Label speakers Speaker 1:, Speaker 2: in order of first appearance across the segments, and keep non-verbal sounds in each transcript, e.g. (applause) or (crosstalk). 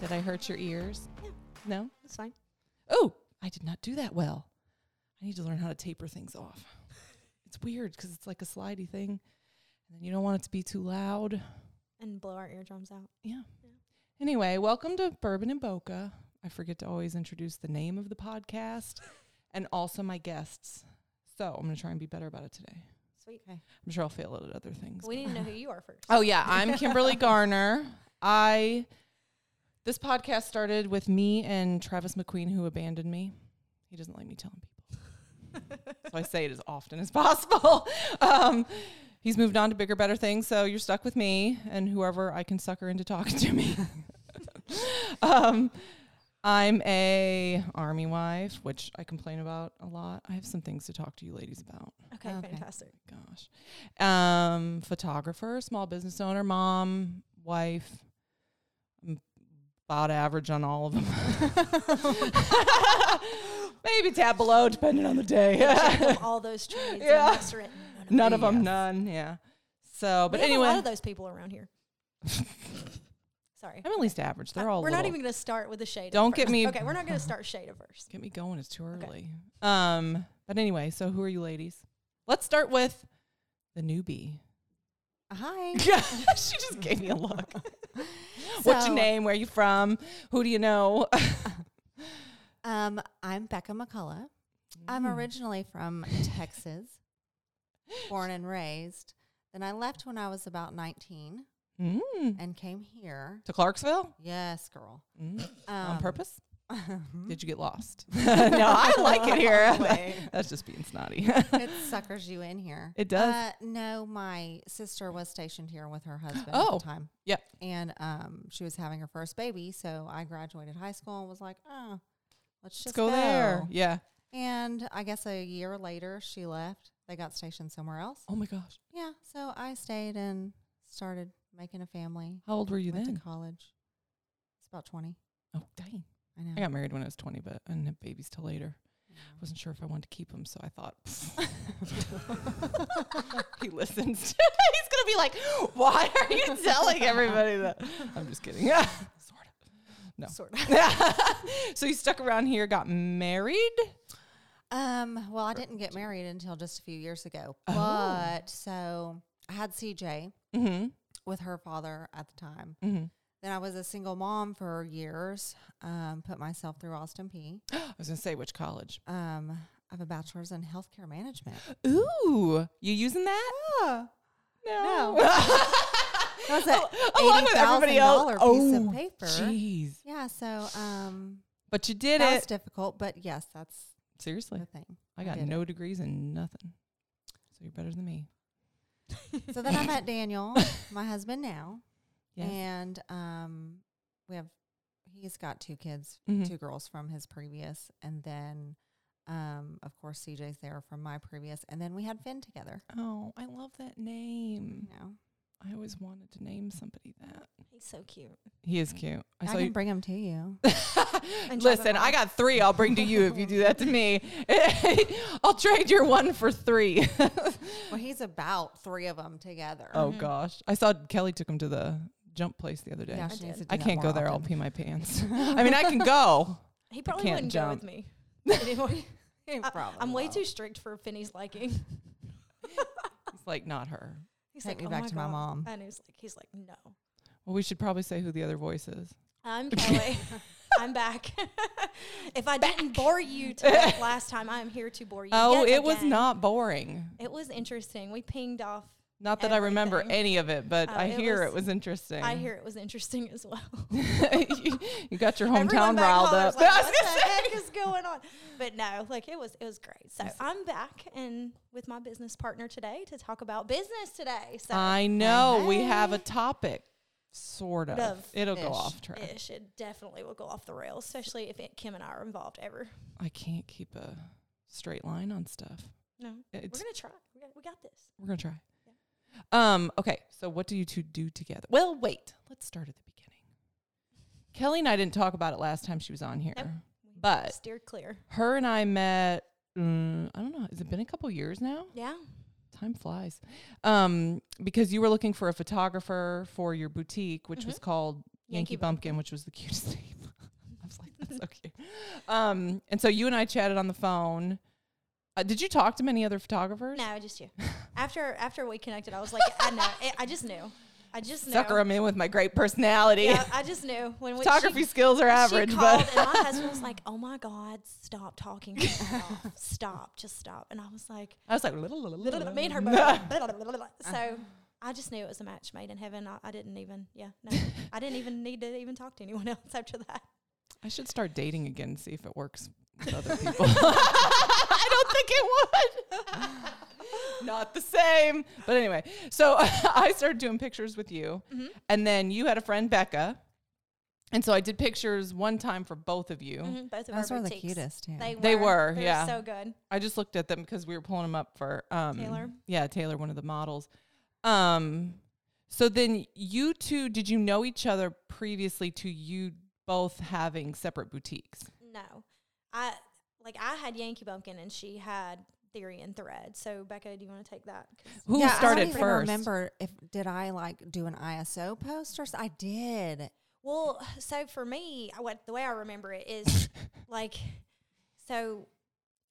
Speaker 1: Did I hurt your ears?
Speaker 2: Yeah.
Speaker 1: No?
Speaker 2: That's fine.
Speaker 1: Oh, I did not do that well. I need to learn how to taper things off. It's weird because it's like a slidey thing. And then you don't want it to be too loud.
Speaker 2: And blow our eardrums out.
Speaker 1: Yeah.
Speaker 2: Yeah.
Speaker 1: Anyway, welcome to Bourbon and Boca. I forget to always introduce the name of the podcast and also my guests. So I'm going to try and be better about it today.
Speaker 2: Sweet.
Speaker 1: I'm sure I'll fail at other things.
Speaker 2: We need to know who you are first.
Speaker 1: Oh yeah, I'm Kimberly Garner. I this podcast started with me and Travis McQueen who abandoned me. He doesn't like me telling people. so I say it as often as possible. Um, he's moved on to bigger, better things, so you're stuck with me and whoever I can sucker into talking to me. (laughs) um, I'm a army wife, which I complain about a lot. I have some things to talk to you ladies about
Speaker 2: Okay,
Speaker 1: Okay. (laughs)
Speaker 2: fantastic.
Speaker 1: gosh. Um, photographer, small business owner, mom, wife. I'm about average on all of them. (laughs) Maybe tab below, depending on the
Speaker 2: Check
Speaker 1: day.
Speaker 2: off all those trades.
Speaker 1: Yeah.
Speaker 2: Yeah. Restaurant,
Speaker 1: (laughs) none of them, none. Yeah. So, but
Speaker 2: we have a lot
Speaker 1: anyway,
Speaker 2: of those people
Speaker 1: (laughs)
Speaker 2: around here. Sorry.
Speaker 1: I'm at least average. They're
Speaker 2: Uh,
Speaker 1: all.
Speaker 2: We're not
Speaker 1: little-
Speaker 2: even going to start with the shade.
Speaker 1: Don't get me-
Speaker 2: Okay, we're not going to start shade
Speaker 1: (laughs)
Speaker 2: first.
Speaker 1: Get me going. It's too early.
Speaker 2: Okay.
Speaker 1: Um, but anyway, so who are you ladies? Let's start with the
Speaker 2: (laughs)
Speaker 1: newbie. (laughs)
Speaker 3: Hi.
Speaker 1: she just gave me a
Speaker 2: (laughs)
Speaker 1: look. (laughs) What's
Speaker 3: So,
Speaker 1: your name? Where are you from? Who do you know? (laughs)
Speaker 3: Um, I'm Becca McCullough.
Speaker 1: Mm.
Speaker 3: I'm originally from Texas, born and raised. Then I left when I was about 19
Speaker 1: Mm.
Speaker 3: and came here.
Speaker 1: To Clarksville?
Speaker 3: Yes, girl.
Speaker 1: Mm.
Speaker 3: Um,
Speaker 1: On
Speaker 3: (laughs)
Speaker 1: purpose? Did you get lost? mm-hmm. (laughs) no, I like (laughs) it here.
Speaker 3: Wait.
Speaker 1: That's (laughs) just being snotty.
Speaker 3: it suckers you in here.
Speaker 1: It does.
Speaker 3: Uh, no, my sister was stationed here with her husband
Speaker 1: Oh.
Speaker 3: at the time.
Speaker 1: Yep.
Speaker 3: And um, she was having her first baby. So I graduated high school and was like, oh, let's just
Speaker 1: Let's go there. Yeah.
Speaker 3: And I guess a year later, she left. They got stationed somewhere else.
Speaker 1: Oh my gosh.
Speaker 3: Yeah, so I stayed and started making a family.
Speaker 1: How old were you
Speaker 3: went
Speaker 1: then?
Speaker 3: to college. It's about twenty.
Speaker 1: Oh, dang.
Speaker 3: I know.
Speaker 1: I got married when I was 20, but I didn't have babies till later.
Speaker 3: Yeah.
Speaker 1: I wasn't sure if I wanted to keep them, so I thought. (laughs) he listens. (laughs) He's going to be like, why are you telling everybody (laughs) that? I'm just kidding. Yeah. sort No.
Speaker 2: Sort of.
Speaker 1: of. (laughs) so you stuck around here, got married?
Speaker 3: Um, well, I didn't get
Speaker 1: Gee.
Speaker 3: married until just a few years ago.
Speaker 1: Oh.
Speaker 3: But so I had CJ
Speaker 1: Mm
Speaker 3: with her father at the time.
Speaker 1: hmm. Mm
Speaker 3: Then I was a single mom for years. Um, put myself through Austin P.
Speaker 1: hmm. I was going to say, which college?
Speaker 3: Um, I have a bachelor's in healthcare management.
Speaker 1: Ooh, you using that?
Speaker 3: No.
Speaker 1: (laughs)
Speaker 3: (laughs) That was
Speaker 1: Oh,
Speaker 3: a
Speaker 1: along with everybody else.
Speaker 3: $80,000 piece of
Speaker 1: Oh,
Speaker 3: paper.
Speaker 1: Jeez.
Speaker 3: Yeah, so um,
Speaker 1: But you did
Speaker 3: that was
Speaker 1: it.
Speaker 3: difficult, but yes, that's
Speaker 1: Seriously.
Speaker 3: the thing.
Speaker 1: I got
Speaker 3: did
Speaker 1: no degrees and nothing. So you're better than me.
Speaker 3: So then
Speaker 1: (laughs)
Speaker 3: I met Daniel, my husband now,
Speaker 1: Yes.
Speaker 3: and um, we have he's got two kids,
Speaker 1: Mhm.
Speaker 3: two girls from his previous, and then um, of course CJ's there from my previous, and then we had Finn together.
Speaker 1: Oh, I love that name.
Speaker 3: You know,
Speaker 1: I always wanted to name somebody that.
Speaker 2: He's so cute.
Speaker 1: He is cute. I
Speaker 3: I,
Speaker 1: saw
Speaker 3: can
Speaker 1: you. (laughs)
Speaker 3: bring him to you.
Speaker 2: And drop
Speaker 1: Listen,
Speaker 2: him
Speaker 1: I
Speaker 2: off.
Speaker 1: got three I'll bring to you if you do that to me. (laughs) I'll trade your one for
Speaker 3: (laughs)
Speaker 1: three.
Speaker 3: well, he's about three of them together.
Speaker 1: oh,
Speaker 2: Mhm.
Speaker 1: gosh. I saw Kelly took him to the jump place the other day.
Speaker 3: yeah,
Speaker 2: I
Speaker 3: she needs
Speaker 2: did.
Speaker 3: to do
Speaker 1: I
Speaker 3: that
Speaker 1: can't go
Speaker 3: more
Speaker 1: there. I'll
Speaker 3: often.
Speaker 1: pee my
Speaker 3: (laughs)
Speaker 1: pants. I mean, I can go.
Speaker 2: He probably
Speaker 1: can't
Speaker 2: wouldn't go with
Speaker 1: jump. (laughs)
Speaker 2: me anymore.
Speaker 3: (laughs) He
Speaker 2: I,
Speaker 3: probably
Speaker 2: I'm way
Speaker 3: won't.
Speaker 2: too strict for Finney's liking. (laughs)
Speaker 1: It's like not her.
Speaker 2: He's "Oh
Speaker 3: Take me back to "Oh my mom.
Speaker 2: And he's like, he's like, no.
Speaker 1: Well, we should probably say who the other voice is. (laughs)
Speaker 2: I'm Kelly. I'm back. (laughs) if I didn't bore you to death last time, I am here to bore you.
Speaker 1: Oh,
Speaker 2: yet
Speaker 1: it was
Speaker 2: again.
Speaker 1: not boring.
Speaker 2: It was interesting. We pinged off.
Speaker 1: Not that I remember
Speaker 2: Everything.
Speaker 1: any of it, but
Speaker 2: Oh,
Speaker 1: I
Speaker 2: it
Speaker 1: hear
Speaker 2: was-
Speaker 1: it was interesting. (laughs)
Speaker 2: I hear it was interesting as well.
Speaker 1: you, you got your (laughs)
Speaker 2: Everyone
Speaker 1: hometown
Speaker 2: back
Speaker 1: riled
Speaker 2: home was
Speaker 1: up. (laughs)
Speaker 2: Like,
Speaker 1: I was
Speaker 2: what
Speaker 1: gonna
Speaker 2: the
Speaker 1: say-
Speaker 2: heck is going on? But no, like it was, it was great. So I'm back and with my business partner today to talk about business today. So
Speaker 1: I know we
Speaker 3: Hey.
Speaker 1: have a topic, sort of.
Speaker 2: Of
Speaker 1: It'll go
Speaker 3: ish.
Speaker 1: off track.
Speaker 2: ish, it definitely will go off the rails, especially if it, Kim and I are involved ever.
Speaker 1: I can't keep a straight line on stuff.
Speaker 2: No,
Speaker 1: It's
Speaker 2: we're gonna try. We got, we got this.
Speaker 1: we're gonna try. Um. Okay. So what do you two do together? Well, wait. Let's start at the beginning. Kelly and I didn't talk about it last time she was on here,
Speaker 2: Nope.
Speaker 1: but
Speaker 2: Steer clear.
Speaker 1: her and I met. mm, I don't know. Has it been a couple years now?
Speaker 2: Yeah.
Speaker 1: Time flies. Um, because you were looking for a photographer for your boutique, which was called Yankee, Bumpkin, which was the (laughs) cutest name. I was like, that's so cute. Um, and so you and I chatted on the phone. Uh, did you talk to many other photographers?
Speaker 2: No,
Speaker 1: (laughs)
Speaker 2: just you. after after we connected, I was like, I know. I- I just knew. I just knew.
Speaker 1: Sucker, I'm in with my great personality.
Speaker 2: Yeah, I just knew when we, she-
Speaker 1: Photography skills are average,
Speaker 2: she called
Speaker 1: but
Speaker 2: and
Speaker 1: (laughs)
Speaker 2: my husband was like, "Oh my God, stop talking, right now. stop, just stop." And I was like,
Speaker 1: I was like, little, little, little,
Speaker 2: "Me and
Speaker 1: (laughs)
Speaker 2: her both."
Speaker 1: Uh-huh.
Speaker 2: so I just knew it was a match made in heaven. I, I didn't even, yeah,
Speaker 1: (laughs)
Speaker 2: no, I didn't even need to even talk to anyone else (laughs) after that.
Speaker 1: I should start dating again, and see if it works with
Speaker 2: (laughs)
Speaker 1: other people. (laughs) I don't think it would. (laughs) Not the same. But anyway, so (laughs) I started doing pictures with you.
Speaker 2: Mm-hmm,
Speaker 1: And then you had a friend, Becca. And so I did pictures one time for both of you.
Speaker 2: Mhm, both of
Speaker 3: Those
Speaker 2: our
Speaker 3: were the
Speaker 2: boutiques.
Speaker 3: cutest. Yeah.
Speaker 2: They were,
Speaker 1: They were,
Speaker 2: they
Speaker 1: yeah.
Speaker 2: so good.
Speaker 1: I just looked at them because we were pulling them up for um,
Speaker 2: Taylor.
Speaker 1: Yeah, Taylor, one of the models. Um, so then you two, did you know each other previously to you both having separate boutiques?
Speaker 2: No, I like I had Yankee Bumpkin and she had Theory and Thread. So Becca, do you want to take that? 'Cause-
Speaker 1: Who
Speaker 3: Yeah, I
Speaker 1: started
Speaker 3: don't even
Speaker 1: first?
Speaker 3: remember if did I like do an ISO post or s- I did.
Speaker 2: Well, so for me, I- what the way I remember it
Speaker 3: (laughs)
Speaker 2: is like, so,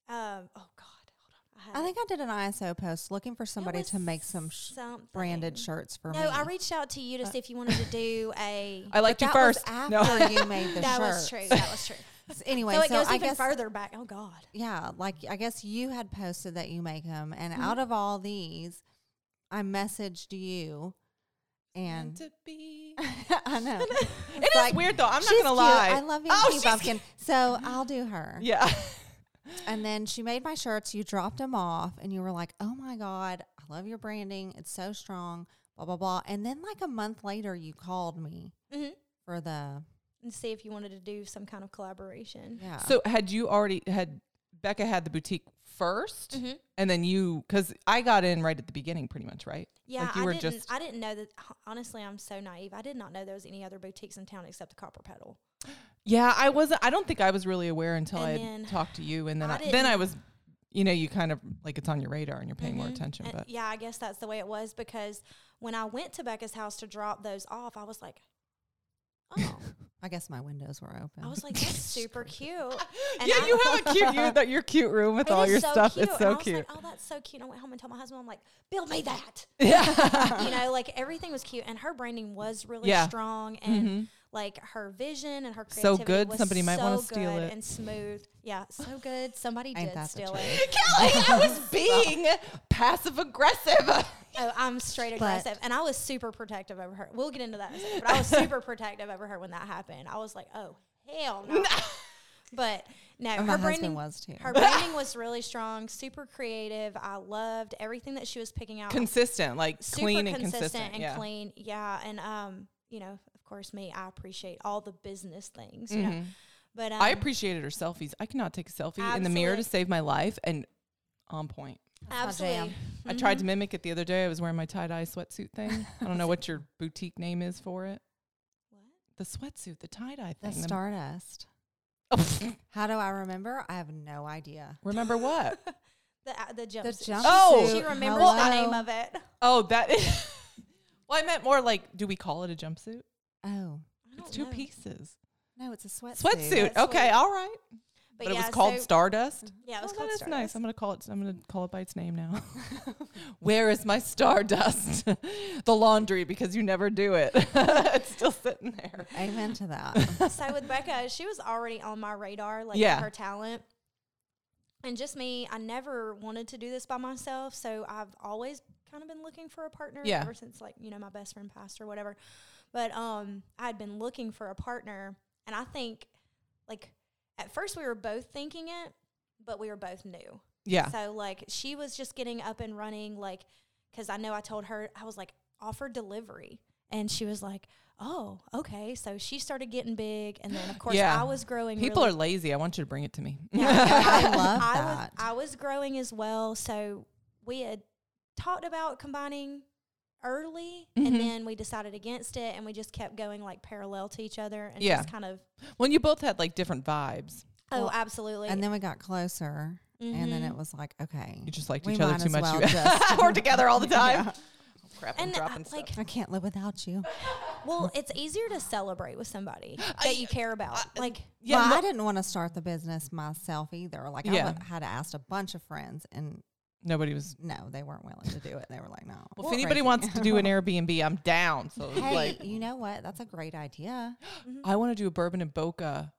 Speaker 2: um, oh God, hold on. had
Speaker 3: I
Speaker 2: it.
Speaker 3: think I did an ISO post looking for
Speaker 2: It
Speaker 3: somebody to
Speaker 2: was
Speaker 3: make some sh- branded
Speaker 2: something.
Speaker 3: shirts for
Speaker 2: No,
Speaker 3: me. Uh,
Speaker 2: I reached out to you to see if you wanted to
Speaker 3: (laughs)
Speaker 2: do a.
Speaker 1: I liked you
Speaker 3: that
Speaker 1: first.
Speaker 3: Was
Speaker 1: (laughs)
Speaker 3: after
Speaker 1: No.
Speaker 3: you made the
Speaker 2: that
Speaker 3: shirt.
Speaker 2: was true. That was true.
Speaker 3: (laughs) Anyway,
Speaker 2: so
Speaker 3: so,
Speaker 2: it goes
Speaker 3: I
Speaker 2: even
Speaker 3: guess
Speaker 2: further back. Oh God.
Speaker 3: yeah, like I guess you had posted that you make them, and
Speaker 2: Mm-hmm.
Speaker 3: out of all these, I messaged you, and
Speaker 1: to be.
Speaker 3: (laughs)
Speaker 2: (laughs)
Speaker 3: I know
Speaker 1: It is
Speaker 3: like,
Speaker 1: weird though. I'm not
Speaker 3: she's
Speaker 1: gonna
Speaker 3: cute.
Speaker 1: lie.
Speaker 3: I love you,
Speaker 1: Oh, she's
Speaker 3: Bumpkin. So I'll do her.
Speaker 1: Yeah.
Speaker 3: And then she made my shirts. You dropped them off, and you were like, "Oh my god, I love your branding. It's so strong." Blah blah blah. And then like a month later, you called me
Speaker 2: Mhm.
Speaker 3: for the
Speaker 2: And see if you wanted to do some kind of collaboration.
Speaker 3: yeah.
Speaker 1: So had you already had Becca had the boutique 1st
Speaker 3: Mm-hmm.
Speaker 1: and then you because I got in right at the beginning, pretty much, right?
Speaker 2: Yeah,
Speaker 1: Like you
Speaker 2: I
Speaker 1: were
Speaker 2: didn't.
Speaker 1: just.
Speaker 2: I didn't know that. Honestly, I'm so naive. I did not know there was any other boutiques in town except the Copper Petal.
Speaker 1: yeah, I wasn't. I don't think I was really aware until
Speaker 2: And
Speaker 1: I
Speaker 2: then
Speaker 1: had talked to you, and then
Speaker 2: I
Speaker 1: I then I
Speaker 2: didn't-
Speaker 1: was. You know, you kind of like it's on your radar and you're paying more attention,
Speaker 2: Mm-hmm. And
Speaker 1: but
Speaker 2: yeah, I guess that's the way it was because when I went to Becca's house to drop those off, I was like,
Speaker 1: (laughs)
Speaker 2: oh,
Speaker 3: I guess my windows were open.
Speaker 2: I was like, that's super cute.
Speaker 1: (laughs)
Speaker 2: And
Speaker 1: yeah,
Speaker 2: I- (laughs)
Speaker 1: you have a cute you that your cute room with
Speaker 2: It
Speaker 1: all
Speaker 2: is
Speaker 1: your
Speaker 2: so
Speaker 1: stuff.
Speaker 2: Cute.
Speaker 1: It's
Speaker 2: and I
Speaker 1: so
Speaker 2: was
Speaker 1: cute.
Speaker 2: Like, oh, that's so cute. I went home and told my husband, I'm like, build me that. (laughs)
Speaker 1: yeah, (laughs)
Speaker 2: you know, like everything was cute, and her branding was really
Speaker 1: Yeah.
Speaker 2: strong, and like her vision and her
Speaker 1: So
Speaker 2: creativity
Speaker 1: good,
Speaker 2: was
Speaker 1: somebody might
Speaker 2: so
Speaker 1: wanna steal
Speaker 2: good
Speaker 1: it.
Speaker 2: and smooth. Yeah, so good. Somebody
Speaker 3: Ain't
Speaker 2: did
Speaker 3: that the
Speaker 2: steal
Speaker 1: (laughs)
Speaker 3: truth?
Speaker 2: it.
Speaker 1: Kelly, I was being passive aggressive.
Speaker 2: Oh, I'm straight aggressive, and I was super protective over her. We'll get into that in a second, but I was super protective over her when that happened. I was like, oh hell no. but no,
Speaker 3: And my
Speaker 2: her
Speaker 3: husband
Speaker 2: branding
Speaker 3: was too. (laughs)
Speaker 2: Her branding was really strong, super creative. I loved everything that she was picking out.
Speaker 1: consistent, like
Speaker 2: super
Speaker 1: clean and
Speaker 2: consistent
Speaker 1: consistent.
Speaker 2: and
Speaker 1: yeah.
Speaker 2: clean. Yeah, and um, you know, of course, me, I appreciate all the business things. You know, but um,
Speaker 1: Mm-hmm. I appreciated her selfies. I could not take a selfie in the mirror to
Speaker 2: Absolutely.
Speaker 1: save my life and on point.
Speaker 3: That's my
Speaker 2: absolutely.
Speaker 1: I
Speaker 2: Mm-hmm.
Speaker 1: tried to mimic it the other day. I was wearing my tie dye sweatsuit thing. I
Speaker 2: (laughs)
Speaker 1: don't know what your boutique name is for it. The sweatsuit, the tie dye
Speaker 3: the
Speaker 1: thing. the-
Speaker 3: Stardust.
Speaker 1: Oh.
Speaker 3: (laughs) How do I remember? I have no idea.
Speaker 1: Remember what?
Speaker 2: The uh, the jumpsuit.
Speaker 3: The jumpsuit.
Speaker 1: Oh,
Speaker 2: she remembers the name of it.
Speaker 1: Oh, that is. (laughs) well, I meant more like, do we call it a jumpsuit?
Speaker 3: Oh
Speaker 2: I
Speaker 1: It's
Speaker 2: don't
Speaker 1: two
Speaker 2: know.
Speaker 1: pieces.
Speaker 3: no, it's a sweatsuit.
Speaker 1: Sweatsuit.
Speaker 2: Sweatsuit.
Speaker 1: Okay, all right. But, it was called
Speaker 2: so-
Speaker 1: Stardust.
Speaker 2: Yeah, it was
Speaker 1: Oh,
Speaker 2: called
Speaker 1: that is nice.
Speaker 2: Stardust.
Speaker 1: I'm gonna call it. I'm gonna call it by its name now. Where is my stardust? (laughs) the laundry because you never do it. (laughs) it's still sitting there.
Speaker 3: Amen
Speaker 1: (laughs)
Speaker 3: to that.
Speaker 2: so with Becca, she was already on my radar, like
Speaker 1: Yeah.
Speaker 2: her talent. And just me, I never wanted to do this by myself. So I've always kind of been looking for a partner
Speaker 1: Yeah.
Speaker 2: ever since like, you know, my best friend passed or whatever. But um I had been looking for a partner and I think like at first we were both thinking it, but we were both new.
Speaker 1: Yeah.
Speaker 2: So like she was just getting up and running, like because I know I told her I was like offer delivery, and she was like, oh okay. So she started getting big, and then of course
Speaker 1: Yeah.
Speaker 2: I was growing.
Speaker 1: People
Speaker 2: really-
Speaker 1: are lazy. I want you to bring it to me.
Speaker 2: (laughs)
Speaker 1: (laughs)
Speaker 3: I love
Speaker 2: I was
Speaker 3: that.
Speaker 2: I was growing as well. So we had talked about combining early,
Speaker 1: Mm-hmm.
Speaker 2: and then we decided against it, and we just kept going like parallel to each other, and
Speaker 1: Yeah.
Speaker 2: just kind of
Speaker 1: Well, you both had like different vibes.
Speaker 2: oh absolutely.
Speaker 3: and then we got closer, and then it was like, okay,
Speaker 1: Mm-hmm. You just liked
Speaker 3: we
Speaker 1: each other too
Speaker 3: might
Speaker 1: (laughs)
Speaker 3: as
Speaker 1: much.
Speaker 3: well
Speaker 1: You
Speaker 3: just-
Speaker 1: We're together all the time. Oh, crap and,
Speaker 2: And, uh,
Speaker 1: dropping
Speaker 2: like,
Speaker 1: stuff.
Speaker 3: I can't live without you.
Speaker 2: Well, it's easier to celebrate with somebody
Speaker 1: I-
Speaker 2: that you care about. like,
Speaker 1: Yeah,
Speaker 3: well,
Speaker 1: no-
Speaker 3: I didn't want to start the business myself either. Like
Speaker 1: Yeah.
Speaker 3: I wa- had asked a bunch of friends, and
Speaker 1: nobody was.
Speaker 3: no, they weren't willing to do it. They were like, "No."
Speaker 1: Well,
Speaker 3: it's
Speaker 1: if anybody
Speaker 3: crazy."
Speaker 1: wants to
Speaker 3: (laughs)
Speaker 1: do an Airbnb, I'm down. So
Speaker 3: hey,
Speaker 1: like,
Speaker 3: you know what? That's a great
Speaker 1: (gasps)
Speaker 3: idea.
Speaker 1: I want to do a bourbon and Boca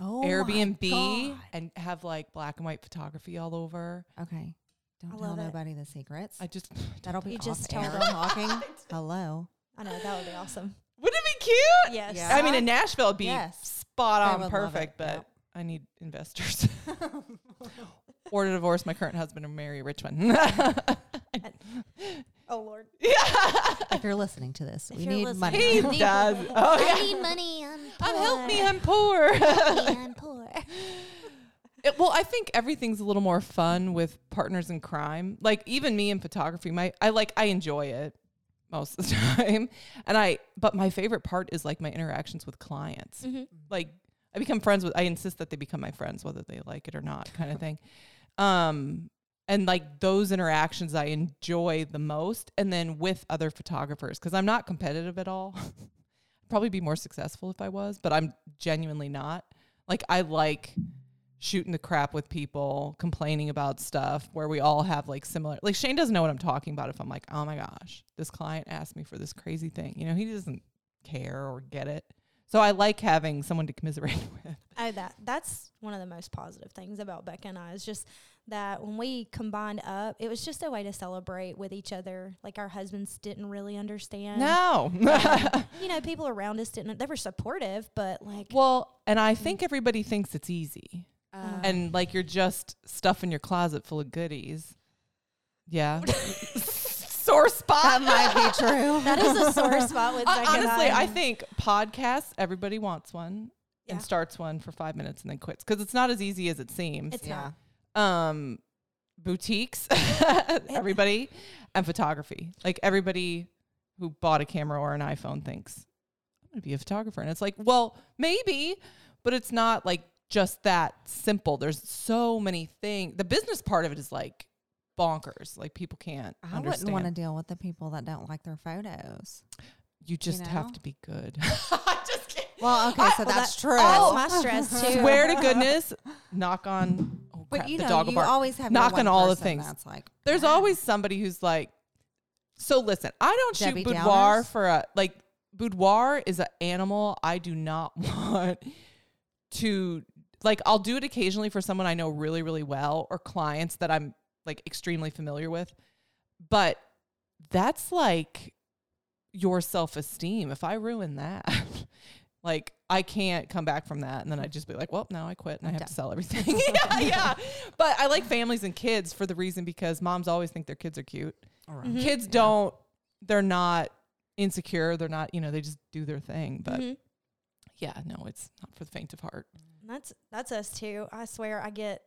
Speaker 3: Oh, my
Speaker 1: Airbnb
Speaker 3: God.
Speaker 1: and have like black and white photography all over.
Speaker 3: Okay, don't
Speaker 2: I
Speaker 3: tell
Speaker 2: love it.
Speaker 3: nobody the secrets.
Speaker 1: I just (laughs)
Speaker 3: That'll be
Speaker 2: You
Speaker 3: off
Speaker 2: just tell
Speaker 3: air
Speaker 2: them.
Speaker 3: talking. Hello.
Speaker 2: I know that would be awesome.
Speaker 1: wouldn't it be cute?
Speaker 2: Yes.
Speaker 3: Yeah.
Speaker 1: I mean, in Nashville, it'd be
Speaker 3: Yes. They
Speaker 1: spot on
Speaker 3: would love
Speaker 1: perfect,
Speaker 3: it,
Speaker 1: but
Speaker 3: yep.
Speaker 1: I need investors.
Speaker 3: (laughs)
Speaker 1: (laughs) or to divorce my current husband and marry a rich one. (laughs)
Speaker 2: Oh Lord.
Speaker 3: If you're listening to this,
Speaker 2: If
Speaker 3: we
Speaker 2: you're
Speaker 3: need
Speaker 2: listening-
Speaker 3: money. (laughs)
Speaker 1: he does. Oh, yeah.
Speaker 2: need money. I'm
Speaker 1: (laughs) I'm Oh, help me, I'm poor. (laughs)
Speaker 2: I'm poor.
Speaker 1: It- well, I think everything's a little more fun with partners in crime. Like even me in photography, my I like I enjoy it most of the (laughs) time, and I. But my favorite part is like my interactions with clients. Like I become friends with. I insist that they become my friends, whether they like it or not, kind of thing. Um, and like those interactions, I enjoy the most, and then with other photographers because I'm not competitive at all. Probably be more successful if I was, but I'm genuinely not. Like I like shooting the crap with people, complaining about stuff where we all have like similar like Shane doesn't know what I'm talking about if I'm like, "Oh my gosh, this client asked me for this crazy thing." You know, he doesn't care or get it. So I like having someone to commiserate (laughs) with.
Speaker 2: Oh, that that's one of the most positive things about Becca and I is just that when we combined up, it was just a way to celebrate with each other. Like our husbands didn't really understand.
Speaker 1: No.
Speaker 2: You know, people around us didn't. They were supportive, but like,
Speaker 1: well, and I think everybody thinks it's easy.
Speaker 3: Uh,
Speaker 1: And like you're just stuffing your closet full of goodies. Yeah. Sore spot.
Speaker 3: (laughs) that might be true.
Speaker 2: that is
Speaker 3: (laughs)
Speaker 1: (laughs)
Speaker 2: a sore spot with
Speaker 1: I-
Speaker 2: Becca. and
Speaker 1: honestly, I
Speaker 2: and-
Speaker 1: think podcasts, everybody wants one
Speaker 2: Yeah.
Speaker 1: and starts one for five minutes and then quits because it's not as easy as it seems.
Speaker 2: it's
Speaker 3: yeah.
Speaker 2: not.
Speaker 1: um, boutiques, (laughs) everybody, and photography. Like everybody who bought a camera or an iPhone thinks, I'm going to be a photographer. And it's like, well, maybe, but it's not like just that simple. There's so many things. The business part of it is like bonkers. Like people can't
Speaker 3: I
Speaker 1: understand.
Speaker 3: wouldn't want to deal with the people that don't like their photos.
Speaker 1: you just
Speaker 3: know?
Speaker 1: have to be good. I just can't.
Speaker 3: Well, okay, so
Speaker 2: Well,
Speaker 3: that's
Speaker 2: that-
Speaker 3: true.
Speaker 2: That's my
Speaker 3: (laughs)
Speaker 2: stress too.
Speaker 1: Oh. swear to goodness, knock on. Oh crap,
Speaker 3: but you
Speaker 1: the
Speaker 3: know,
Speaker 1: dog will
Speaker 3: you
Speaker 1: bark.
Speaker 3: always have your
Speaker 1: knock
Speaker 3: one
Speaker 1: on all the
Speaker 3: person
Speaker 1: things.
Speaker 3: That's like
Speaker 1: There's always somebody who's like, so listen, I don't
Speaker 3: Debbie
Speaker 1: shoot boudoir
Speaker 3: Downers?
Speaker 1: for a like boudoir is an animal I do not (laughs) want to like. I'll do it occasionally for someone I know really really well or clients that I'm like extremely familiar with, but that's like your self esteem. If I ruin that. (laughs) Like I can't come back from that, and then I'd just be like, "Well, now I quit, and I have to sell everything." (laughs) yeah, yeah. But I like families and kids for the reason because moms always think their kids are cute.
Speaker 3: all right.
Speaker 2: Mm-hmm.
Speaker 1: Kids don't. They're not insecure. They're not. You know, they just do their thing. But
Speaker 2: Mhm.
Speaker 1: yeah, no, it's not for the faint of heart.
Speaker 2: That's that's us too. I swear, I get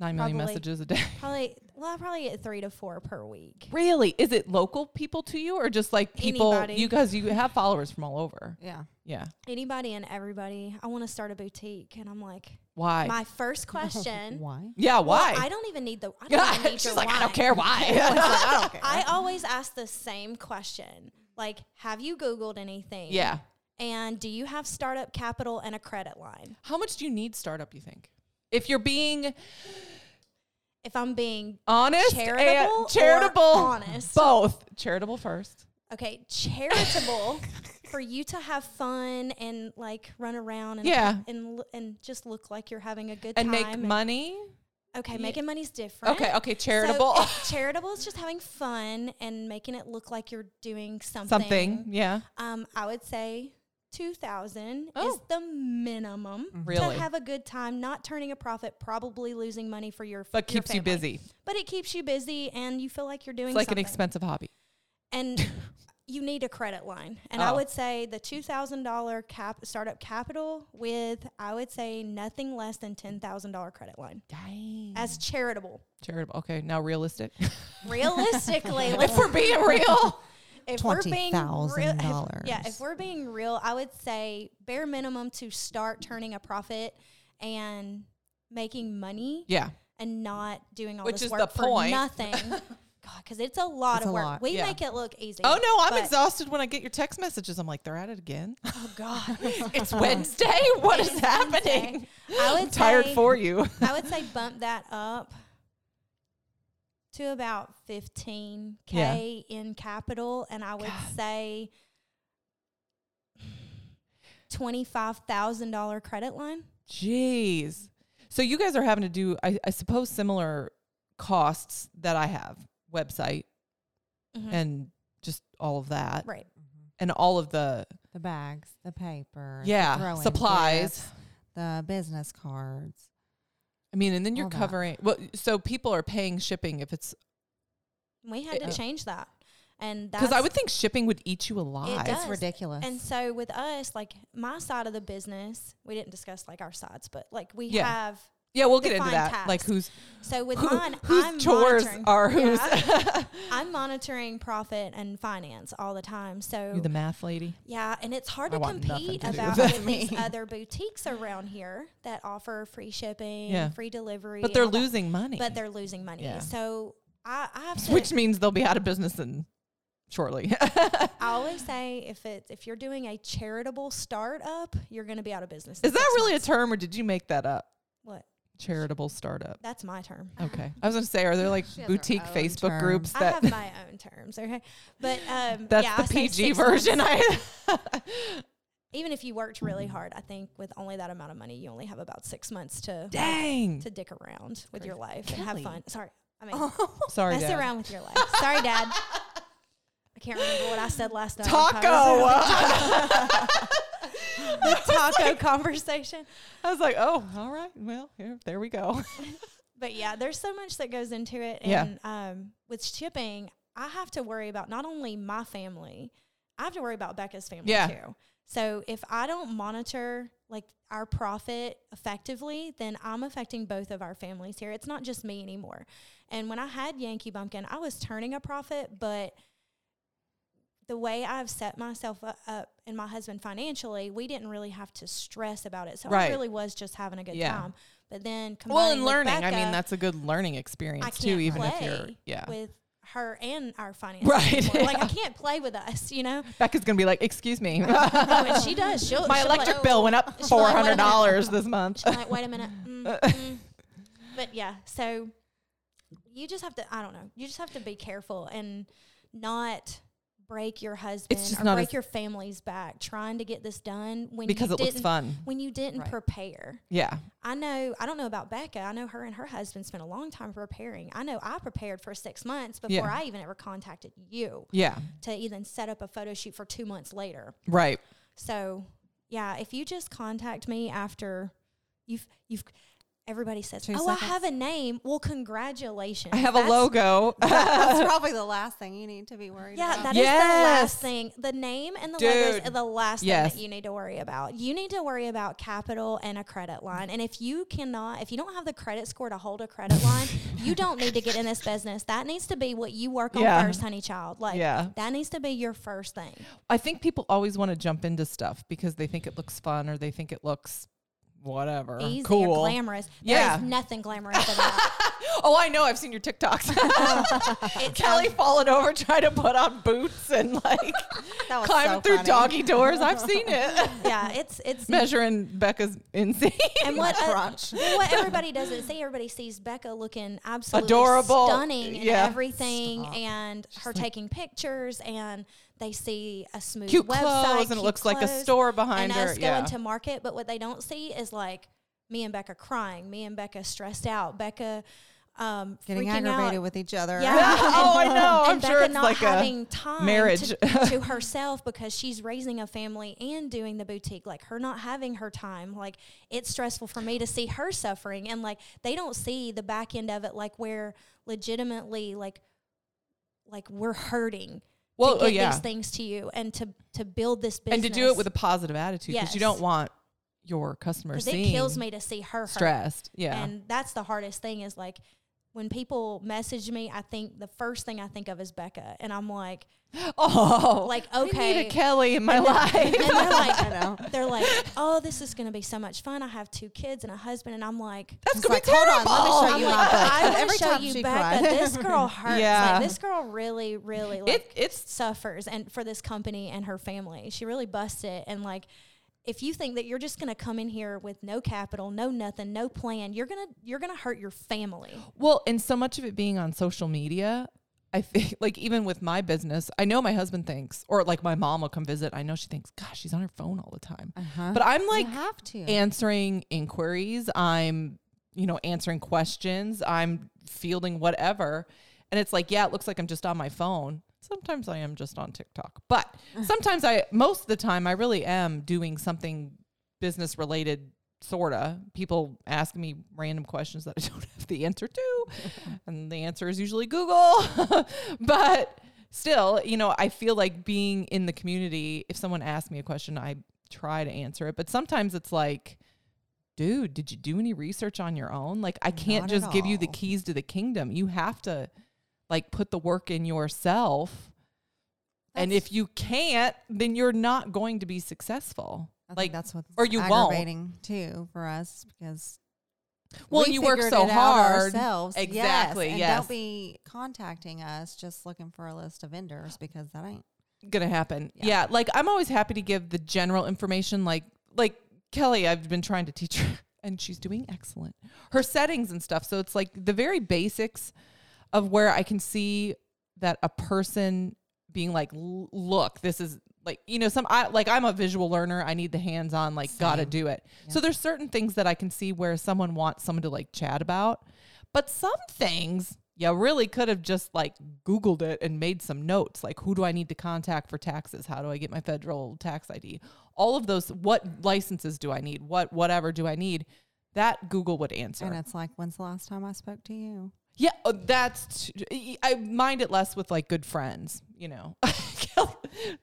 Speaker 1: Nine million
Speaker 2: Probably.
Speaker 1: messages a day. (laughs)
Speaker 2: probably well, I probably get three to four per week.
Speaker 1: Really? Is it local people to you, or just like people?
Speaker 2: Anybody.
Speaker 1: You guys, you have followers from all over.
Speaker 3: Yeah.
Speaker 2: (laughs)
Speaker 1: Yeah.
Speaker 2: Anybody and everybody. I want to start a boutique, and I'm like,
Speaker 1: (laughs) Why?
Speaker 2: my first question.
Speaker 3: Why?
Speaker 1: yeah.
Speaker 2: Well,
Speaker 1: Why?
Speaker 2: I don't even need the.
Speaker 1: (laughs)
Speaker 2: I don't even need
Speaker 1: She's
Speaker 2: your
Speaker 1: like,
Speaker 2: why.
Speaker 1: I don't care
Speaker 2: (laughs)
Speaker 1: why.
Speaker 3: I don't care.
Speaker 2: I always ask the same question. Like, have you Googled anything?
Speaker 1: (laughs) yeah.
Speaker 2: And do you have startup capital and a credit line?
Speaker 1: How much do you need startup? You think? If you're being
Speaker 2: If I'm being
Speaker 1: honest, and-
Speaker 2: charitable, or
Speaker 1: charitable,
Speaker 2: honest.
Speaker 1: both charitable first.
Speaker 2: Okay, charitable for you to have fun and like run around and
Speaker 1: Yeah.
Speaker 2: and l- and just look like you're having a good
Speaker 1: and
Speaker 2: time.
Speaker 1: make money.
Speaker 2: Okay, making money's different.
Speaker 1: Okay, okay,
Speaker 2: So,
Speaker 1: charitable. (laughs)
Speaker 2: if charitable is just having fun and making it look like you're doing something.
Speaker 1: Something, yeah.
Speaker 2: Um, I would say two thousand is
Speaker 1: Oh. Mm,
Speaker 2: the minimum
Speaker 1: Really?
Speaker 2: to have a good time, not turning a profit, probably losing money for your.
Speaker 1: But
Speaker 2: your
Speaker 1: keeps you
Speaker 2: family.
Speaker 1: busy.
Speaker 2: But it keeps you busy, and you feel like you're doing
Speaker 1: It's like an
Speaker 2: something.
Speaker 1: expensive hobby. (laughs)
Speaker 2: and you need a credit line. And I
Speaker 1: Oh.
Speaker 2: would say the two thousand dollar cap startup capital with I would say nothing less than ten thousand dollar credit line
Speaker 1: Dang.
Speaker 2: as charitable.
Speaker 1: Charitable. Okay, now realistic. (laughs)
Speaker 2: Realistically,
Speaker 1: if
Speaker 2: let's-
Speaker 1: we're being real.
Speaker 2: if we're being real-
Speaker 3: $20,000.
Speaker 2: if- Yeah, if we're being real, I would say bare minimum to start turning a profit and making money
Speaker 1: Yeah.
Speaker 2: and not doing all
Speaker 1: Which
Speaker 2: this
Speaker 1: is
Speaker 2: work
Speaker 1: the (laughs)
Speaker 2: for
Speaker 1: point.
Speaker 2: nothing. God, because it's a lot
Speaker 3: It's
Speaker 2: of
Speaker 3: a
Speaker 2: work.
Speaker 3: lot,
Speaker 2: We
Speaker 1: yeah.
Speaker 2: make it look easy.
Speaker 1: Oh no, I'm
Speaker 2: but-
Speaker 1: exhausted when I get your text messages. I'm like, they're at it again.
Speaker 2: Oh
Speaker 1: (laughs)
Speaker 2: God, (laughs)
Speaker 1: it's Wednesday. (laughs) What is
Speaker 2: It's
Speaker 1: happening?
Speaker 2: Wednesday. I
Speaker 1: I'm
Speaker 2: would
Speaker 1: tired
Speaker 2: say-
Speaker 1: for you.
Speaker 2: I would say bump that up to about 15k in capital, and I would
Speaker 1: God.
Speaker 2: say twenty-five thousand dollar credit line.
Speaker 1: Jeez. So you guys are having to do, I, I suppose, similar costs that I have website
Speaker 2: Mhm.
Speaker 1: and just all of that
Speaker 2: Right.
Speaker 1: and all of the
Speaker 3: The bags, the paper, the
Speaker 1: yeah
Speaker 3: throw-in
Speaker 1: supplies.
Speaker 3: gifts, the business cards.
Speaker 1: I mean, and then you're
Speaker 3: All that.
Speaker 1: covering. Well, so people are paying shipping if it's
Speaker 2: We had to
Speaker 1: It-
Speaker 2: change that, and that's
Speaker 1: because I would think shipping would eat you alive.
Speaker 2: does.
Speaker 3: It's ridiculous. (laughs)
Speaker 2: And so with us, like my side of the business, we didn't discuss like our sides, but like we
Speaker 1: Yeah.
Speaker 2: have.
Speaker 1: Yeah, we'll get into
Speaker 2: Defined
Speaker 1: that. Like
Speaker 2: tasks.
Speaker 1: who's
Speaker 2: So with
Speaker 1: who,
Speaker 2: mine,
Speaker 1: whose
Speaker 2: I'm
Speaker 1: chores
Speaker 2: monitoring.
Speaker 1: are whose. (laughs)
Speaker 2: Yeah. I'm monitoring profit and finance all the time. So
Speaker 1: You're the math lady.
Speaker 2: yeah, and it's hard
Speaker 1: I
Speaker 2: to
Speaker 1: want nothing
Speaker 2: compete
Speaker 1: to do with
Speaker 2: about
Speaker 1: that.
Speaker 2: with
Speaker 1: (laughs)
Speaker 2: these
Speaker 3: Me.
Speaker 2: other boutiques around here that offer free shipping,
Speaker 1: Yeah.
Speaker 2: free delivery,
Speaker 1: But
Speaker 2: and
Speaker 1: they're
Speaker 2: all that.
Speaker 1: losing money.
Speaker 2: But they're losing money.
Speaker 1: Yeah.
Speaker 2: So I, I have to.
Speaker 1: which means they'll be out of business in shortly.
Speaker 2: I always say if it's if you're doing a charitable startup, you're going to be out of business. in
Speaker 1: Is that
Speaker 2: six
Speaker 1: really a
Speaker 2: months.
Speaker 1: term, or did you make that up?
Speaker 2: what?
Speaker 1: Charitable startup.
Speaker 2: That's my term.
Speaker 1: Okay, I was gonna say, (laughs) are there like
Speaker 3: She has her
Speaker 1: boutique
Speaker 3: own
Speaker 1: Facebook
Speaker 3: term.
Speaker 1: groups
Speaker 2: I
Speaker 1: that (laughs)
Speaker 2: have my own terms, okay? But um,
Speaker 1: that's
Speaker 2: yeah, I
Speaker 1: the
Speaker 2: say
Speaker 1: PG
Speaker 2: six months.
Speaker 1: version? I (laughs)
Speaker 2: Even if you worked really hard, I think with only that amount of money, you only have about six months to
Speaker 1: dang.
Speaker 2: to dick around with your life and
Speaker 1: Kelly.
Speaker 2: have fun. Sorry, I mean
Speaker 1: Sorry,
Speaker 2: mess
Speaker 1: Dad.
Speaker 2: around with your life. Sorry, Dad. I can't remember what I said last night. on
Speaker 1: Taco. (laughs)
Speaker 2: (laughs) the taco conversation.
Speaker 1: I was like, oh, all right. Well, here, there we go.
Speaker 2: But yeah, there's so much that goes into it.
Speaker 1: Yeah.
Speaker 2: And um, with shipping, I have to worry about not only my family, I have to worry about Becca's family
Speaker 1: Yeah.
Speaker 2: too. So if I don't monitor like our profit effectively, then I'm affecting both of our families here. It's not just me anymore. And when I had Yankee Bumpkin, I was turning a profit, but the way I've set myself u- up and my husband financially, we didn't really have to stress about it. So
Speaker 1: Right.
Speaker 2: I really was just having a good
Speaker 1: Yeah.
Speaker 2: time. But then
Speaker 1: (laughs) well,
Speaker 2: combining
Speaker 1: and learning. I mean,
Speaker 2: that's.
Speaker 1: that's a good learning experience
Speaker 2: I can't
Speaker 1: too. Even
Speaker 2: play
Speaker 1: if you're, yeah.
Speaker 2: with her and our finances.
Speaker 1: Right,
Speaker 2: anymore.
Speaker 1: (laughs)
Speaker 2: Like I
Speaker 1: yeah.
Speaker 2: can't play with us,
Speaker 1: (laughs)
Speaker 2: you know.
Speaker 1: Becca's gonna be like, excuse (laughs) me,
Speaker 2: When she does, she'll
Speaker 1: my
Speaker 2: she'll
Speaker 1: electric
Speaker 2: like,
Speaker 1: bill went (laughs) up
Speaker 2: She's
Speaker 1: four
Speaker 2: like, "Wait
Speaker 1: hundred
Speaker 2: a
Speaker 1: (laughs)
Speaker 2: minute."
Speaker 1: dollars this month.
Speaker 2: She's like, wait
Speaker 1: (laughs)
Speaker 2: a minute. Mm, mm. But yeah, so you just have to. I don't know. You just have to be careful and not break your husband
Speaker 1: just
Speaker 2: or
Speaker 1: not
Speaker 2: break
Speaker 1: as-
Speaker 2: your family's back trying to get this done when
Speaker 1: because
Speaker 2: you
Speaker 1: it looks
Speaker 2: didn't-
Speaker 1: fun.
Speaker 2: When you didn't
Speaker 3: Right.
Speaker 2: prepare.
Speaker 1: Yeah.
Speaker 2: I know, I don't know about Becca. I know her and her husband spent a long time preparing. I know I prepared for six months before
Speaker 1: Yeah.
Speaker 2: I even ever contacted you
Speaker 1: Yeah.
Speaker 2: to even set up a photo shoot for two months later.
Speaker 1: Right.
Speaker 2: So, yeah, if you just contact me after you've, you've, everybody says,
Speaker 3: Two
Speaker 2: oh, I
Speaker 3: seconds.
Speaker 2: have a name. Well, congratulations.
Speaker 1: I have a (laughs)
Speaker 2: That's-
Speaker 1: logo.
Speaker 3: That's probably the last thing you need to be worried
Speaker 2: Yeah,
Speaker 3: about.
Speaker 2: that is the
Speaker 1: Yes.
Speaker 2: last thing. The name and the logos are
Speaker 1: Dude.
Speaker 2: the last
Speaker 1: Yes.
Speaker 2: thing that you need to worry about. You need to worry about capital and a credit line. And if you cannot, if you don't have the credit score to hold a credit line, you don't need to get in this business. That needs to be what you work on
Speaker 1: Yeah.
Speaker 2: first, honey child. Like
Speaker 1: Yeah.
Speaker 2: that needs to be your first thing.
Speaker 1: I think people always want to jump into stuff because they think it looks fun or they think it looks whatever.
Speaker 2: Easy or
Speaker 1: cool.
Speaker 2: glamorous.
Speaker 1: Yeah.
Speaker 2: There is nothing glamorous about
Speaker 1: (laughs)
Speaker 2: it.
Speaker 1: Oh, I know. I've seen your
Speaker 2: (laughs)
Speaker 1: TikToks. (laughs) Kelly falling over trying to put on boots and like
Speaker 3: That was
Speaker 1: climbing
Speaker 3: so
Speaker 1: through
Speaker 3: funny.
Speaker 1: doggy doors. I've seen
Speaker 2: (laughs)
Speaker 1: it. (laughs)
Speaker 2: um, Yeah, it's it's
Speaker 1: Measuring Becca's inseam.
Speaker 2: and what (laughs)
Speaker 3: Like
Speaker 2: uh,
Speaker 3: crunch.
Speaker 2: well, what everybody doesn't see, everybody sees Becca looking absolutely
Speaker 1: Adorable.
Speaker 2: stunning, and
Speaker 1: Yeah.
Speaker 2: everything,
Speaker 3: Stop.
Speaker 2: and her taking pictures, and they see a smooth
Speaker 1: Cute
Speaker 2: website,
Speaker 1: clothes, and it
Speaker 2: cute
Speaker 1: looks like a
Speaker 2: clothes,
Speaker 1: store behind
Speaker 2: and
Speaker 1: her,
Speaker 2: us
Speaker 1: yeah.
Speaker 2: going to market. But what they don't see is like me and Becca crying, me and Becca stressed out, Becca um,
Speaker 3: Getting
Speaker 2: freaking
Speaker 3: aggravated
Speaker 2: out.
Speaker 3: with each other.
Speaker 2: Yeah.
Speaker 1: (laughs)
Speaker 3: (laughs)
Speaker 2: (laughs)
Speaker 1: Oh, I know.
Speaker 2: And
Speaker 1: I'm
Speaker 2: Becca
Speaker 1: sure it's
Speaker 2: not
Speaker 1: like a
Speaker 2: having time
Speaker 1: marriage. (laughs)
Speaker 2: to, to herself because she's raising a family and doing the boutique. Like her not having her time, like it's stressful for me to see her suffering, and like they don't see the back end of it, like where legitimately, like, like we're hurting.
Speaker 1: Well,
Speaker 2: to
Speaker 1: oh,
Speaker 2: get
Speaker 1: yeah.
Speaker 2: these things to you and to to build this business
Speaker 1: and to do it with a positive attitude because you
Speaker 2: Yes.
Speaker 1: don't want your customers
Speaker 2: because
Speaker 1: seeing
Speaker 2: it kills me to see her hurt
Speaker 1: stressed. Yeah.
Speaker 2: and that's the hardest thing is like when people message me, I think the first thing I think of is Becca, and I'm like,
Speaker 1: (laughs) Oh,
Speaker 2: like
Speaker 1: I need
Speaker 2: okay,
Speaker 1: a Kelly
Speaker 2: (laughs)
Speaker 1: in my
Speaker 2: and
Speaker 1: life.
Speaker 2: they're
Speaker 3: I
Speaker 2: like,
Speaker 3: know.
Speaker 2: they're like, oh, this is gonna be so much fun. I have two kids and a husband, and I'm like,
Speaker 1: That's
Speaker 3: It's
Speaker 1: gonna
Speaker 3: like,
Speaker 1: be
Speaker 3: hold
Speaker 1: terrible. "Uh,
Speaker 3: on, let me
Speaker 2: I'm
Speaker 3: show you
Speaker 2: like,
Speaker 3: my book.
Speaker 2: I want
Speaker 3: Every
Speaker 2: to show
Speaker 3: time
Speaker 2: you
Speaker 3: she
Speaker 2: Becca.
Speaker 3: cried.
Speaker 1: (laughs)
Speaker 2: This girl hurts.
Speaker 1: Yeah.
Speaker 2: Like, this girl really, really like,
Speaker 1: It, it's
Speaker 2: suffers and for this company and her family. She really busts it. And like, if you think that you're just going to come in here with no capital, no nothing, no plan, you're going to, you're going to hurt your family.
Speaker 1: (gasps) Well, and so much of it being on social media, I think, (laughs) like, even with my business, I know my husband thinks, or like my mom will come visit. I know she thinks, gosh, she's on her phone all the time.
Speaker 3: Uh-huh.
Speaker 1: But I'm like
Speaker 3: you have to.
Speaker 1: answering inquiries, I'm, you know, answering questions, I'm fielding whatever. And it's like, yeah, it looks like I'm just on my phone. Sometimes I am just on TikTok, but sometimes I, most of the time, I really am doing something business related sorta people ask me random questions that i (laughs) don't have the answer to and the answer is usually google (laughs) but still you know i feel like being in the community if someone asks me a question i try to answer it but sometimes it's like dude did you do any research on your own like i can't
Speaker 3: Not at
Speaker 1: just give you the
Speaker 3: all.
Speaker 1: keys to the kingdom you have to like put the work in yourself and
Speaker 3: That's-
Speaker 1: if you can't then you're not going to be successful
Speaker 3: I think
Speaker 1: like
Speaker 3: that's what's
Speaker 1: or you won't.
Speaker 3: aggravating too for us because
Speaker 1: Well,
Speaker 3: we
Speaker 1: you work
Speaker 3: figured
Speaker 1: so
Speaker 3: it out
Speaker 1: hard.
Speaker 3: ourselves. Yes,
Speaker 1: Exactly,
Speaker 3: and
Speaker 1: yes.
Speaker 3: don't be contacting us just looking for a list of vendors because that ain't
Speaker 1: gonna happen. Yeah.
Speaker 3: Yeah.
Speaker 1: Like I'm always happy to give the general information like like Kelly, I've been trying to teach her (laughs) and she's doing excellent. Her settings and stuff. So it's like the very basics of where I can see that a person being like, "L- look, this is like you know some I like I'm a visual learner. I need the hands on like got to
Speaker 3: Same.
Speaker 1: do it. So there's certain things that I can see where someone wants someone to like chat about, but some things you really could have just like googled it and made some notes like who do I need to contact for taxes? How do I get my federal tax ID? All of those what licenses do I need? What whatever do I need? That Google would answer.
Speaker 3: and it's like when's the last time I spoke to you?
Speaker 1: Yeah, uh, that's. T- I mind it less with like good friends, you know. (laughs)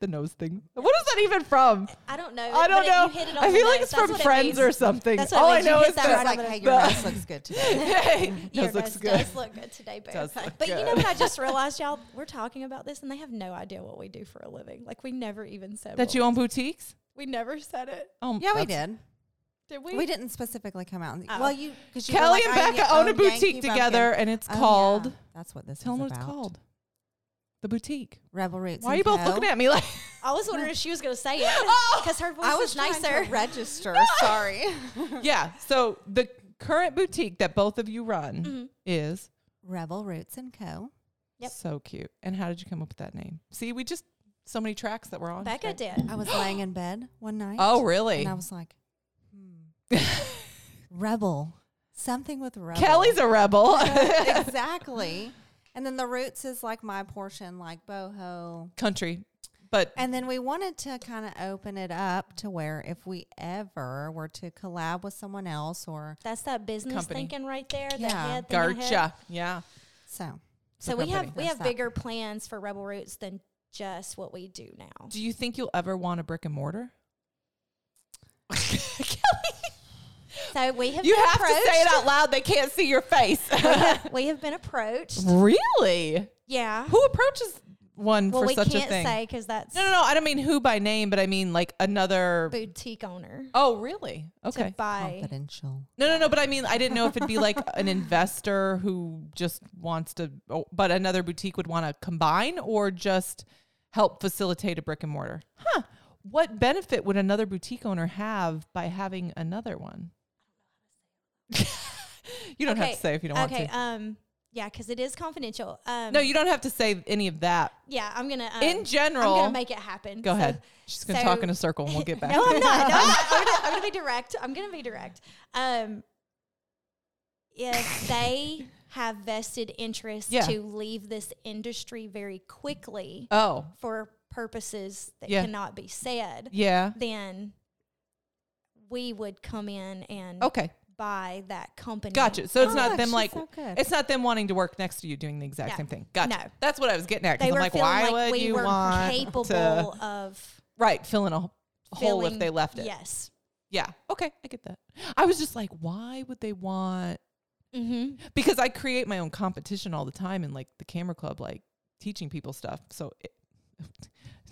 Speaker 1: the nose thing. What is that even from?
Speaker 2: I don't know.
Speaker 1: I don't
Speaker 2: Uh, but
Speaker 1: know.
Speaker 2: You hit it on
Speaker 1: I
Speaker 2: the
Speaker 1: feel like
Speaker 2: nose.
Speaker 1: it's
Speaker 2: That's
Speaker 1: from
Speaker 2: what it
Speaker 1: Friends
Speaker 2: means.
Speaker 1: or something.
Speaker 2: That's what
Speaker 1: All
Speaker 2: it
Speaker 1: I
Speaker 2: means. You
Speaker 1: know
Speaker 2: hit
Speaker 1: is
Speaker 2: that
Speaker 1: that.
Speaker 2: right
Speaker 3: It's like,
Speaker 2: over the-
Speaker 3: hey, your nose looks
Speaker 1: (laughs)
Speaker 3: good today.
Speaker 1: hey,
Speaker 2: Your
Speaker 1: nose looks
Speaker 2: nose
Speaker 1: good.
Speaker 2: does look good today, Bear.
Speaker 1: Does look
Speaker 2: But you
Speaker 1: good. (laughs)
Speaker 2: know what I just realized, y'all? We're talking about this, and they have no idea what we do for a living. Like we never even said
Speaker 1: That
Speaker 2: what-
Speaker 1: you own boutiques?
Speaker 2: We never said it.
Speaker 1: Oh,
Speaker 3: Yeah, we
Speaker 1: that's-
Speaker 3: did.
Speaker 2: Did we?
Speaker 3: We didn't specifically come out. And,
Speaker 2: Oh.
Speaker 3: Well, you because you were
Speaker 1: Kelly
Speaker 3: like,
Speaker 1: and
Speaker 3: I
Speaker 1: Becca
Speaker 3: own
Speaker 1: own a
Speaker 3: Yankee
Speaker 1: boutique
Speaker 3: Pumpkin.
Speaker 1: together, and it's
Speaker 3: Oh, yeah.
Speaker 1: called.
Speaker 3: That's what this
Speaker 1: Tell
Speaker 3: is
Speaker 1: them what it's
Speaker 3: about.
Speaker 1: called. The boutique.
Speaker 3: Rebel Roots.
Speaker 1: Why are you both looking at me like?
Speaker 2: I was wondering if she was going to say
Speaker 1: (laughs)
Speaker 2: it
Speaker 1: Oh!
Speaker 2: because her voice
Speaker 3: I
Speaker 2: is
Speaker 3: was trying
Speaker 2: nicer. (laughs)
Speaker 3: to register. (laughs) Sorry.
Speaker 1: yeah. So the current boutique that both of you run
Speaker 2: Mm. Mm-hmm.
Speaker 1: is
Speaker 3: Rebel Roots and Co.
Speaker 2: Yep.
Speaker 1: So cute. And how did you come up with that name? See, we just so many tracks that we're on.
Speaker 2: Becca
Speaker 1: today. (gasps)
Speaker 2: did.
Speaker 3: I was laying in bed one night.
Speaker 1: Oh, really?
Speaker 3: And I was like, hmm. Rebel. Something with rebel.
Speaker 1: Kelly's a
Speaker 2: (laughs)
Speaker 1: rebel. (laughs)
Speaker 3: exactly. And then the roots is like my portion, like boho.
Speaker 1: Country. But
Speaker 3: And then we wanted to kind of open it up to where if we ever were to collab with someone else or
Speaker 2: That's that business
Speaker 1: Company.
Speaker 2: thinking right there. That
Speaker 3: Yeah.
Speaker 2: head, thinking ahead.
Speaker 1: Garcha. Yeah.
Speaker 3: so.
Speaker 2: So
Speaker 1: The
Speaker 2: we have
Speaker 1: company.
Speaker 2: we
Speaker 3: That's
Speaker 2: have
Speaker 3: that.
Speaker 2: bigger plans for Rebel Roots than just what we do now.
Speaker 1: Do you think you'll ever want a brick and
Speaker 2: (laughs)
Speaker 1: mortar? (laughs)
Speaker 2: So we have
Speaker 1: you
Speaker 2: been
Speaker 1: have
Speaker 2: approached.
Speaker 1: to say it out loud. They can't see your face.
Speaker 2: (laughs) we have
Speaker 1: (laughs)
Speaker 2: been approached.
Speaker 1: really?
Speaker 2: Yeah.
Speaker 1: Who approaches one
Speaker 2: well,
Speaker 1: for
Speaker 2: we
Speaker 1: such
Speaker 2: can't
Speaker 1: a thing?
Speaker 2: say because that's
Speaker 1: no, no, no. I don't mean who by name, but I mean like another.
Speaker 2: boutique owner
Speaker 1: oh, really?
Speaker 2: to
Speaker 1: Okay.
Speaker 2: buy.
Speaker 3: Confidential.
Speaker 1: No, no, no. But I mean, I didn't know if it'd be like an investor who just wants to, oh, but another boutique would want to combine or just help facilitate a brick and mortar. Huh. What benefit would another boutique owner have by having another one? (laughs) you don't have
Speaker 2: Okay,
Speaker 1: to say if you don't
Speaker 2: okay.
Speaker 1: want to.
Speaker 2: Um. Yeah, because it is confidential. Um.
Speaker 1: no, you don't have to say any of that.
Speaker 2: yeah, I'm gonna. Um,
Speaker 1: In
Speaker 2: I'm
Speaker 1: general,
Speaker 2: gonna make it happen.
Speaker 1: go
Speaker 2: So-
Speaker 1: ahead. She's going to talk
Speaker 2: (laughs) so-
Speaker 1: in a circle and we'll get back.
Speaker 2: (laughs) No,
Speaker 1: to
Speaker 2: I'm
Speaker 1: it.
Speaker 2: not. No, I'm, not. I'm, gonna, I'm gonna be direct. I'm gonna be direct. Um, if they have vested interest
Speaker 1: Yeah.
Speaker 2: to leave this industry very quickly
Speaker 1: Oh,
Speaker 2: for purposes that
Speaker 1: Yeah.
Speaker 2: cannot be said,
Speaker 1: yeah.
Speaker 2: then we would come in and
Speaker 1: Okay.
Speaker 2: buy that company.
Speaker 1: Oh. Gotcha. So it's
Speaker 3: Oh,
Speaker 1: not them
Speaker 3: she's
Speaker 1: like
Speaker 3: so good.
Speaker 1: it's not them wanting to work next to you doing the exact
Speaker 2: No.
Speaker 1: same thing. Gotcha.
Speaker 2: No.
Speaker 1: That's what I was getting at.
Speaker 2: They
Speaker 1: Because
Speaker 2: were
Speaker 1: I'm like,
Speaker 2: feeling
Speaker 1: why would
Speaker 2: like we
Speaker 1: you
Speaker 2: were
Speaker 1: want
Speaker 2: capable
Speaker 1: to
Speaker 2: of
Speaker 1: (laughs) right filling a h- hole if
Speaker 2: filling-
Speaker 1: they left it?
Speaker 2: Yes.
Speaker 1: Yeah. Okay, I get that. I was just like, why would they want
Speaker 2: Mm-hmm.
Speaker 1: because I create my own competition all the time in like the camera club, like teaching people stuff. So it, (laughs)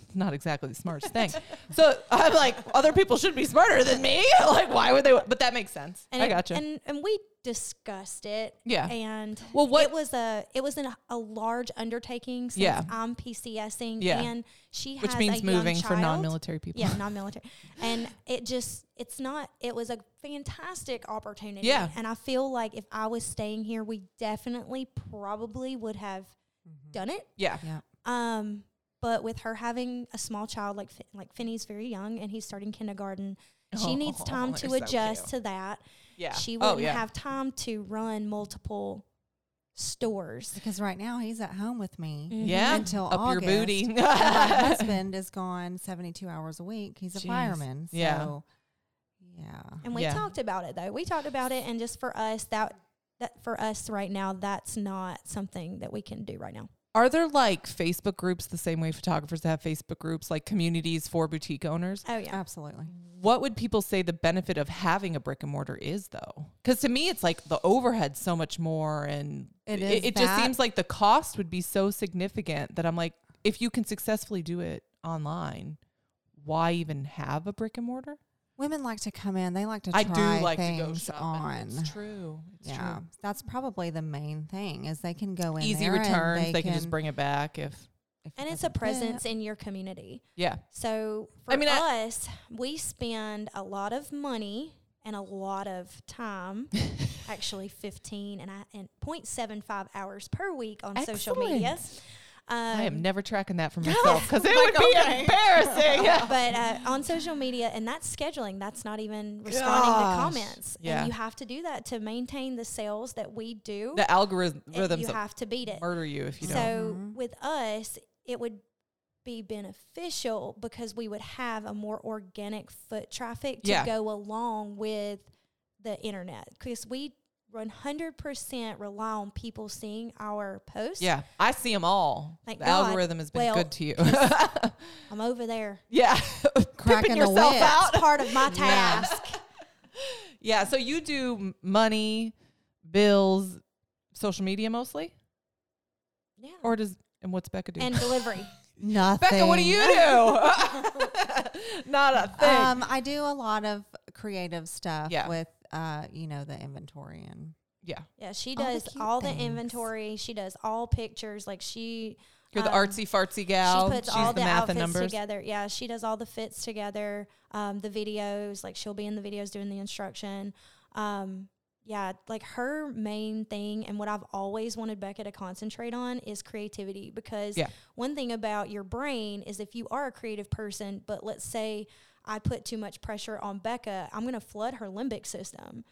Speaker 1: it's not exactly the smartest
Speaker 2: (laughs)
Speaker 1: thing. So I'm like, other people should be smarter than me. (laughs) like, why would they? wa- But that makes sense.
Speaker 2: And
Speaker 1: I
Speaker 2: it-
Speaker 1: gotcha.
Speaker 2: And and we discussed it.
Speaker 1: Yeah.
Speaker 2: And
Speaker 1: Well, what-
Speaker 2: it was a it was an, a large undertaking. Since
Speaker 1: Yeah.
Speaker 2: I'm PCSing.
Speaker 1: Yeah.
Speaker 2: And she
Speaker 1: Which
Speaker 2: has
Speaker 1: means
Speaker 2: a young
Speaker 1: moving for
Speaker 2: child.
Speaker 1: non-military people.
Speaker 2: Yeah, non-military. and it just it's not it was a fantastic opportunity.
Speaker 1: Yeah.
Speaker 2: And I feel like if I was staying here, we definitely probably would have done it.
Speaker 1: yeah.
Speaker 3: Yeah.
Speaker 2: Um, but with her having a small child, like Fin- like Finney's very young and he's starting kindergarten, she needs
Speaker 1: (laughs) Oh,
Speaker 2: time
Speaker 1: they're
Speaker 2: to
Speaker 1: so
Speaker 2: adjust
Speaker 1: cute.
Speaker 2: to that.
Speaker 1: Yeah.
Speaker 2: She
Speaker 1: Oh,
Speaker 2: wouldn't
Speaker 1: yeah.
Speaker 2: have time to run multiple stores.
Speaker 3: Because right now he's at home with me.
Speaker 1: Mm-hmm. Yeah.
Speaker 3: Until
Speaker 1: Up
Speaker 3: August.
Speaker 1: your
Speaker 3: (laughs)
Speaker 1: booty. (laughs)
Speaker 3: And my husband is gone 72 hours a week. He's a
Speaker 1: Jeez.
Speaker 3: fireman. So,
Speaker 1: Yeah.
Speaker 3: yeah.
Speaker 2: And we
Speaker 1: Yeah.
Speaker 2: talked about it though. We talked about it, and just for us that that for us right now, that's not something that we can do right now.
Speaker 1: Are there like Facebook groups the same way photographers have Facebook groups, like communities for boutique owners?
Speaker 2: Oh yeah,
Speaker 3: Absolutely.
Speaker 1: What would people say the benefit of having a brick and mortar is, though? Because to me, it's like the overhead so much more, and it,
Speaker 3: It is
Speaker 1: it, just
Speaker 3: that.
Speaker 1: seems like the cost would be so significant that I'm like, if you can successfully do it online, why even have a brick and mortar?
Speaker 3: Women like to come in. They like to try
Speaker 1: I do like to
Speaker 3: things
Speaker 1: go shop.
Speaker 3: on.
Speaker 1: It's true. It's
Speaker 3: yeah,
Speaker 1: true.
Speaker 3: that's probably the main thing is they can go in
Speaker 1: Easy
Speaker 3: there and
Speaker 1: returns. They, can,
Speaker 3: can
Speaker 1: just bring it back if.
Speaker 3: if it
Speaker 2: and it's a
Speaker 3: doesn't fit.
Speaker 2: presence in your community.
Speaker 1: Yeah.
Speaker 2: So for
Speaker 1: I mean, I-
Speaker 2: us, we spend a lot of money and a lot of time,
Speaker 1: (laughs)
Speaker 2: actually fifteen and I and 0.75 hours per week on social media. Um,
Speaker 1: I am never tracking that
Speaker 2: (laughs)
Speaker 1: for myself because it
Speaker 2: Like,
Speaker 1: would be
Speaker 2: okay.
Speaker 1: embarrassing.
Speaker 2: (laughs)
Speaker 1: (laughs)
Speaker 2: but uh, on social media, and that's scheduling. That's not even responding
Speaker 1: Gosh.
Speaker 2: to comments.
Speaker 1: Yeah.
Speaker 2: And you have to do that to maintain the sales that we do.
Speaker 1: the algorithm
Speaker 2: and
Speaker 1: rhythms
Speaker 2: you have to beat it.
Speaker 1: murder you if you
Speaker 2: So
Speaker 1: don't.
Speaker 3: Mm-hmm.
Speaker 2: with us, it would be beneficial because we would have a more organic foot traffic to
Speaker 1: Yeah.
Speaker 2: go along with the internet because we 100% rely on people seeing our posts.
Speaker 1: Yeah, I see them all.
Speaker 2: Thank
Speaker 1: the
Speaker 2: God.
Speaker 1: algorithm has been
Speaker 2: Well,
Speaker 1: good to you.
Speaker 2: I'm over there.
Speaker 1: (laughs) yeah,
Speaker 3: Cracking
Speaker 1: cracking
Speaker 3: the
Speaker 1: yourself
Speaker 3: whip.
Speaker 1: (laughs) out. (laughs)
Speaker 2: It's part of my task.
Speaker 1: Yeah, so you do m- money, bills, social media mostly,
Speaker 2: Yeah.
Speaker 1: or does and what's Becca do?
Speaker 2: and delivery.
Speaker 3: Nothing.
Speaker 1: (laughs) Becca, what do you
Speaker 2: (laughs)
Speaker 1: do? (laughs) Not a thing.
Speaker 3: Um, I do a lot of creative stuff
Speaker 1: Yeah.
Speaker 3: with, uh, you know, the inventory and
Speaker 1: yeah,
Speaker 2: Yeah, she
Speaker 3: All the
Speaker 2: does
Speaker 3: cute
Speaker 2: all the,
Speaker 3: things.
Speaker 2: inventory. She does all pictures. Like she,
Speaker 1: you're the
Speaker 2: um,
Speaker 1: artsy fartsy gal.
Speaker 2: she puts
Speaker 1: She's
Speaker 2: all
Speaker 1: the,
Speaker 2: the,
Speaker 1: math and
Speaker 2: outfits
Speaker 1: numbers.
Speaker 2: together. Yeah, she does all the fits together. Um, the videos, like she'll be in the videos doing the instruction. Um, yeah, like her main thing and what I've always wanted Becca to concentrate on is creativity because
Speaker 1: Yeah.
Speaker 2: one thing about your brain is if you are a creative person, but let's say I put too much pressure on Becca, I'm going to flood her limbic system.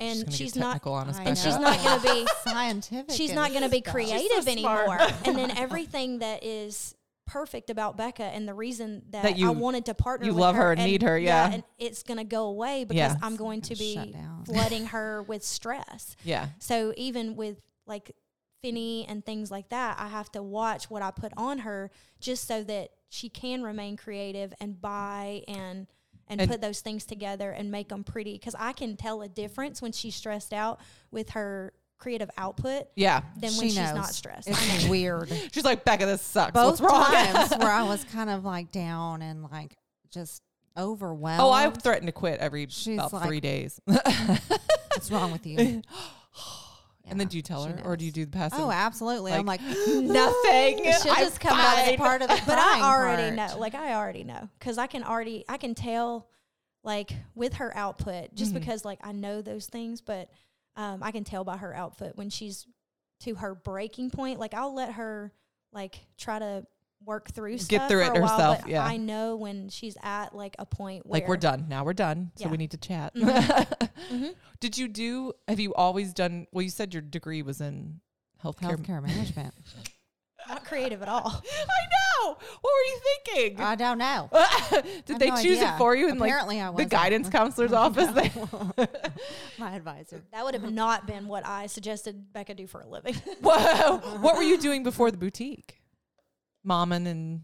Speaker 1: She's
Speaker 2: And
Speaker 1: gonna get
Speaker 2: she's not
Speaker 1: technical on us,
Speaker 3: I
Speaker 1: Becca.
Speaker 2: and (laughs) she's
Speaker 3: know. (laughs)
Speaker 2: not going to be
Speaker 3: scientific.
Speaker 2: she's
Speaker 3: and
Speaker 2: not going
Speaker 1: (laughs)
Speaker 2: to be
Speaker 3: stuff.
Speaker 2: creative
Speaker 1: smart.
Speaker 2: anymore. and then
Speaker 1: (laughs)
Speaker 2: everything that is perfect about Becca and the reason that,
Speaker 1: That you-
Speaker 2: I wanted to partner
Speaker 1: you
Speaker 2: with
Speaker 1: love
Speaker 2: her,
Speaker 1: her and need her, yeah.
Speaker 2: and it's going to go away because
Speaker 1: Yeah.
Speaker 2: I'm going to
Speaker 3: Shut
Speaker 2: be
Speaker 3: down.
Speaker 1: (laughs)
Speaker 2: flooding her with stress.
Speaker 1: yeah,
Speaker 2: So even with like Finney and things like that, I have to watch what I put on her just so that she can remain creative and buy and and,
Speaker 1: And-
Speaker 2: put those things together and make them pretty because I can tell a difference when she's stressed out with her creative output
Speaker 1: yeah.
Speaker 2: than when
Speaker 3: She
Speaker 2: she's not
Speaker 3: knows.
Speaker 2: stressed.
Speaker 3: It's weird.
Speaker 1: She's like Becca. This sucks.
Speaker 3: Both
Speaker 1: What's wrong?
Speaker 2: (laughs)
Speaker 3: times where I was kind of like down and like just overwhelmed.
Speaker 1: Oh, I threatened to quit every
Speaker 3: She's
Speaker 1: about
Speaker 3: like-
Speaker 1: three days. (laughs)
Speaker 3: What's wrong with (sighs) you?
Speaker 1: and then do you tell
Speaker 3: she
Speaker 1: her, or do you
Speaker 3: knows.
Speaker 1: do the passive?
Speaker 3: Oh, absolutely.
Speaker 1: (gasps)
Speaker 3: I'm like,
Speaker 1: (laughs)
Speaker 3: (laughs)
Speaker 1: nothing.
Speaker 2: She'll
Speaker 1: I'm
Speaker 2: just come out as
Speaker 1: fine. (laughs)
Speaker 3: part of the
Speaker 2: but I
Speaker 3: crying
Speaker 2: already
Speaker 3: part.
Speaker 2: know. Like I already know because I can already I can tell like with her output just
Speaker 1: Mm-hmm.
Speaker 2: because like I know those things, but um, I can tell by her output when she's to her breaking point. Like I'll let her like try to work through
Speaker 1: Get
Speaker 2: stuff
Speaker 1: through
Speaker 2: for
Speaker 1: it
Speaker 2: a while,
Speaker 1: herself,
Speaker 2: But
Speaker 1: yeah.
Speaker 2: I know when she's at like a point where
Speaker 1: like we're done now we're done so
Speaker 2: Yeah.
Speaker 1: we need to chat
Speaker 3: Mm-hmm.
Speaker 1: Mm-hmm.
Speaker 2: Mhm.
Speaker 1: did you do have you always done well you said your degree was in healthcare,
Speaker 3: healthcare management.
Speaker 2: Not creative at all.
Speaker 1: (gasps) i know what were you thinking
Speaker 3: (laughs) I don't know.
Speaker 1: (laughs) Oh, did
Speaker 3: have
Speaker 1: they
Speaker 3: no
Speaker 1: choose
Speaker 3: idea.
Speaker 1: it for you in like
Speaker 3: Apparently I
Speaker 1: the
Speaker 3: wasn't. (laughs)
Speaker 1: guidance counselor's office They- (laughs)
Speaker 3: My advisor.
Speaker 2: That would have not been what I suggested Becca do for a living. (laughs)
Speaker 1: whoa what were you doing before the boutique momming and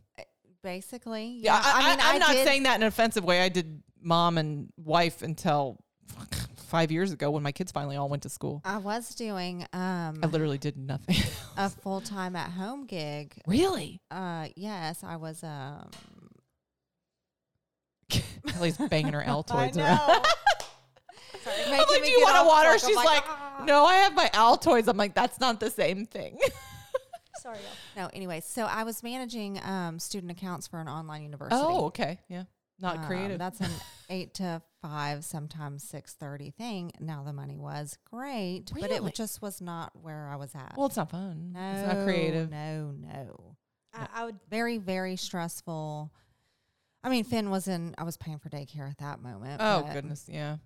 Speaker 3: Basically.
Speaker 1: yeah, I,
Speaker 3: mean,
Speaker 1: I, am not
Speaker 3: did-
Speaker 1: saying that in an offensive way i did mom and wife until (laughs) five years ago when my kids finally all went to school.
Speaker 3: I was doing um,
Speaker 1: I literally did nothing. (laughs)
Speaker 3: a full time at home gig.
Speaker 1: really?
Speaker 3: Uh, yes, I was. Um,
Speaker 1: Kelly's banging
Speaker 3: (laughs)
Speaker 1: her Altoids around.
Speaker 3: Sorry,
Speaker 1: I'm like, do you want a water? She's like,
Speaker 3: "Ah,
Speaker 1: no, I have my Altoids. I'm like, that's not the same thing.
Speaker 2: Sorry. y'all.
Speaker 3: no. Anyway, so I was managing um, student accounts for an online university.
Speaker 1: oh, okay. Yeah. Not
Speaker 3: Um,
Speaker 1: creative. (laughs)
Speaker 3: That's an eight to five, sometimes six thirty thing. Now the money was great, but it
Speaker 1: Really?
Speaker 3: w- just was not where I was at.
Speaker 1: well, it's not fun.
Speaker 3: no,
Speaker 1: it's not creative.
Speaker 3: No, no.
Speaker 2: I, I would
Speaker 3: Very, very stressful. I mean, Finn was in. I was paying for daycare at that moment.
Speaker 1: Oh,
Speaker 3: but
Speaker 1: goodness. Yeah.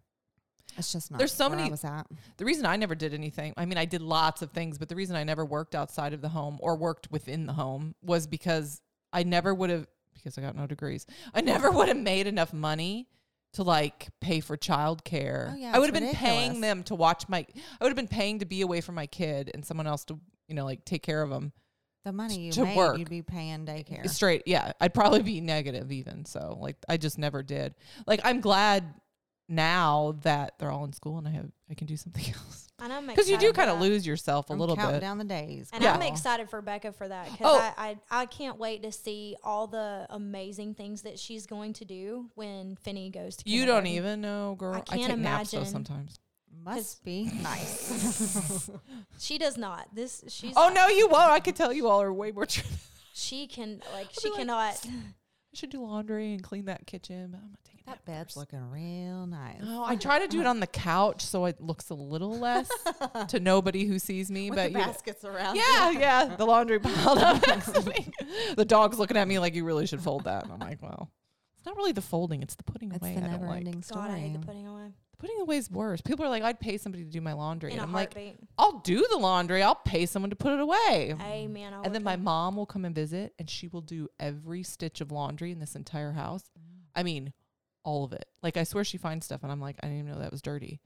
Speaker 3: It's just not.
Speaker 1: There's so
Speaker 3: where
Speaker 1: many-
Speaker 3: I was at.
Speaker 1: The reason I never did anything, I mean, I did lots of things, but the reason I never worked outside of the home or worked within the home was because I never would have, because I got no degrees, I never would have made enough money to like pay for childcare.
Speaker 3: Oh, yeah,
Speaker 1: I
Speaker 3: it's
Speaker 1: would have been paying
Speaker 3: ridiculous.
Speaker 1: them to watch my, I would have been paying to be away from my kid and someone else to, you know, like take care of them.
Speaker 3: The money you
Speaker 1: to
Speaker 3: made,
Speaker 1: work.
Speaker 3: you'd be paying daycare.
Speaker 1: Straight, yeah. I'd probably be negative even. So, like, I just never did. Like, I'm glad now that they're all in school and I have, I can do something (laughs) else.
Speaker 2: and I'm
Speaker 1: Because you do
Speaker 2: excited for
Speaker 1: kind of
Speaker 2: that.
Speaker 1: lose yourself a
Speaker 3: I'm
Speaker 1: little
Speaker 3: counting
Speaker 1: bit.
Speaker 3: down the days.
Speaker 2: And
Speaker 1: Yeah.
Speaker 2: I'm excited for Becca for that because
Speaker 1: Oh.
Speaker 2: I, I I can't wait to see all the amazing things that she's going to do when Finny goes to.
Speaker 1: You don't
Speaker 2: kindergarten.
Speaker 1: even know, girl. I,
Speaker 2: can't
Speaker 1: take naps though
Speaker 2: imagine.
Speaker 1: sometimes.
Speaker 3: Must be nice.
Speaker 2: (laughs)
Speaker 3: (laughs)
Speaker 2: She does not. This she's.
Speaker 1: Oh no, you won't. I could tell you all are way more. Tri-
Speaker 2: She can
Speaker 1: (laughs)
Speaker 2: like
Speaker 1: be
Speaker 2: she
Speaker 1: like,
Speaker 2: cannot.
Speaker 1: (laughs) I should do laundry and clean that kitchen, but I'm not taking
Speaker 3: that Oh, bed's looking real nice.
Speaker 1: No, I try to do it on the couch so it looks a little less to nobody who sees me. but you know-
Speaker 3: around.
Speaker 1: yeah, yeah, the laundry piled up next to me. The dog's looking at me like you really should fold that, and I'm like, well, it's not really the folding; it's the putting
Speaker 3: It's
Speaker 1: away.
Speaker 3: the
Speaker 1: I don't
Speaker 3: never
Speaker 1: like.
Speaker 3: ending story.
Speaker 2: God, I hate the putting away
Speaker 1: The putting away is worse. People are like, I'd pay somebody to do my laundry,
Speaker 2: in
Speaker 1: and
Speaker 2: a
Speaker 1: I'm like,
Speaker 2: heartbeat.
Speaker 1: I'll do the laundry. I'll pay someone to put it away.
Speaker 2: Amen. I
Speaker 1: And then
Speaker 2: would
Speaker 1: my
Speaker 2: be-
Speaker 1: mom will come and visit, and she will do every stitch of laundry in this entire house. I mean, all of it. Like I swear she finds stuff, and I'm like, I didn't even know that was dirty.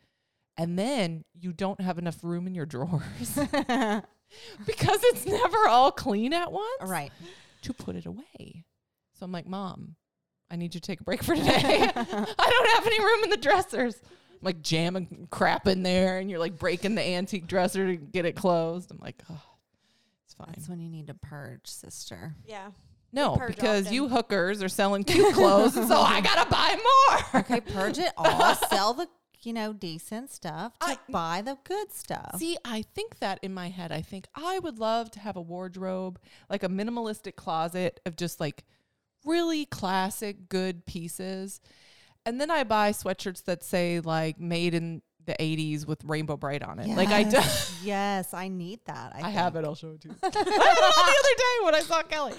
Speaker 1: And then you don't have enough room in your drawers (laughs)
Speaker 3: (laughs)
Speaker 1: because it's never all clean at once
Speaker 3: right. (laughs)
Speaker 1: to put it away. So I'm like, Mom, I need you to take a
Speaker 3: (laughs)
Speaker 1: break for today. (laughs) I don't have any room in the dressers. I'm like jamming crap in there, and you're like breaking the antique dresser to get it closed. I'm like, oh, it's fine.
Speaker 3: That's when you need to purge, sister.
Speaker 2: Yeah.
Speaker 1: No,
Speaker 2: purge
Speaker 1: because
Speaker 2: often.
Speaker 1: you hookers are selling cute clothes, and so (laughs) I gotta buy more. (laughs)
Speaker 3: Okay, purge it all. sell the you know decent stuff to
Speaker 1: I-
Speaker 3: buy the good stuff.
Speaker 1: See, I think that in my head, I think I would love to have a wardrobe, like a minimalistic closet of just like really classic good pieces. And then I buy sweatshirts that say like made in the 80s with rainbow bright on it. Like I do. (laughs)
Speaker 3: Yes, yes, I need that. I,
Speaker 1: I have it. I'll show it
Speaker 3: (laughs)
Speaker 1: to you. (laughs) I had it on the other day when I saw Kelly,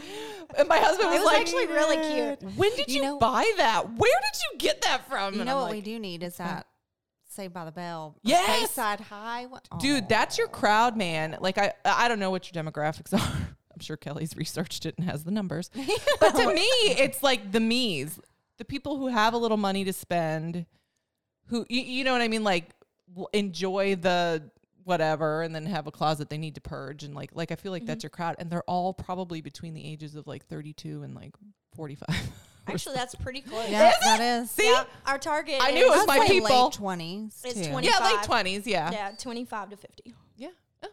Speaker 1: and my husband was,
Speaker 2: was
Speaker 1: like,
Speaker 2: actually really cute.
Speaker 1: When did you,
Speaker 3: You know-
Speaker 1: buy that? Where did you get that from?"
Speaker 3: You
Speaker 1: And
Speaker 3: know
Speaker 1: I'm
Speaker 3: what we
Speaker 1: like,
Speaker 3: do need is that Saved by the Bell.
Speaker 1: Yes!
Speaker 3: Bayside High. wa-
Speaker 1: dude
Speaker 3: Aw.
Speaker 1: that's your crowd man like i i don't know what your demographics (laughs) are i'm sure kelly's researched it and has the numbers but to me it's like the me's the people who have a little money to spend who you, you know what i mean like w- enjoy the whatever and then have a closet they need to purge and like like i feel like that's your crowd and they're all probably between the ages of like 32 and like 45 (laughs)
Speaker 2: Actually, that's pretty close.
Speaker 3: Yeah, that is.
Speaker 1: see
Speaker 2: Yeah, Our target.
Speaker 1: I knew it
Speaker 2: is-
Speaker 1: was
Speaker 3: I'd
Speaker 1: my
Speaker 3: say
Speaker 1: people.
Speaker 3: Late twenties.
Speaker 2: It's
Speaker 3: too.
Speaker 2: 20.
Speaker 1: yeah late
Speaker 2: 25.
Speaker 1: 20s yeah yeah,
Speaker 2: Yeah, twenty-five to fifty,
Speaker 1: Oh, yeah. Mhm.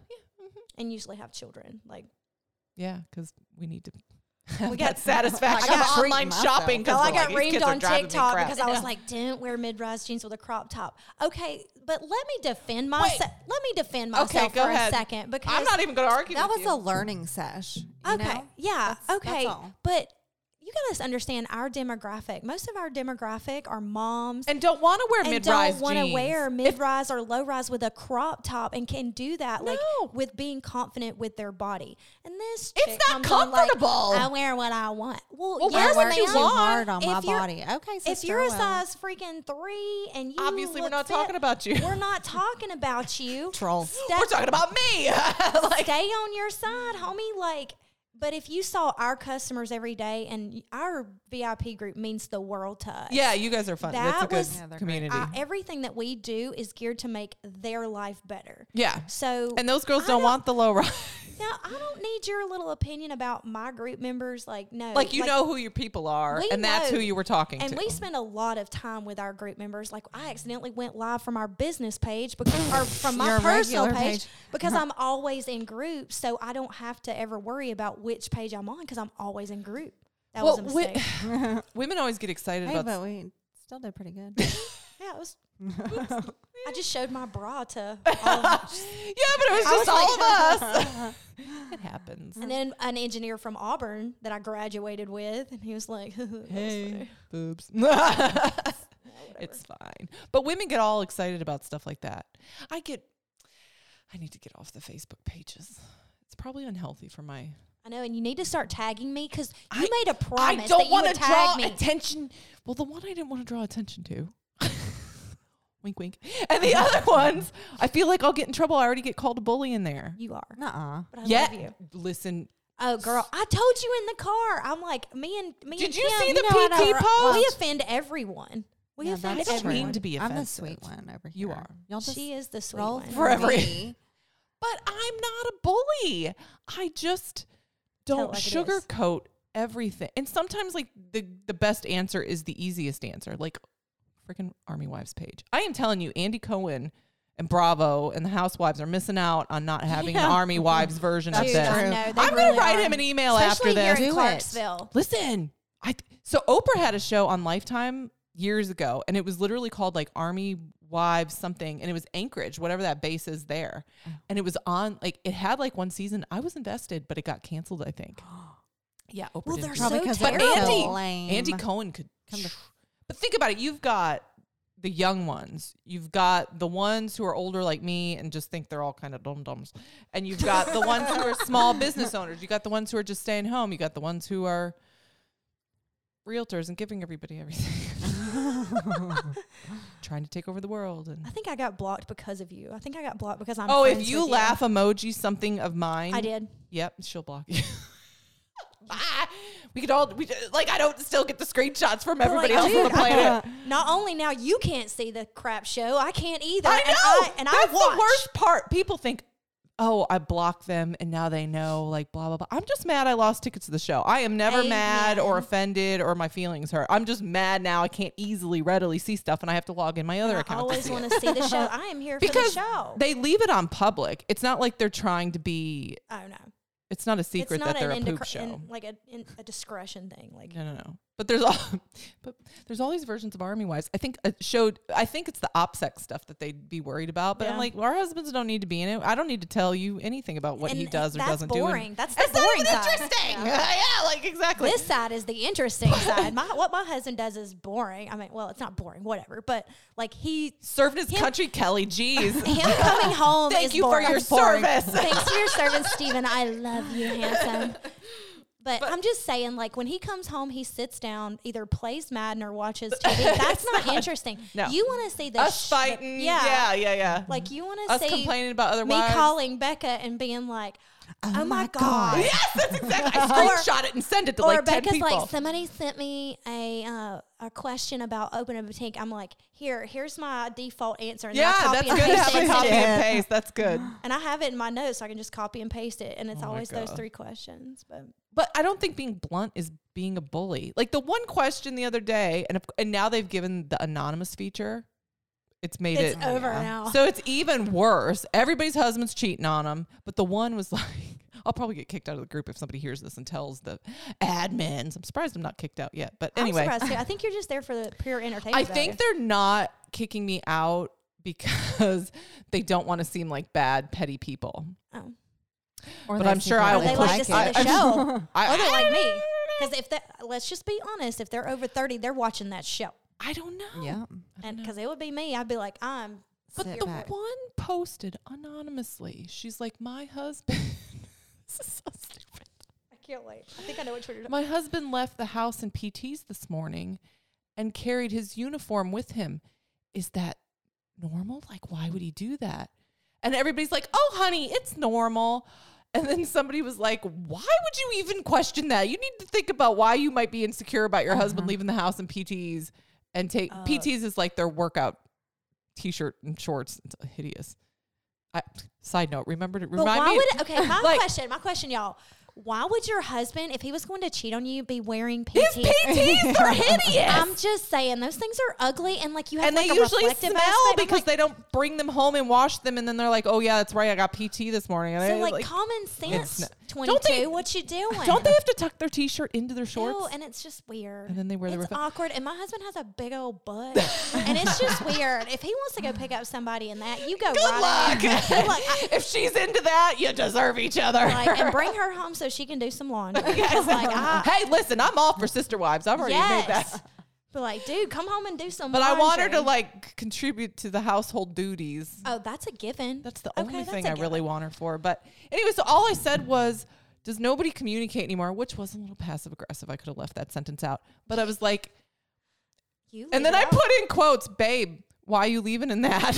Speaker 2: and usually have children. Like
Speaker 1: Yeah, because we need to (laughs) have
Speaker 2: We
Speaker 1: that
Speaker 2: got- (laughs)
Speaker 1: satisfaction
Speaker 3: I
Speaker 1: of
Speaker 3: got treated
Speaker 1: online
Speaker 3: myself.
Speaker 1: shopping. 'cause
Speaker 2: Well, I
Speaker 1: we're
Speaker 2: got
Speaker 1: like, "These
Speaker 2: reamed
Speaker 1: kids are
Speaker 2: on
Speaker 1: driving me
Speaker 2: TikTok
Speaker 1: crazy."
Speaker 2: because I was like, "Didn't wear mid-rise jeans with a crop top." Okay, but let me defend myself. Let me defend
Speaker 1: (laughs)
Speaker 2: myself
Speaker 1: Okay, go
Speaker 2: for
Speaker 1: ahead.
Speaker 2: a second because
Speaker 1: I'm not even going to argue.
Speaker 3: That
Speaker 1: with
Speaker 3: was
Speaker 1: you.
Speaker 3: a learning sesh. you
Speaker 2: okay,
Speaker 3: know?
Speaker 2: yeah,
Speaker 3: that's
Speaker 2: okay,
Speaker 3: all.
Speaker 2: but you gotta understand our demographic. Most of our demographic are moms.
Speaker 1: and don't want to wear
Speaker 2: and
Speaker 1: mid rise
Speaker 2: don't want to wear
Speaker 1: jeans.
Speaker 2: mid rise or low rise with a crop top and can do that like
Speaker 1: No.
Speaker 2: with being confident with their body. And this
Speaker 1: It's
Speaker 2: chick
Speaker 1: not
Speaker 2: comes on like,
Speaker 1: comfortable.
Speaker 2: I wear what I want. Well,
Speaker 1: Well,
Speaker 2: yes,
Speaker 1: wear what
Speaker 2: ma'am.
Speaker 1: you
Speaker 3: too
Speaker 1: want.
Speaker 3: hard on
Speaker 2: If
Speaker 3: my
Speaker 2: you're-
Speaker 3: body. Okay, sister,
Speaker 2: if you're a
Speaker 3: well.
Speaker 2: size freaking three and you
Speaker 1: Obviously, we're
Speaker 2: look
Speaker 1: not
Speaker 2: fit-
Speaker 1: talking about you. (laughs)
Speaker 2: We're not talking about you.
Speaker 3: troll.
Speaker 2: Step- (laughs)
Speaker 1: We're talking about me.
Speaker 2: stay on your side, homie. Like But if you saw our customers every day, and y- our VIP group means the world to us.
Speaker 1: Yeah, you guys are fun. That's a
Speaker 2: That
Speaker 1: good
Speaker 2: was-
Speaker 3: Yeah, they're great.
Speaker 1: community.
Speaker 2: I- everything that we do is geared to make their life better.
Speaker 1: yeah.
Speaker 2: So
Speaker 1: And those girls
Speaker 2: I
Speaker 1: don't,
Speaker 2: don't-
Speaker 1: want the low
Speaker 2: (laughs)
Speaker 1: ride.
Speaker 2: now I don't need your little opinion about my group members. Like no,
Speaker 1: like you know who your people are,
Speaker 2: we
Speaker 1: and that's
Speaker 2: know.
Speaker 1: who you were talking
Speaker 2: And
Speaker 1: to.
Speaker 2: we spend a lot of time with our group members. Like I accidentally went live from our business page because, or from my
Speaker 3: Your
Speaker 2: personal
Speaker 3: regular
Speaker 2: page,
Speaker 3: page.
Speaker 2: because
Speaker 1: Uh-huh.
Speaker 2: I'm always in groups, so I don't have to ever worry about which page I'm on because I'm always in group. That was a
Speaker 1: Well, we-
Speaker 2: mistake.
Speaker 1: (laughs) Women always get excited
Speaker 3: Hey,
Speaker 1: about.
Speaker 3: but we still did pretty good.
Speaker 2: yeah, it was.
Speaker 1: (laughs)
Speaker 2: I just showed my bra to all of
Speaker 1: yeah, but it was
Speaker 2: I
Speaker 1: just
Speaker 2: was
Speaker 1: all
Speaker 2: like- (laughs)
Speaker 1: of us. it happens.
Speaker 2: And then an engineer from Auburn that I graduated with, and he was like, (laughs) that was
Speaker 1: Hey,
Speaker 2: funny.
Speaker 1: boobs. (laughs)
Speaker 2: (laughs) Yeah, whatever.
Speaker 1: it's fine. But women get all excited about stuff like that. I get. I need to get off the Facebook pages. It's probably unhealthy for my.
Speaker 2: I know, and you need to start tagging me because you
Speaker 1: I-
Speaker 2: made a promise
Speaker 1: I
Speaker 2: that
Speaker 1: don't
Speaker 2: you
Speaker 1: want
Speaker 2: would
Speaker 1: to
Speaker 2: tag
Speaker 1: draw
Speaker 2: me.
Speaker 1: attention. Well, the one I didn't want to draw attention to. (laughs) wink, wink. And
Speaker 2: (laughs)
Speaker 1: the other ones, I feel like I'll get in trouble. I already get called a bully in there.
Speaker 2: you are,
Speaker 3: Nuh-uh.
Speaker 2: but I
Speaker 1: Yeah.
Speaker 2: love you.
Speaker 1: Listen.
Speaker 2: Oh, girl, I told you in the car. I'm like, me and me.
Speaker 1: Did
Speaker 2: and
Speaker 1: you
Speaker 2: Kim,
Speaker 1: see the
Speaker 2: know I
Speaker 1: PT
Speaker 2: don't-
Speaker 1: post?
Speaker 2: We offend everyone. We
Speaker 3: Yeah,
Speaker 2: offend
Speaker 3: that's
Speaker 1: I don't
Speaker 2: everyone.
Speaker 1: mean to be
Speaker 3: I'm the
Speaker 1: offensive.
Speaker 3: sweet one over here.
Speaker 1: You are.
Speaker 3: Y'all just
Speaker 2: she is the sweet
Speaker 3: roll
Speaker 2: one.
Speaker 3: through
Speaker 1: Forever.
Speaker 3: me.
Speaker 1: But I'm not a bully. I just
Speaker 2: it
Speaker 1: don't
Speaker 2: like it is.
Speaker 1: sugarcoat everything. And sometimes like the the best answer is the easiest answer. Like freaking Army Wives page. I am telling you, Andy Cohen and Bravo and the Housewives are missing out on not having
Speaker 2: Yeah.
Speaker 1: an Army Wives version of
Speaker 2: Dude,
Speaker 1: this.
Speaker 2: I know,
Speaker 1: I'm
Speaker 2: they
Speaker 1: gonna
Speaker 2: really
Speaker 1: write
Speaker 2: are.
Speaker 1: him an email after
Speaker 2: Especially here
Speaker 1: this.
Speaker 2: in
Speaker 3: Do it.
Speaker 2: Clarksville.
Speaker 1: Listen, I so Oprah had a show on Lifetime years ago, and it was literally called like Army Wives something, and it was Anchorage, whatever that base is there, and it was on like it had like one season. I was invested, but it got canceled. I think. (gasps) yeah, Oprah.
Speaker 2: Well,
Speaker 1: didn't
Speaker 2: they're
Speaker 1: do
Speaker 2: so
Speaker 1: it.
Speaker 3: Probably 'cause
Speaker 1: but
Speaker 3: they're
Speaker 2: terrible.
Speaker 1: Andy,
Speaker 3: lame.
Speaker 1: Andy Cohen could.
Speaker 3: Come to-
Speaker 1: but think about it. You've got the young ones. You've got the ones who are older like me and just think they're all kind of dum dums. And you've got the ones who are
Speaker 2: (laughs)
Speaker 1: small business owners. You got the ones who are just staying home. You got the ones who are realtors and giving everybody
Speaker 2: (laughs)
Speaker 1: everything. Trying to take over the world and
Speaker 2: I think I got blocked because of you. I think I got blocked because I'm.
Speaker 1: Oh,
Speaker 2: friends
Speaker 1: if you
Speaker 2: with
Speaker 1: laugh emoji something of mine.
Speaker 2: I did.
Speaker 1: Yep, she'll block you. (laughs) Bye. We could all we like I don't still get the screenshots from everybody else
Speaker 2: like,
Speaker 1: on the
Speaker 2: dude, I-
Speaker 1: planet.
Speaker 2: Not only now you can't see the crap show, I can't either.
Speaker 1: I
Speaker 2: And
Speaker 1: know.
Speaker 2: I, and
Speaker 1: That's
Speaker 2: I watch.
Speaker 1: the worst part. People think, oh, I blocked them and now they know, like, blah, blah, blah. I'm just mad I lost tickets to the show. I am never mad or
Speaker 2: Amen.
Speaker 1: offended or my feelings hurt. I'm just mad now I can't easily, readily see stuff and I have to log in my other
Speaker 2: I
Speaker 1: account. to
Speaker 2: always
Speaker 1: see it.
Speaker 2: want to see the show. I am here
Speaker 1: Because
Speaker 2: for the show.
Speaker 1: they leave it on public. It's not like they're trying to be,
Speaker 2: oh no,
Speaker 1: it's not a secret
Speaker 2: it's not
Speaker 1: that they're
Speaker 2: an
Speaker 1: a poop
Speaker 2: indicr-
Speaker 1: show.
Speaker 2: in- like a, in, a discretion thing. Like
Speaker 1: No, no, no. But there's all, (laughs) but there's all these versions of Army Wives. I think it showed. I think it's the opsex stuff that they'd be worried about. But
Speaker 2: Yeah.
Speaker 1: I'm like, well, our husbands don't need to be in it. I don't need to tell you anything about what he
Speaker 2: and
Speaker 1: does or
Speaker 2: that's
Speaker 1: doesn't do.
Speaker 2: boring.
Speaker 1: And-
Speaker 2: That's the
Speaker 1: It's not
Speaker 2: boring
Speaker 1: even
Speaker 2: side.
Speaker 1: interesting. (laughs) Yeah. like exactly.
Speaker 2: This side is
Speaker 1: (laughs)
Speaker 2: the interesting side. My, what my husband does is boring. I mean, well, it's not boring, whatever. But like he,
Speaker 1: Serving his
Speaker 2: him-
Speaker 1: country, Kelly.
Speaker 2: (laughs)
Speaker 1: Jeez.
Speaker 2: him
Speaker 1: (laughs)
Speaker 2: coming home.
Speaker 1: Thank
Speaker 2: is
Speaker 1: you for
Speaker 2: boring.
Speaker 1: your
Speaker 2: It's boring.
Speaker 1: service.
Speaker 2: Thanks
Speaker 1: (laughs)
Speaker 2: for your service, Stephen. I love you, handsome. But, I'm just saying, like when he comes home, he sits down, either plays Madden or watches TV. That's not, interesting.
Speaker 1: (laughs) No.
Speaker 2: You want to see the
Speaker 1: Us
Speaker 2: sh- the-
Speaker 1: fighting. Yeah. yeah, yeah,
Speaker 2: Like you want to
Speaker 1: Us
Speaker 2: see
Speaker 1: complaining about other
Speaker 2: me
Speaker 1: wives.
Speaker 2: calling Becca and being like, "Oh, my
Speaker 3: my
Speaker 2: god!"
Speaker 3: God.
Speaker 1: yes, that's (laughs) exactly. I screenshot it and send it to
Speaker 2: or
Speaker 1: like ten
Speaker 2: Becca's
Speaker 1: people.
Speaker 2: like, "Somebody sent me a uh, a question about opening a boutique." I'm like, "Here, here's my default answer." And then I
Speaker 1: yeah,
Speaker 2: copy
Speaker 1: that's
Speaker 2: and
Speaker 1: good to
Speaker 2: paste
Speaker 1: have
Speaker 2: it
Speaker 1: a
Speaker 2: into
Speaker 1: copy
Speaker 2: the-
Speaker 1: and paste. That's good.
Speaker 2: And I have it in my notes, so I can just copy and paste it. And it's
Speaker 1: Oh my
Speaker 2: always those
Speaker 1: God.
Speaker 2: three questions. But
Speaker 1: but I don't think being blunt is being a bully. Like the one question the other day, and of- and now they've given the anonymous feature. It's made
Speaker 2: it's
Speaker 1: it oh,
Speaker 2: over
Speaker 3: yeah.
Speaker 2: now.
Speaker 1: so it's even worse. Everybody's husband's cheating on them, but the one was (laughs) like, "I'll probably get kicked out of the group if somebody hears this and tells the admins." I'm surprised I'm not kicked out yet, but anyway,
Speaker 2: I'm surprised too. I think you're just there for the pure entertainment.
Speaker 1: I think they're not kicking me out because (laughs) they don't want to seem like bad petty people.
Speaker 2: value.
Speaker 3: Or
Speaker 1: But
Speaker 3: they
Speaker 1: I'm
Speaker 3: think
Speaker 1: sure I
Speaker 3: they
Speaker 1: will
Speaker 2: They like to see
Speaker 3: it.
Speaker 2: the show.
Speaker 1: I,
Speaker 2: oh, they're
Speaker 1: I
Speaker 2: like
Speaker 1: don't
Speaker 2: me.
Speaker 1: know.
Speaker 2: Because if that, let's just be honest, if they're over thirty, they're watching that show.
Speaker 1: I don't know.
Speaker 3: Yeah.
Speaker 2: And because it would be me, I'd be like, I'm.
Speaker 1: But
Speaker 3: Sit
Speaker 1: the
Speaker 3: back.
Speaker 1: one posted anonymously, she's like, My husband. (laughs) this is so stupid.
Speaker 2: I can't wait. I think I know what Twitter.
Speaker 1: My husband left the house in PTs this morning and carried his uniform with him. Is that normal? Like, why would he do that? And everybody's like, Oh, honey, it's normal. And then somebody was like, Why would you even question that? You need to think about why you might be insecure about your husband
Speaker 2: Uh-huh.
Speaker 1: leaving the house and PTs and take
Speaker 2: Oh.
Speaker 1: PTs is like their workout t shirt and shorts. It's hideous. I, side note, remember to
Speaker 2: But
Speaker 1: remind
Speaker 2: why
Speaker 1: me. (laughs)
Speaker 2: would okay? My
Speaker 1: Like-
Speaker 2: question, my question, y'all. Why would your husband, if he was going to cheat on you, be wearing PTs?
Speaker 1: His PTs
Speaker 2: (laughs)
Speaker 1: are hideous.
Speaker 2: I'm just saying those things are ugly, and like you have
Speaker 1: and
Speaker 2: like
Speaker 1: they
Speaker 2: a
Speaker 1: usually
Speaker 2: reflective
Speaker 1: smell
Speaker 2: aspect. I'm
Speaker 1: because
Speaker 2: like,
Speaker 1: they don't bring them home and wash them, and then they're like, "Oh yeah, that's right, I got PT this morning." And
Speaker 2: so
Speaker 1: I,
Speaker 2: like, common sense.
Speaker 1: not-
Speaker 2: Twenty
Speaker 1: Don't they-
Speaker 2: two. What you doing?
Speaker 1: (laughs) don't they have to tuck their t-shirt into their shorts?
Speaker 2: No, and it's just weird.
Speaker 1: And then they wear
Speaker 2: it's
Speaker 1: the refi-
Speaker 2: awkward. And my husband has a big
Speaker 1: (laughs)
Speaker 2: old butt, and it's just weird. If he wants to go pick up somebody in that, you go
Speaker 1: Good
Speaker 2: right.
Speaker 1: luck.
Speaker 2: ahead. (laughs) Good luck. I-
Speaker 1: (laughs) if she's into that, you deserve each other. (laughs)
Speaker 2: like, and bring her home so she can do some laundry. It's like, I,
Speaker 1: hey, listen, I'm all for sister wives. I've already
Speaker 2: yes.
Speaker 1: made that.
Speaker 2: But like, dude, come home and do
Speaker 1: (laughs)
Speaker 2: some.
Speaker 1: But I want her to
Speaker 2: laundry.
Speaker 1: like c- contribute to the household duties.
Speaker 2: Oh, that's a given.
Speaker 1: That's the
Speaker 2: Okay,
Speaker 1: only
Speaker 2: that's
Speaker 1: thing
Speaker 2: a
Speaker 1: I really
Speaker 2: given.
Speaker 1: want her for. But anyway, so all I said was, does nobody communicate anymore? Which was a little passive aggressive. I could have left that sentence out. But I was like,
Speaker 2: You
Speaker 1: And
Speaker 2: leave
Speaker 1: then I
Speaker 2: it out.
Speaker 1: put in quotes, babe, why you leaving in that?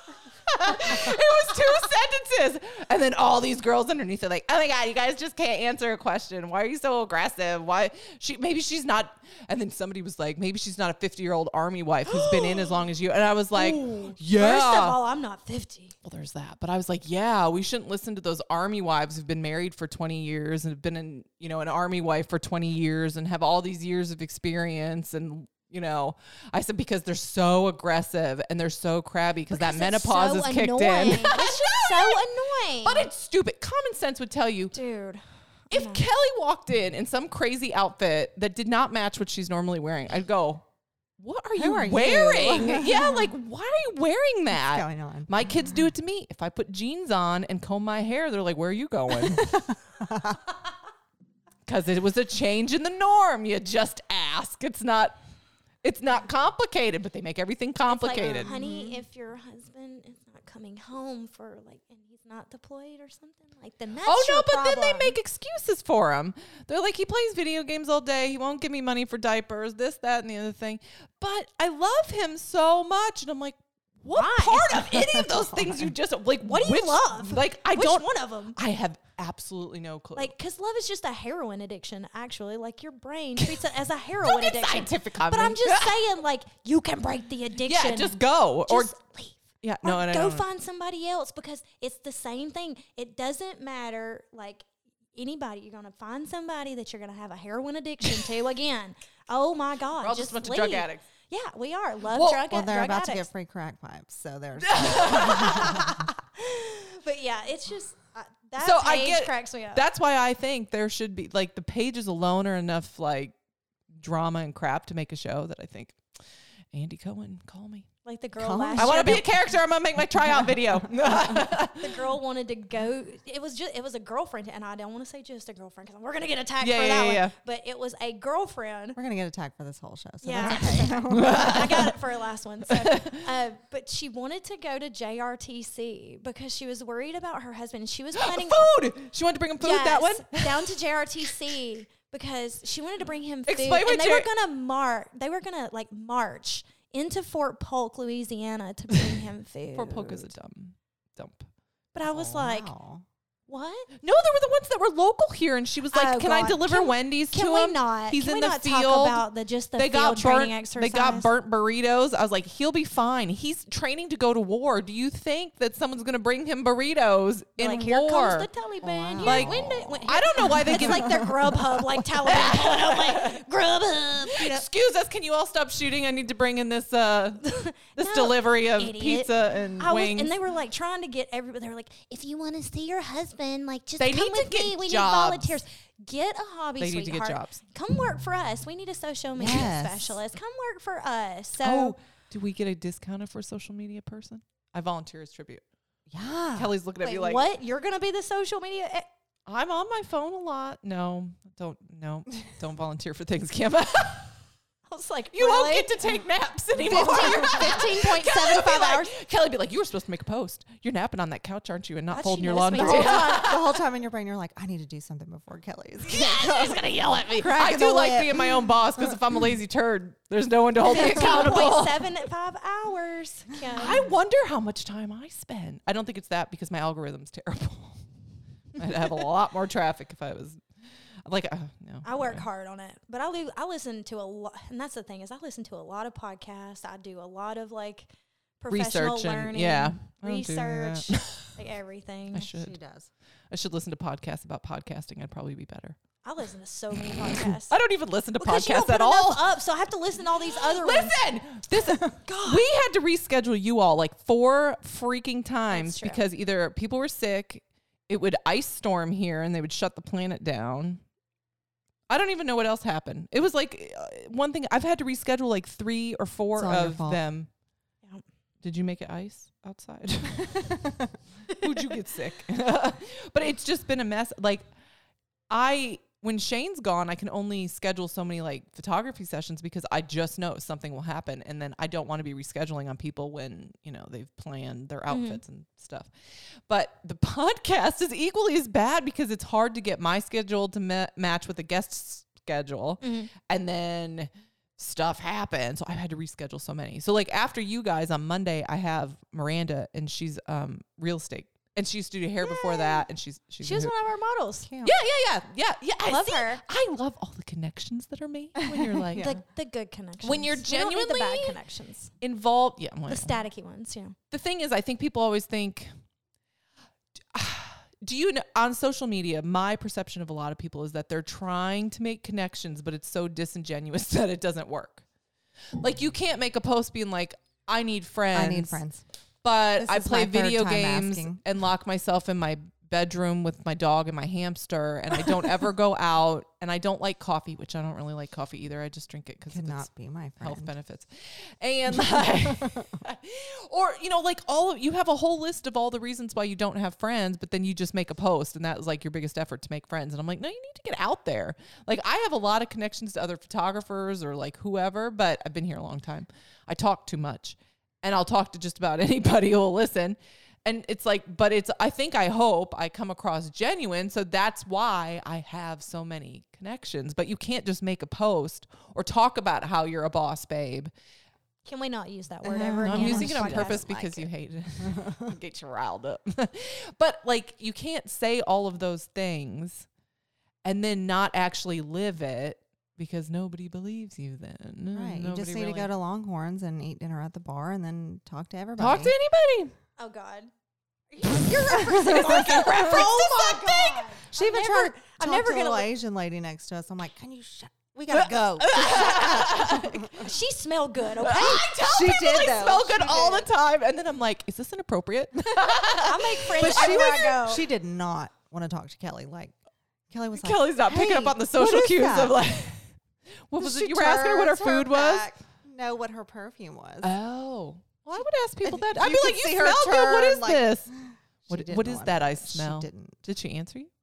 Speaker 1: (laughs) it was two sentences. And then all these girls underneath are like, oh my God, you guys just can't answer a question. Why are you so aggressive? Why she maybe she's not and then somebody was like, maybe she's not a 50 year old army wife who's been in
Speaker 2: (gasps)
Speaker 1: as long as you. And I was like, yeah.
Speaker 2: First of all, I'm not fifty.
Speaker 1: well, there's that. But I was like, yeah, we shouldn't listen to those army wives who've been married for 20 years and have been in, you know, an army wife for 20 years and have all these years of experience. And, you know, I said, because they're so aggressive and they're so crabby because that
Speaker 2: Because it's
Speaker 1: menopause
Speaker 2: so
Speaker 1: is kicked (laughs)
Speaker 2: annoying.
Speaker 1: in.
Speaker 2: it's just so annoying.
Speaker 1: but it's stupid. Common sense would tell you
Speaker 2: dude.
Speaker 1: if Kelly walked in in some crazy outfit that did not match what she's normally wearing, I'd go, what are you
Speaker 3: are you?"
Speaker 1: wearing?
Speaker 3: (laughs)
Speaker 1: yeah, like, why are you wearing that?
Speaker 3: going on?
Speaker 1: My kids do it to me. If I put jeans on and comb my hair, they're like, "Where are you
Speaker 3: (laughs)
Speaker 1: going?" (laughs) Because it was a change in the norm. You just ask. It's not. It's not complicated, but they make everything
Speaker 2: Like,
Speaker 1: complicated.
Speaker 2: honey, if your husband is not coming home for like, and he's not deployed or something, like then that's
Speaker 1: oh no!
Speaker 2: your
Speaker 1: But then
Speaker 2: problem.
Speaker 1: they make excuses for him. They're like, "He plays video games all day. He won't give me money for diapers. This, that, and the other thing." But I love him so much, and I'm like. What part of any of those things you just like? What
Speaker 2: do you love?
Speaker 1: Like I
Speaker 2: Which
Speaker 1: don't.
Speaker 2: one of 'em?
Speaker 1: I have absolutely no clue.
Speaker 2: (laughs) like because love is just a heroin addiction. Actually, like your brain treats it
Speaker 1: (laughs)
Speaker 2: as a heroin
Speaker 1: get
Speaker 2: addiction.
Speaker 1: scientific on
Speaker 2: but
Speaker 1: me. (laughs)
Speaker 2: I'm just saying, like you can break the addiction.
Speaker 1: Yeah, just go or
Speaker 2: Just leave.
Speaker 1: yeah,
Speaker 2: Or
Speaker 1: no, and I
Speaker 2: go
Speaker 1: don't-
Speaker 2: find somebody else because it's the same thing. It doesn't matter like anybody. You're gonna find somebody that you're gonna have a heroin
Speaker 1: (laughs)
Speaker 2: addiction to again. Oh my God!
Speaker 1: all just
Speaker 2: just
Speaker 1: a bunch of drug
Speaker 2: leave.
Speaker 1: addicts.
Speaker 2: Yeah, we are love
Speaker 1: Well-
Speaker 2: drug.
Speaker 3: Well, they're
Speaker 2: drug
Speaker 3: about to
Speaker 2: addicts.
Speaker 3: get free crack pipes, so they're
Speaker 2: But yeah, it's just uh, that
Speaker 1: so
Speaker 2: page
Speaker 1: I get
Speaker 2: cracks me up.
Speaker 1: That's why I think there should be like the pages alone are enough like drama and crap to make a show that I think Andy Cohen call me.
Speaker 2: like the girl
Speaker 3: Come
Speaker 2: last
Speaker 1: I
Speaker 2: year,
Speaker 1: want to be a character. I'm gonna make my tryout video.
Speaker 2: (laughs) the girl wanted to go. It was just it was a girlfriend, and I don't want to say just a girlfriend because we're gonna get attacked
Speaker 1: Yeah,
Speaker 2: for
Speaker 1: yeah,
Speaker 2: that
Speaker 1: yeah,
Speaker 2: one.
Speaker 1: yeah.
Speaker 2: But it was a girlfriend
Speaker 3: we're gonna get attacked for this whole show. So
Speaker 2: Yeah.
Speaker 3: that's okay.
Speaker 1: (laughs)
Speaker 2: I got it for a last one. So, uh, but she wanted to go to JRTC because she was worried about her husband.
Speaker 1: (gasps)
Speaker 2: She was planning
Speaker 1: food. She wanted to bring him food. That one.
Speaker 2: Yes, down to JRTC because she wanted to bring him food.
Speaker 1: Explain what
Speaker 2: and they
Speaker 1: J-
Speaker 2: were gonna mark. They were gonna like march into Fort Polk, Louisiana, to bring him
Speaker 1: (laughs)
Speaker 2: food.
Speaker 1: Fort Polk is a Oh, dumb dump.
Speaker 2: But I was like,
Speaker 3: Wow.
Speaker 2: what?
Speaker 1: No, there were the ones that were local here, and she was like,
Speaker 2: Oh,
Speaker 1: "Can I
Speaker 2: God.
Speaker 1: deliver
Speaker 2: Can-
Speaker 1: Wendy's
Speaker 2: Can
Speaker 1: to
Speaker 2: we
Speaker 1: him?
Speaker 2: not?
Speaker 1: He's
Speaker 2: can
Speaker 1: in
Speaker 2: we
Speaker 1: the
Speaker 2: not
Speaker 1: field.
Speaker 2: talk about the just the
Speaker 1: they
Speaker 2: field
Speaker 1: got
Speaker 2: training
Speaker 1: burnt.
Speaker 2: exercise?
Speaker 1: They got burnt burritos. I was like, he'll be fine. He's training to go to war. Do you think that someone's going to bring him burritos in
Speaker 2: like here
Speaker 1: war?
Speaker 2: comes the Taliban. You're
Speaker 1: Like,
Speaker 2: windy- wait,
Speaker 1: I don't know why they
Speaker 2: it's
Speaker 1: give
Speaker 2: like their Grubhub,
Speaker 1: (laughs)
Speaker 2: like Taliban pulling up, like Grubhub. You know?
Speaker 1: Excuse us. Can you all stop shooting? I need to bring in this
Speaker 2: (laughs)
Speaker 1: uh this
Speaker 2: No,
Speaker 1: delivery of
Speaker 2: idiot.
Speaker 1: pizza and
Speaker 2: I was,
Speaker 1: wings.
Speaker 2: and they were like trying to get everybody. They were like, if you want to see your husband, like just
Speaker 1: They
Speaker 2: come
Speaker 1: need to
Speaker 2: with
Speaker 1: get
Speaker 2: me. We
Speaker 1: jobs.
Speaker 2: need volunteers. Get a hobby,
Speaker 1: They need
Speaker 2: sweetheart.
Speaker 1: to get jobs.
Speaker 2: Come work for us. We need a social media
Speaker 3: Yes.
Speaker 2: specialist. Come work for us. So
Speaker 1: oh, do we get a discount if we're a social media person? I volunteer as tribute.
Speaker 3: Yeah.
Speaker 1: Kelly's looking at
Speaker 2: Uh, wait,
Speaker 1: me like,
Speaker 2: what? You're gonna be the social media? e-
Speaker 1: I'm on my phone a lot. No, don't
Speaker 2: (laughs)
Speaker 1: no, don't volunteer for things, Kim. (laughs) you
Speaker 2: I was like,
Speaker 1: won't
Speaker 2: really?
Speaker 1: get to take naps anymore. (laughs)
Speaker 2: fifteen point
Speaker 1: Kelly
Speaker 2: seven
Speaker 1: would be
Speaker 2: five
Speaker 1: like-
Speaker 2: hours.
Speaker 1: Kelly would be like, "You were supposed to make a post. You're napping on that couch, aren't you? And not
Speaker 2: God,
Speaker 1: folding
Speaker 2: she
Speaker 1: your
Speaker 2: knows me
Speaker 1: laundry."
Speaker 3: The
Speaker 2: too.
Speaker 3: whole, time, the whole time in your brain, you're like, I need to do something before Kelly's.
Speaker 1: She's gonna yell at
Speaker 2: (laughs)
Speaker 1: me. (laughs)
Speaker 3: Cracking
Speaker 1: I do
Speaker 3: the
Speaker 1: like
Speaker 3: whip.
Speaker 1: being my own boss because if I'm a lazy turd, there's no one to
Speaker 2: (laughs)
Speaker 1: hold me accountable.
Speaker 2: 15.75 hours. Kim.
Speaker 1: I wonder how much time I spend. I don't think it's that because my algorithm's terrible. (laughs) I'd have a lot more traffic if I was like, uh, no.
Speaker 2: I work
Speaker 1: okay.
Speaker 2: hard on it, but I li- I listen to a lot, and that's the thing is I listen to a lot of podcasts. I do a lot of like professional
Speaker 1: Research and-
Speaker 2: learning,
Speaker 1: yeah, I don't do that.
Speaker 2: research,
Speaker 1: (laughs)
Speaker 2: like everything.
Speaker 1: I
Speaker 2: I,
Speaker 3: She
Speaker 1: should.
Speaker 3: does.
Speaker 1: I should listen to podcasts about podcasting. I'd probably be better.
Speaker 2: listen to so many podcasts.
Speaker 1: (laughs) I don't even listen to
Speaker 2: Because you don't
Speaker 1: podcasts
Speaker 2: put
Speaker 1: at
Speaker 2: enough
Speaker 1: all.
Speaker 2: Up, so I have to listen to all these other ones.
Speaker 1: Listen, (laughs) this we had to reschedule you all like four freaking times
Speaker 2: true.
Speaker 1: because either people were sick, it would ice storm here, and they would shut the planet down. I don't even know what else happened. It was like uh, one thing. I've had to reschedule like three or
Speaker 3: It's
Speaker 1: four
Speaker 3: all your
Speaker 1: of
Speaker 3: fault.
Speaker 1: them.
Speaker 2: Yeah.
Speaker 1: Did you make it ice
Speaker 3: (laughs)
Speaker 1: outside? (laughs) Would you get sick? but it's just been a mess. Like I when Shane's gone, I can only schedule so many like photography sessions because I just know something will happen and then I don't want to be rescheduling on people when, you know, they've planned their outfits and stuff. But the (laughs) podcast is equally as bad because it's hard to get my schedule to ma- match with the guest's schedule
Speaker 2: Mm-hmm.
Speaker 1: and then stuff happened so i had to reschedule so many so like after you guys on monday i have miranda and she's um real estate and she used to do hair before that and she's she's
Speaker 2: She was one of our models.
Speaker 3: Cute.
Speaker 1: yeah yeah yeah yeah yeah i
Speaker 2: Love
Speaker 1: see,
Speaker 2: her.
Speaker 1: i love all the connections that are made when
Speaker 2: (laughs)
Speaker 1: you're like
Speaker 2: The, the good connections.
Speaker 1: When you're
Speaker 2: We don't need the bad
Speaker 1: genuinely-
Speaker 2: connections,
Speaker 1: involved yeah oh well,
Speaker 2: the staticky ones. Yeah.
Speaker 1: the thing is, I think people always think, (sighs) do you know, on social media? My perception of a lot of people is that they're trying to make connections, but it's so disingenuous (laughs) that it doesn't work. Like you can't make a post being like, "I need friends,"
Speaker 3: I need friends.
Speaker 1: but
Speaker 3: This
Speaker 1: I
Speaker 3: is
Speaker 1: play
Speaker 3: my third
Speaker 1: video
Speaker 3: time
Speaker 1: games
Speaker 3: asking.
Speaker 1: and lock myself in my bedroom with my dog and my hamster, and I don't ever
Speaker 3: (laughs)
Speaker 1: go out, and I don't like coffee, which I don't really like coffee either. I just drink it because
Speaker 3: Could
Speaker 1: it's
Speaker 3: not be my friend.
Speaker 1: health benefits and (laughs) like or you know like all of you have a whole list of all the reasons why you don't have friends but then you just make a post and that is like your biggest effort to make friends and i'm like no you need to get out there like i have a lot of connections to other photographers or like whoever but i've been here a long time i talk too much and i'll talk to just about (laughs) anybody who'll listen and it's like but it's i think i hope i come across genuine so that's why i have so many connections but you can't just make a post or talk about how you're a boss babe
Speaker 2: Can we not use that word ever
Speaker 1: Uh-huh. no,
Speaker 2: again?
Speaker 1: i'm using it on
Speaker 2: podcast?
Speaker 1: purpose because you hate
Speaker 3: (laughs)
Speaker 1: it (laughs) get you riled up but like you can't say all of those things and then not actually live it because nobody believes you then
Speaker 3: Right. You
Speaker 1: Mm,
Speaker 3: just
Speaker 1: Nobody
Speaker 3: need to
Speaker 1: really-
Speaker 3: go to Longhorns and eat dinner at the bar and then talk to everybody.
Speaker 1: talk
Speaker 3: (laughs)
Speaker 1: to anybody
Speaker 2: Oh God.
Speaker 1: (laughs) oh my
Speaker 3: She even
Speaker 2: never-
Speaker 3: tried.
Speaker 2: I'm
Speaker 3: I'm
Speaker 2: never
Speaker 3: never to
Speaker 2: gonna
Speaker 3: the little
Speaker 2: look-
Speaker 3: Asian lady next to us. I'm like, can you shut? We gotta go.
Speaker 1: uh,
Speaker 2: She smelled good. Okay.
Speaker 1: (laughs) I tell
Speaker 3: She
Speaker 1: people
Speaker 3: did,
Speaker 1: they
Speaker 3: though.
Speaker 1: smell good all the time, and then I'm like, "Is this inappropriate?"
Speaker 2: I make friends
Speaker 3: but she,
Speaker 2: everywhere I go.
Speaker 3: she did not want to talk to Kelly. Like Kelly was like,
Speaker 1: (laughs) Kelly's not picking up
Speaker 3: "Hey,
Speaker 1: on the
Speaker 3: what
Speaker 1: social
Speaker 3: is
Speaker 1: cues
Speaker 3: that?"
Speaker 1: of like, (laughs) "What was
Speaker 3: She
Speaker 1: it? You were asking her what her
Speaker 3: turns
Speaker 1: food was."
Speaker 3: back, Know what her perfume was?
Speaker 1: Oh, well, I would ask people that.
Speaker 3: You
Speaker 1: I'd be
Speaker 3: could
Speaker 1: like, "You
Speaker 3: see her
Speaker 1: smell good. What
Speaker 3: turn,
Speaker 1: is
Speaker 3: like-
Speaker 1: this?
Speaker 3: She
Speaker 1: What
Speaker 3: didn't
Speaker 1: What is
Speaker 3: want
Speaker 1: that
Speaker 3: it.
Speaker 1: I smell?"
Speaker 3: She didn't.
Speaker 1: Did she answer you? (laughs)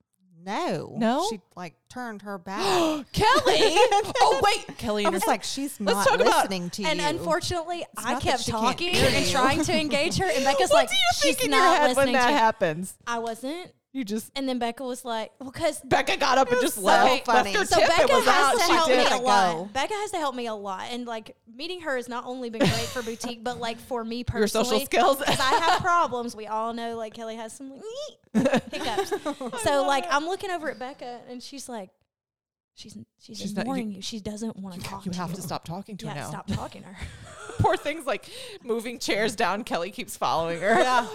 Speaker 3: No,
Speaker 1: No?
Speaker 3: She like turned her back.
Speaker 1: (gasps) Kelly. oh wait, Kelly.
Speaker 3: I
Speaker 1: and her
Speaker 3: was like, she's
Speaker 1: Let's
Speaker 3: not
Speaker 1: talk about-
Speaker 3: listening to
Speaker 2: And
Speaker 3: you.
Speaker 2: unfortunately, I
Speaker 3: not that
Speaker 2: kept
Speaker 3: she can't
Speaker 2: talking
Speaker 3: hear
Speaker 2: and
Speaker 3: you.
Speaker 2: trying to engage her. And
Speaker 1: (laughs) (laughs)
Speaker 2: Becca's
Speaker 1: what
Speaker 2: like,
Speaker 1: do you
Speaker 2: she's
Speaker 1: think in your
Speaker 2: not
Speaker 1: head
Speaker 2: listening
Speaker 1: when that
Speaker 2: to you."
Speaker 1: happens?
Speaker 2: I wasn't.
Speaker 1: You just
Speaker 2: And then Becca was like, well, because
Speaker 1: Becca got up and just
Speaker 3: so
Speaker 1: left.
Speaker 3: funny.
Speaker 1: Left her
Speaker 2: so
Speaker 3: So
Speaker 1: tip.
Speaker 2: Becca
Speaker 1: it was
Speaker 2: has
Speaker 1: out.
Speaker 2: to
Speaker 1: She
Speaker 2: help
Speaker 1: did.
Speaker 2: me
Speaker 3: it.
Speaker 2: a
Speaker 3: Let go.
Speaker 2: lot. Becca has to help me a lot. And like meeting her has not only been great for boutique, but like for me personally.
Speaker 1: (laughs) Your social skills.
Speaker 2: Because I
Speaker 1: (laughs)
Speaker 2: have problems. We all know like Kelly has some like,
Speaker 1: (laughs)
Speaker 2: hiccups.
Speaker 1: Oh
Speaker 2: So like I'm looking over at Becca and she's like, she's she's,
Speaker 1: She's not- you-
Speaker 2: ignoring you, She doesn't want to talk.
Speaker 1: You
Speaker 2: to
Speaker 1: have
Speaker 2: you.
Speaker 1: to stop talking to
Speaker 2: Yeah,
Speaker 1: her now.
Speaker 2: stop talking to her.
Speaker 1: poor thing's like moving chairs down. Kelly keeps following her. (laughs)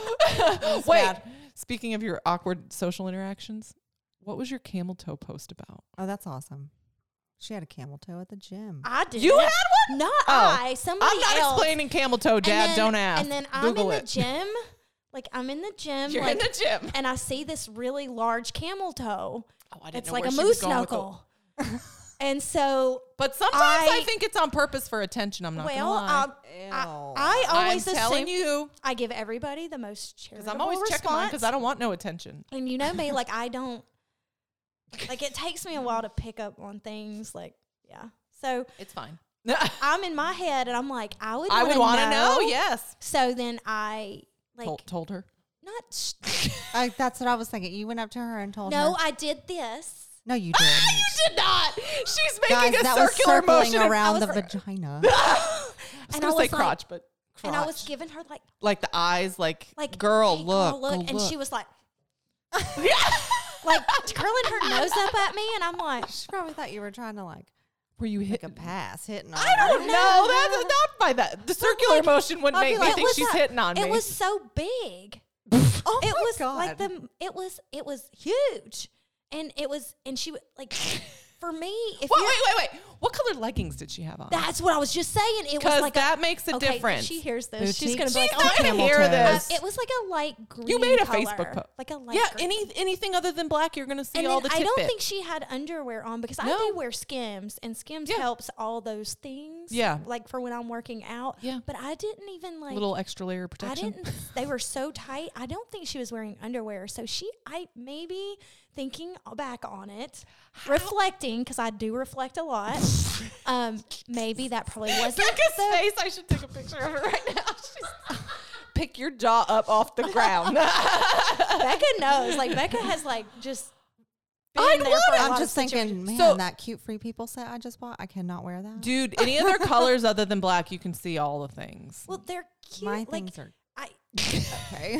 Speaker 1: Wait.
Speaker 3: bad.
Speaker 1: Speaking of your awkward social interactions, what was your camel toe post about?
Speaker 3: oh, that's awesome. She had a camel toe at the gym.
Speaker 2: I did.
Speaker 1: You had one?
Speaker 2: Not
Speaker 1: Oh.
Speaker 2: I. Somebody
Speaker 1: I'm not
Speaker 2: else.
Speaker 1: explaining camel toe,
Speaker 2: And
Speaker 1: Dad.
Speaker 2: then-
Speaker 1: don't ask.
Speaker 2: And then I'm
Speaker 1: Google
Speaker 2: in
Speaker 1: it. (laughs)
Speaker 2: the gym. Like I'm in the gym.
Speaker 1: You're
Speaker 2: like,
Speaker 1: in the gym.
Speaker 2: and I see this really large camel toe.
Speaker 1: Oh, I didn't
Speaker 2: It's
Speaker 1: know
Speaker 2: like
Speaker 1: where
Speaker 2: a
Speaker 1: she was
Speaker 2: moose
Speaker 1: going with the-
Speaker 2: knuckle.
Speaker 1: (laughs)
Speaker 2: and so,
Speaker 1: But sometimes I,
Speaker 2: I-
Speaker 1: think it's on purpose for attention. I'm not gonna
Speaker 2: well,
Speaker 1: lie.
Speaker 2: um, I, I always
Speaker 1: I'm
Speaker 2: assume
Speaker 1: telling you
Speaker 2: I give everybody the most charitable
Speaker 1: because I'm always
Speaker 2: response.
Speaker 1: checking mine because I don't want no attention.
Speaker 2: and you know
Speaker 1: (laughs)
Speaker 2: me, like I don't. Like it takes me a while to pick up on things. Like yeah, so
Speaker 1: It's (laughs) fine.
Speaker 2: I'm in my head and I'm like, I would.
Speaker 1: I would want
Speaker 2: wanna
Speaker 1: to know. Yes,
Speaker 2: So then I like
Speaker 1: told, told her.
Speaker 2: not.
Speaker 1: (laughs)
Speaker 2: Sh-
Speaker 3: I, that's what I was thinking. You went up to her and told her.
Speaker 2: no, I did this.
Speaker 3: no, you didn't.
Speaker 1: did not. She's
Speaker 3: Guys, that was circling around the
Speaker 2: was-
Speaker 3: (laughs) vagina.
Speaker 1: I was
Speaker 2: And I
Speaker 1: gonna
Speaker 2: was
Speaker 1: say
Speaker 2: like-
Speaker 1: crotch, but
Speaker 2: And I was
Speaker 1: crotch.
Speaker 2: giving her like
Speaker 1: like the eyes, like
Speaker 2: like
Speaker 1: girl,
Speaker 2: hey,
Speaker 1: look,
Speaker 2: look, and she
Speaker 1: was
Speaker 2: was like, like curling her nose up at me, and I'm like,
Speaker 3: She probably thought you were trying to like
Speaker 1: (laughs) Were you (laughs)
Speaker 3: make
Speaker 1: hit?
Speaker 3: a pass, hitting on
Speaker 1: I
Speaker 3: her.
Speaker 1: don't know. That's not by that. The circular motion would
Speaker 3: I'd be
Speaker 1: make me
Speaker 3: like,
Speaker 2: it
Speaker 1: think
Speaker 2: was
Speaker 1: she's
Speaker 2: a-
Speaker 1: hitting on
Speaker 2: it
Speaker 1: me.
Speaker 2: was so big.
Speaker 3: Oh
Speaker 2: it
Speaker 3: my
Speaker 2: was
Speaker 3: God.
Speaker 2: like the it was it was huge, and it was and she w- like
Speaker 1: (laughs)
Speaker 2: for me if
Speaker 1: Wha-
Speaker 2: you're-
Speaker 1: wait, wait, wait. What color leggings did she have on?
Speaker 2: that's what I was just saying. It
Speaker 1: Because
Speaker 2: was like a-
Speaker 1: that makes a
Speaker 2: okay, if
Speaker 1: difference.
Speaker 2: She hears this, she's
Speaker 3: Boutique.
Speaker 2: gonna be like,
Speaker 1: She's
Speaker 2: oh,
Speaker 1: not gonna
Speaker 2: camel
Speaker 1: hear
Speaker 2: toe."
Speaker 1: this.
Speaker 2: Uh, it was like a light green.
Speaker 1: you made a
Speaker 2: color,
Speaker 1: Facebook post.
Speaker 2: like a light.
Speaker 1: yeah,
Speaker 2: green.
Speaker 1: any anything other than black, you're gonna see
Speaker 2: And
Speaker 1: all
Speaker 2: then
Speaker 1: the.
Speaker 2: I don't
Speaker 1: tidbit.
Speaker 2: think she had underwear on because I
Speaker 1: No.
Speaker 2: do wear Skims and Skims
Speaker 1: Yeah.
Speaker 2: helps all those things.
Speaker 1: Yeah.
Speaker 2: like for when I'm working out.
Speaker 1: Yeah.
Speaker 2: but I didn't even like
Speaker 1: little extra layer of
Speaker 2: I
Speaker 1: protection.
Speaker 2: didn't. They were so tight. I don't think she was wearing underwear. So she, I maybe thinking back on it, reflecting because I do reflect a lot.
Speaker 1: (laughs)
Speaker 2: um, maybe that probably wasn't.
Speaker 1: Becca's
Speaker 2: the-
Speaker 1: face. I should take a picture of her right now. (laughs)
Speaker 2: (laughs)
Speaker 1: She's Pick your jaw up off the ground.
Speaker 2: Becca knows. Like Becca has like just. been
Speaker 1: I'd
Speaker 2: there
Speaker 1: want
Speaker 2: for a
Speaker 1: it.
Speaker 2: lot
Speaker 3: I'm
Speaker 2: of
Speaker 3: just thinking,
Speaker 2: situations.
Speaker 3: man,
Speaker 1: So-
Speaker 3: that cute free people set I just bought, I cannot wear
Speaker 1: (laughs)
Speaker 3: that.
Speaker 1: Dude, any other colors other than black, you can see all the things.
Speaker 2: Well, they're cute.
Speaker 3: My
Speaker 2: like
Speaker 3: things are
Speaker 2: I
Speaker 3: okay.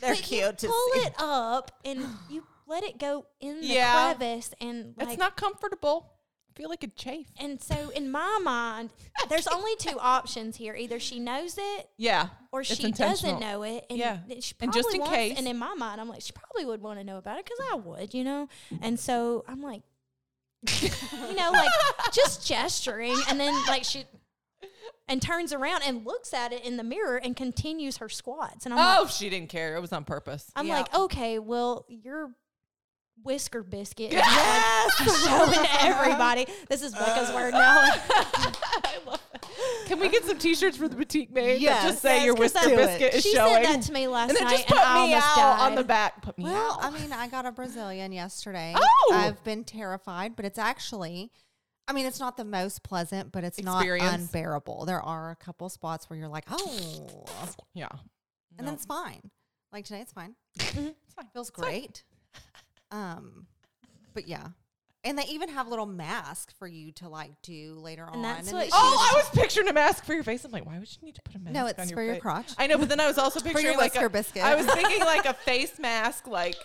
Speaker 3: They're
Speaker 2: but you
Speaker 3: cute to
Speaker 2: pull
Speaker 3: see.
Speaker 2: it up
Speaker 1: (gasps)
Speaker 2: and you let it go in the
Speaker 1: Yeah.
Speaker 2: crevice and like
Speaker 1: it's not comfortable. I feel like a chafe.
Speaker 2: And so in my mind, there's only
Speaker 1: (laughs)
Speaker 2: two options here. Either she knows it
Speaker 1: Yeah.
Speaker 2: or
Speaker 1: it's
Speaker 2: she doesn't
Speaker 1: intentional.
Speaker 2: know it. And
Speaker 1: Yeah.
Speaker 2: th- she probably
Speaker 1: And just in
Speaker 2: wants,
Speaker 1: case.
Speaker 2: And in my mind, I'm like, she probably would want to know about it because I would, you know? And so I'm like, you know, like
Speaker 1: (laughs)
Speaker 2: just gesturing. And then like she, and turns around and looks at it in the mirror and continues her squats. And I'm like,
Speaker 1: Oh, she didn't care. It was on purpose. (laughs)
Speaker 2: I'm
Speaker 3: Yeah.
Speaker 2: like, okay, well, your whisker biscuit is (laughs)
Speaker 1: (laughs)
Speaker 2: showing to everybody. This is Becca's word now.
Speaker 1: Can we get some T-shirts for the boutique name
Speaker 3: Yes,
Speaker 1: that just say
Speaker 3: yes,
Speaker 1: your
Speaker 3: 'cause
Speaker 1: whisker
Speaker 3: that-
Speaker 1: biscuit is
Speaker 2: she
Speaker 1: showing?
Speaker 2: said that to me last
Speaker 1: and then
Speaker 2: night,
Speaker 1: just
Speaker 2: and
Speaker 1: put
Speaker 2: I
Speaker 1: me
Speaker 2: almost
Speaker 1: out
Speaker 2: died.
Speaker 1: on the back. Put me
Speaker 3: Well,
Speaker 1: out.
Speaker 3: I mean, I got a Brazilian yesterday.
Speaker 1: Oh!
Speaker 3: I've been terrified, but it's actually, I mean, it's not the most pleasant, but it's not
Speaker 1: Experience.
Speaker 3: unbearable. There are a couple spots where you're like,
Speaker 1: (laughs)
Speaker 3: oh,
Speaker 1: yeah.
Speaker 3: and then it's fine. Like today, it's fine.
Speaker 1: It's fine.
Speaker 3: Feels great. Um, but yeah. And they even have little masks for you to like do later on.
Speaker 2: And that's what
Speaker 3: it-
Speaker 2: she
Speaker 1: Oh, I was picturing a mask for your face. I'm like, why would you need to put a mask?
Speaker 3: No,
Speaker 1: on
Speaker 3: it's
Speaker 1: your
Speaker 3: for your
Speaker 1: face?
Speaker 3: crotch.
Speaker 1: I know, but then I was also picturing like
Speaker 3: whisker
Speaker 1: a,
Speaker 3: biscuit.
Speaker 1: I was thinking like a face mask, like,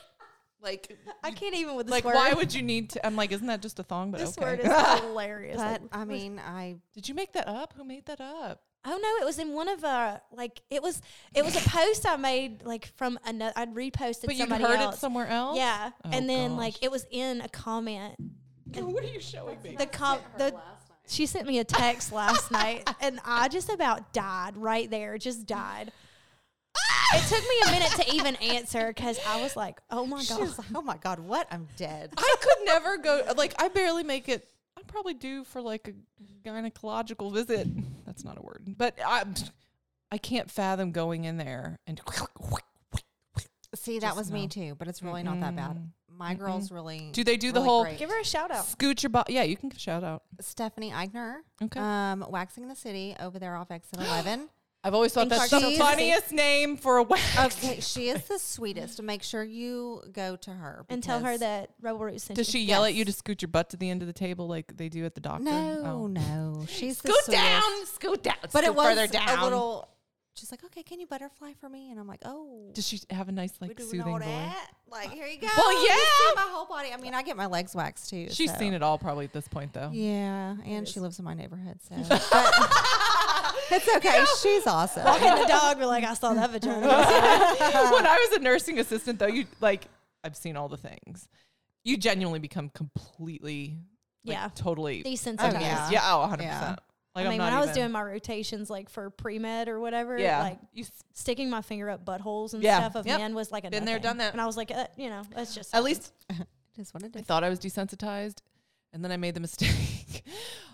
Speaker 1: like,
Speaker 2: I can't even with this
Speaker 1: like.
Speaker 2: word.
Speaker 1: Why
Speaker 2: (laughs)
Speaker 1: would you need to? I'm like, isn't that just a thong? But
Speaker 2: this
Speaker 1: okay.
Speaker 2: word
Speaker 1: (laughs)
Speaker 2: is hilarious?
Speaker 3: But
Speaker 2: Like,
Speaker 3: I mean, I
Speaker 1: Did you make that up? Who made that up?
Speaker 2: oh no, it was in one of uh like it was it was a post I made like from another I'd reposted
Speaker 1: But you
Speaker 2: somebody
Speaker 1: heard
Speaker 2: else.
Speaker 1: it somewhere else.
Speaker 2: Yeah,
Speaker 1: Oh,
Speaker 2: and then
Speaker 1: gosh.
Speaker 2: like it was in a comment.
Speaker 1: (laughs) What are you showing me?
Speaker 2: The com the. She sent me a text last night
Speaker 1: (laughs)
Speaker 2: and I just about died right there,
Speaker 1: (laughs)
Speaker 2: just died. It took me a minute to even answer because I was like, oh my
Speaker 3: she
Speaker 2: God.
Speaker 3: was like, oh my god, what? I'm dead.
Speaker 1: I could never go. Like I barely make it. I'm probably due for like a gynecological visit. That's not a word, but I, I can't fathom going in there and.
Speaker 3: See, that
Speaker 1: Just
Speaker 3: was me
Speaker 1: no.
Speaker 3: too, but it's really not that bad. My girls really
Speaker 1: Do they do the
Speaker 3: really
Speaker 1: whole
Speaker 3: great.
Speaker 2: Give her a shout out.
Speaker 1: scoot your butt? Yeah, you can shout out.
Speaker 3: Stephanie Eigner.
Speaker 1: Okay.
Speaker 3: Um, waxing the city over there
Speaker 1: (gasps)
Speaker 3: off exit eleven.
Speaker 1: I've always thought
Speaker 2: And
Speaker 1: that's the
Speaker 3: she's-
Speaker 1: funniest name for a wax.
Speaker 3: okay, she is the sweetest. Make sure you go to her
Speaker 2: and tell her
Speaker 3: because-
Speaker 2: that Rebel Root
Speaker 1: (laughs)
Speaker 2: sent
Speaker 1: Does
Speaker 2: you. (laughs)
Speaker 1: she yell at you to scoot your butt to the end of the table like they do at the doctor?
Speaker 3: No,
Speaker 1: Oh.
Speaker 3: no, she's the
Speaker 1: Scoot
Speaker 3: sweetest.
Speaker 1: down, scoot down,
Speaker 3: But it
Speaker 1: scoot
Speaker 3: was
Speaker 1: further down.
Speaker 3: a little. She's like, okay, can you butterfly for me? And I'm like, oh,
Speaker 1: Does she have a nice
Speaker 3: we
Speaker 1: like
Speaker 3: doing
Speaker 1: soothing
Speaker 3: all
Speaker 1: voice?
Speaker 3: that? Like, here you go.
Speaker 1: Well,
Speaker 3: You see
Speaker 1: yeah.
Speaker 3: my whole body. I mean, I get my legs waxed too.
Speaker 1: She's
Speaker 3: so.
Speaker 1: seen it all probably at this point though.
Speaker 3: Yeah, and she lives in my neighborhood,
Speaker 1: (laughs)
Speaker 3: so But (laughs) it's okay. She's awesome.
Speaker 2: And the dog be like, I saw that
Speaker 1: (laughs)
Speaker 2: vagina.
Speaker 1: when I was a nursing assistant, though, you like I've seen all the things. You genuinely become completely, like,
Speaker 2: yeah.
Speaker 1: totally
Speaker 2: Desensitized.
Speaker 3: Okay.
Speaker 1: yeah,
Speaker 3: Yeah.
Speaker 1: yeah, oh, 100
Speaker 3: Yeah.
Speaker 1: percent. Like
Speaker 2: I mean,
Speaker 1: am not
Speaker 2: when I was
Speaker 1: even,
Speaker 2: doing my rotations, like for pre med or whatever,
Speaker 1: yeah,
Speaker 2: like
Speaker 1: you, s-
Speaker 2: sticking my finger up buttholes and
Speaker 1: Yeah.
Speaker 2: stuff of
Speaker 1: Yep.
Speaker 2: men was like a
Speaker 1: Been there,
Speaker 2: nothing.
Speaker 1: done that.
Speaker 2: And I was like, uh, you know, that's just
Speaker 1: at least
Speaker 3: It is what it
Speaker 1: I
Speaker 3: is.
Speaker 1: thought I was desensitized, and then I made the (laughs) mistake.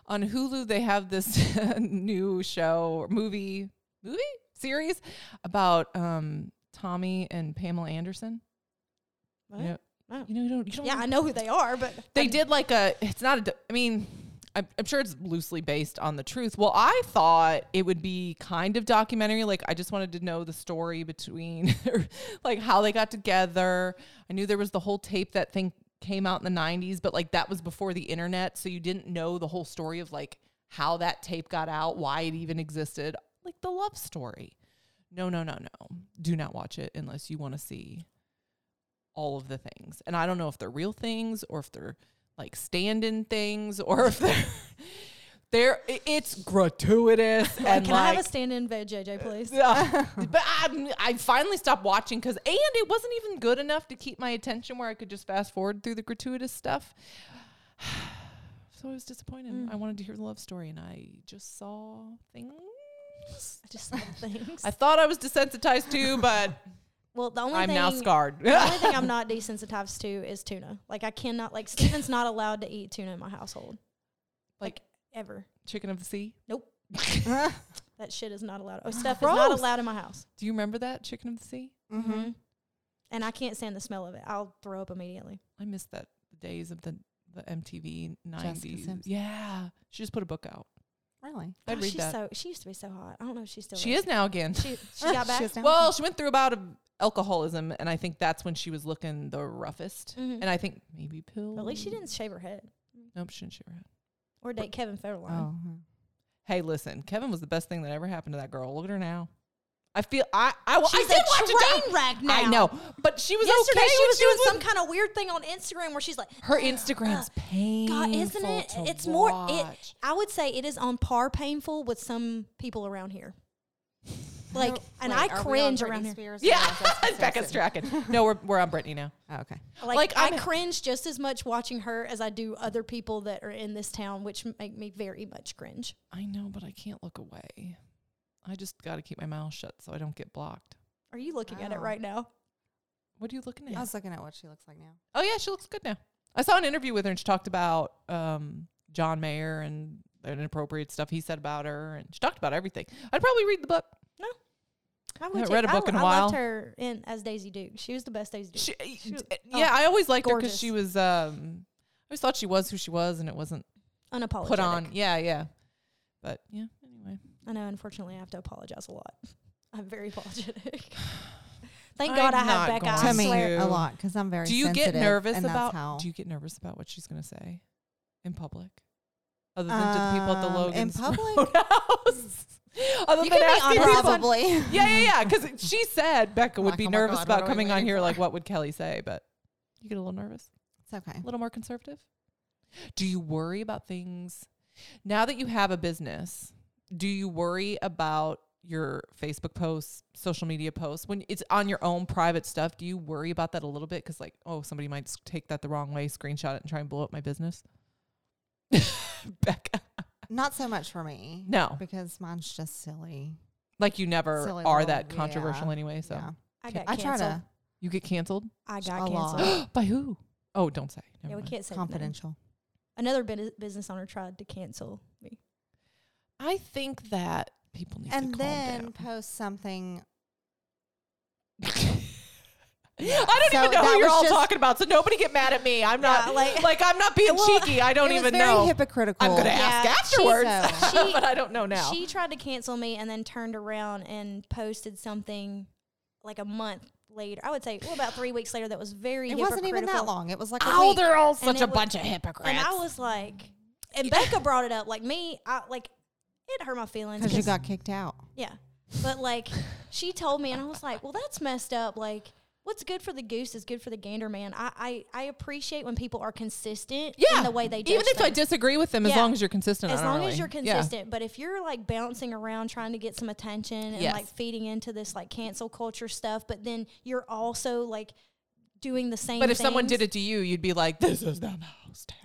Speaker 1: On Hulu, they have this (laughs) new show, movie, movie series about um, Tommy and Pamela Anderson. You know,
Speaker 2: What? Oh.
Speaker 1: you know, you don't, you don't
Speaker 2: yeah, I know who they are, but
Speaker 1: they did like a it's not a d- i mean I'm, I'm sure it's loosely based on the truth well i thought it would be kind of documentary like i just wanted to know the story between (laughs) like how they got together i knew there was the whole tape that thing came out in the 90s but like that was before the internet so you didn't know the whole story of like how that tape got out why it even existed like the love story no no no no do not watch it unless you want to see all of the things. And I don't know if they're real things or if they're like stand in things or if they're (laughs) they're i- it's gratuitous
Speaker 2: (laughs) Like,
Speaker 1: and
Speaker 2: can I
Speaker 1: like
Speaker 2: have a stand-in vid,
Speaker 1: (laughs)
Speaker 2: JJ, please?
Speaker 1: yeah. but I, I finally stopped watching because, and it wasn't even good enough to keep my attention where I could just fast forward through the gratuitous stuff. (sighs) so I was disappointed.
Speaker 2: Mm.
Speaker 1: I wanted to hear the love story, and I just saw
Speaker 2: (laughs)
Speaker 1: things.
Speaker 2: I just saw things.
Speaker 1: I thought I was desensitized to, but
Speaker 2: well, the (laughs) only
Speaker 1: I'm
Speaker 2: thing
Speaker 1: now scarred.
Speaker 2: (laughs) the only
Speaker 1: (laughs)
Speaker 2: thing I'm not desensitized to is tuna. Like I cannot like Steven's not allowed to eat tuna in my household.
Speaker 1: Like-
Speaker 2: Like, ever.
Speaker 1: Chicken of the sea.
Speaker 2: Nope.
Speaker 3: (laughs) mm-hmm.
Speaker 2: That shit is not (gasps) allowed. Oh, stuff is not
Speaker 1: Gross.
Speaker 2: allowed in my house.
Speaker 1: Do you remember that chicken of the sea?
Speaker 2: Mm-hmm. And I can't stand the smell of it. I'll throw up immediately.
Speaker 1: I miss that the days of the the MTV nineties.
Speaker 3: Simpson.
Speaker 1: Yeah, she just put a book out.
Speaker 3: Really?
Speaker 1: I'd
Speaker 2: Gosh,
Speaker 1: read
Speaker 2: she's
Speaker 1: that.
Speaker 2: so she used to be so hot. I don't know if she's still
Speaker 1: she is now
Speaker 2: (laughs)
Speaker 1: again.
Speaker 2: She she got back.
Speaker 3: She's down.
Speaker 1: Well, she went through a bout of alcoholism, and I think that's when she was looking the roughest.
Speaker 2: Mhm.
Speaker 1: And I think maybe pill.
Speaker 2: But at least she didn't shave her head
Speaker 1: Nope, she didn't shave her head.
Speaker 2: or date Kevin Federline.
Speaker 3: oh.
Speaker 1: Hey, listen, Kevin was the best thing that ever happened to that girl. Look at her now. I feel I I, well, I
Speaker 2: She's
Speaker 1: did
Speaker 2: a
Speaker 1: watch it.
Speaker 2: train wreck now.
Speaker 1: I know, but she was
Speaker 2: Yesterday
Speaker 1: okay.
Speaker 2: she
Speaker 1: when
Speaker 2: was doing
Speaker 1: with-
Speaker 2: some kind of weird thing on Instagram where she's like,
Speaker 1: Her Instagram's painful.
Speaker 2: (gasps) God, isn't it?
Speaker 1: to
Speaker 2: It's more. It,
Speaker 1: watch.
Speaker 2: I would say it is on par painful with some people around (laughs) here. Like, and
Speaker 3: Wait,
Speaker 2: I
Speaker 3: are we on
Speaker 2: cringe
Speaker 3: Britney
Speaker 2: around here.
Speaker 3: Spears or
Speaker 1: yeah, (laughs)
Speaker 3: is that Jessica
Speaker 1: Becca's
Speaker 3: Simpson?
Speaker 1: tracking. No, we're we're on Brittany now.
Speaker 3: Oh, okay.
Speaker 2: Like,
Speaker 1: Like,
Speaker 2: I
Speaker 1: I'm-
Speaker 2: cringe just as much watching her as I do other people that are in this town, which make me very much cringe.
Speaker 1: I know, but I can't look away. I just got to keep my mouth shut so I don't get blocked.
Speaker 2: Are you looking at it
Speaker 3: Wow.
Speaker 2: right now?
Speaker 1: What are you looking at?
Speaker 3: I was looking at what she looks like now.
Speaker 1: Oh yeah, she looks good now. I saw an interview with her and she talked about um, John Mayer and the inappropriate stuff he said about her, and she talked about everything. I'd probably read the book.
Speaker 2: I
Speaker 1: haven't
Speaker 2: too.
Speaker 1: read a book
Speaker 2: I,
Speaker 1: in a
Speaker 2: I
Speaker 1: while.
Speaker 2: loved her in as Daisy Duke. She was the best Daisy Duke.
Speaker 1: She,
Speaker 2: was-
Speaker 1: d- eh,
Speaker 3: oh,
Speaker 1: yeah, I always liked her because
Speaker 2: gorgeous.
Speaker 1: she was. Um, I always thought she was who she was, and it wasn't
Speaker 2: Unapologetic.
Speaker 1: put on. Yeah, yeah. But yeah, anyway.
Speaker 2: I know. Unfortunately, I have to apologize a lot. (laughs) I'm
Speaker 1: (laughs)
Speaker 2: very apologetic. Thank
Speaker 1: I'm
Speaker 2: God I have
Speaker 1: not
Speaker 2: Becca.
Speaker 1: going
Speaker 2: I
Speaker 3: to me
Speaker 2: swear.
Speaker 1: swear-
Speaker 3: a lot because I'm very.
Speaker 1: do you get
Speaker 3: sensitive,
Speaker 1: nervous
Speaker 3: and
Speaker 1: about?
Speaker 3: That's how
Speaker 1: Do you get nervous about what she's gonna say in public? Other than to the people at the
Speaker 3: Um,
Speaker 1: Logan's
Speaker 3: in public? (laughs)
Speaker 1: Roadhouse? Other
Speaker 2: You
Speaker 1: than
Speaker 2: can be
Speaker 1: asking (laughs)
Speaker 2: honest.
Speaker 1: people-
Speaker 3: probably.
Speaker 1: (laughs) yeah, yeah, yeah. Because she said Becca would
Speaker 3: Like,
Speaker 1: be
Speaker 3: oh my
Speaker 1: nervous
Speaker 3: God, what
Speaker 1: about
Speaker 3: are we
Speaker 1: coming on
Speaker 3: waiting
Speaker 1: here.
Speaker 3: for?
Speaker 1: Like, what would Kelly say? But you get a little nervous,
Speaker 3: It's okay.
Speaker 1: a little more conservative. Do you worry about things now that you have a business? Do you worry about your Facebook posts, social media posts when it's on your own private stuff? Do you worry about that a little bit? Because like, oh, somebody might s- take that the wrong way, screenshot it, and try and blow up my business. (laughs) Becca,
Speaker 3: Not so much for me.
Speaker 1: no,
Speaker 3: Because mine's just silly.
Speaker 1: like you never
Speaker 3: Silly
Speaker 1: are
Speaker 3: little-
Speaker 1: that controversial
Speaker 3: yeah,
Speaker 1: anyway. So
Speaker 3: yeah.
Speaker 2: I got
Speaker 3: I try
Speaker 2: canceled.
Speaker 3: to
Speaker 1: you get canceled.
Speaker 2: I
Speaker 3: Just
Speaker 2: got
Speaker 3: a lot. (gasps)
Speaker 1: (gasps)
Speaker 2: canceled.
Speaker 1: By who? Oh, don't say. Never
Speaker 2: yeah, we
Speaker 1: mind.
Speaker 2: can't say the name.
Speaker 3: confidential.
Speaker 2: Another bu- business owner tried to cancel me.
Speaker 1: I think that people need
Speaker 3: And
Speaker 1: to
Speaker 3: then
Speaker 1: calm down.
Speaker 3: post something.
Speaker 1: (laughs) I don't
Speaker 3: So
Speaker 1: even know who
Speaker 3: that
Speaker 1: you're
Speaker 3: was
Speaker 1: all
Speaker 3: just-
Speaker 1: talking about, so nobody get mad at me. I'm not
Speaker 2: Yeah,
Speaker 1: like, (laughs)
Speaker 2: like-
Speaker 1: I'm not being
Speaker 2: Well,
Speaker 1: cheeky. I don't
Speaker 3: it was
Speaker 1: even
Speaker 3: very
Speaker 1: know.
Speaker 3: hypocritical.
Speaker 1: I'm gonna
Speaker 2: Yeah,
Speaker 1: ask
Speaker 2: she-
Speaker 1: afterwards,
Speaker 2: (laughs)
Speaker 3: so-
Speaker 1: (laughs)
Speaker 2: she-
Speaker 1: but I don't know now.
Speaker 2: She tried to cancel me and then turned around and posted something like a month later. I would say well, about three weeks later. That was very.
Speaker 3: It wasn't even that
Speaker 2: hypocritical.
Speaker 3: long. It was like a
Speaker 1: oh,
Speaker 3: week.
Speaker 1: they're all
Speaker 2: And
Speaker 1: such
Speaker 2: it
Speaker 1: a
Speaker 2: was-
Speaker 1: bunch of hypocrites.
Speaker 2: And I was like, and Becca brought it up. Like me, I like it hurt my feelings.
Speaker 3: because you
Speaker 2: 'cause-
Speaker 3: got kicked out.
Speaker 2: yeah, but like she told me, and I was like, well, that's messed up. Like. What's good for the goose is good for the gander, man. I, I, I appreciate when people are consistent
Speaker 1: yeah,
Speaker 2: in the way they judge
Speaker 1: even if I
Speaker 2: things.
Speaker 1: disagree with them, as
Speaker 2: Yeah.
Speaker 1: long as you're consistent. I
Speaker 2: as
Speaker 1: don't
Speaker 2: long as
Speaker 1: really-
Speaker 2: you're
Speaker 1: yeah.
Speaker 2: consistent but if you're like bouncing around trying to get some attention and
Speaker 1: Yes.
Speaker 2: like feeding into this like cancel culture stuff but then you're also like doing the same
Speaker 1: But if someone
Speaker 2: things-
Speaker 1: did it to you, you'd be like, "This is the most terrible."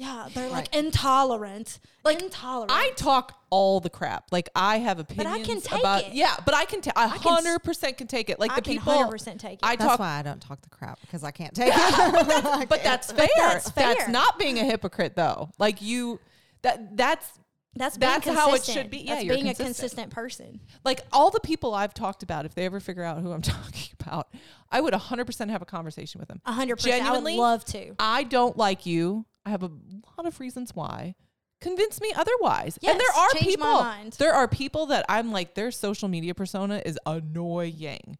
Speaker 2: yeah they're like
Speaker 3: Right.
Speaker 2: intolerant like intolerant
Speaker 1: I talk all the crap. Like I have opinions
Speaker 2: I can take
Speaker 1: about
Speaker 2: it.
Speaker 1: yeah, but I can take. I
Speaker 2: can s-
Speaker 1: hundred percent can take it. Like
Speaker 2: I
Speaker 1: the
Speaker 2: can
Speaker 1: people,
Speaker 2: 100% take it.
Speaker 1: I
Speaker 3: That's
Speaker 1: talk,
Speaker 3: why I don't talk the crap because
Speaker 1: (laughs)
Speaker 3: I can't take it.
Speaker 1: but that's fair.
Speaker 2: that's fair.
Speaker 1: not being a hypocrite though. Like you, that that's
Speaker 2: that's being
Speaker 1: that's how it should
Speaker 2: consistent.
Speaker 1: be. Yeah,
Speaker 2: that's
Speaker 1: you're
Speaker 2: being a
Speaker 1: consistent.
Speaker 2: consistent person
Speaker 1: like all the people I've talked about. If they ever figure out who I'm (laughs) talking about, I would hundred percent have a conversation with them.
Speaker 2: 100%
Speaker 1: Genuinely,
Speaker 2: i would love to
Speaker 1: I don't like you. I have a lot of reasons why. Convince me otherwise. and there
Speaker 2: Yes,
Speaker 1: are
Speaker 2: change my
Speaker 1: people.
Speaker 2: mind.
Speaker 1: There are people that I'm like their social media persona is annoying,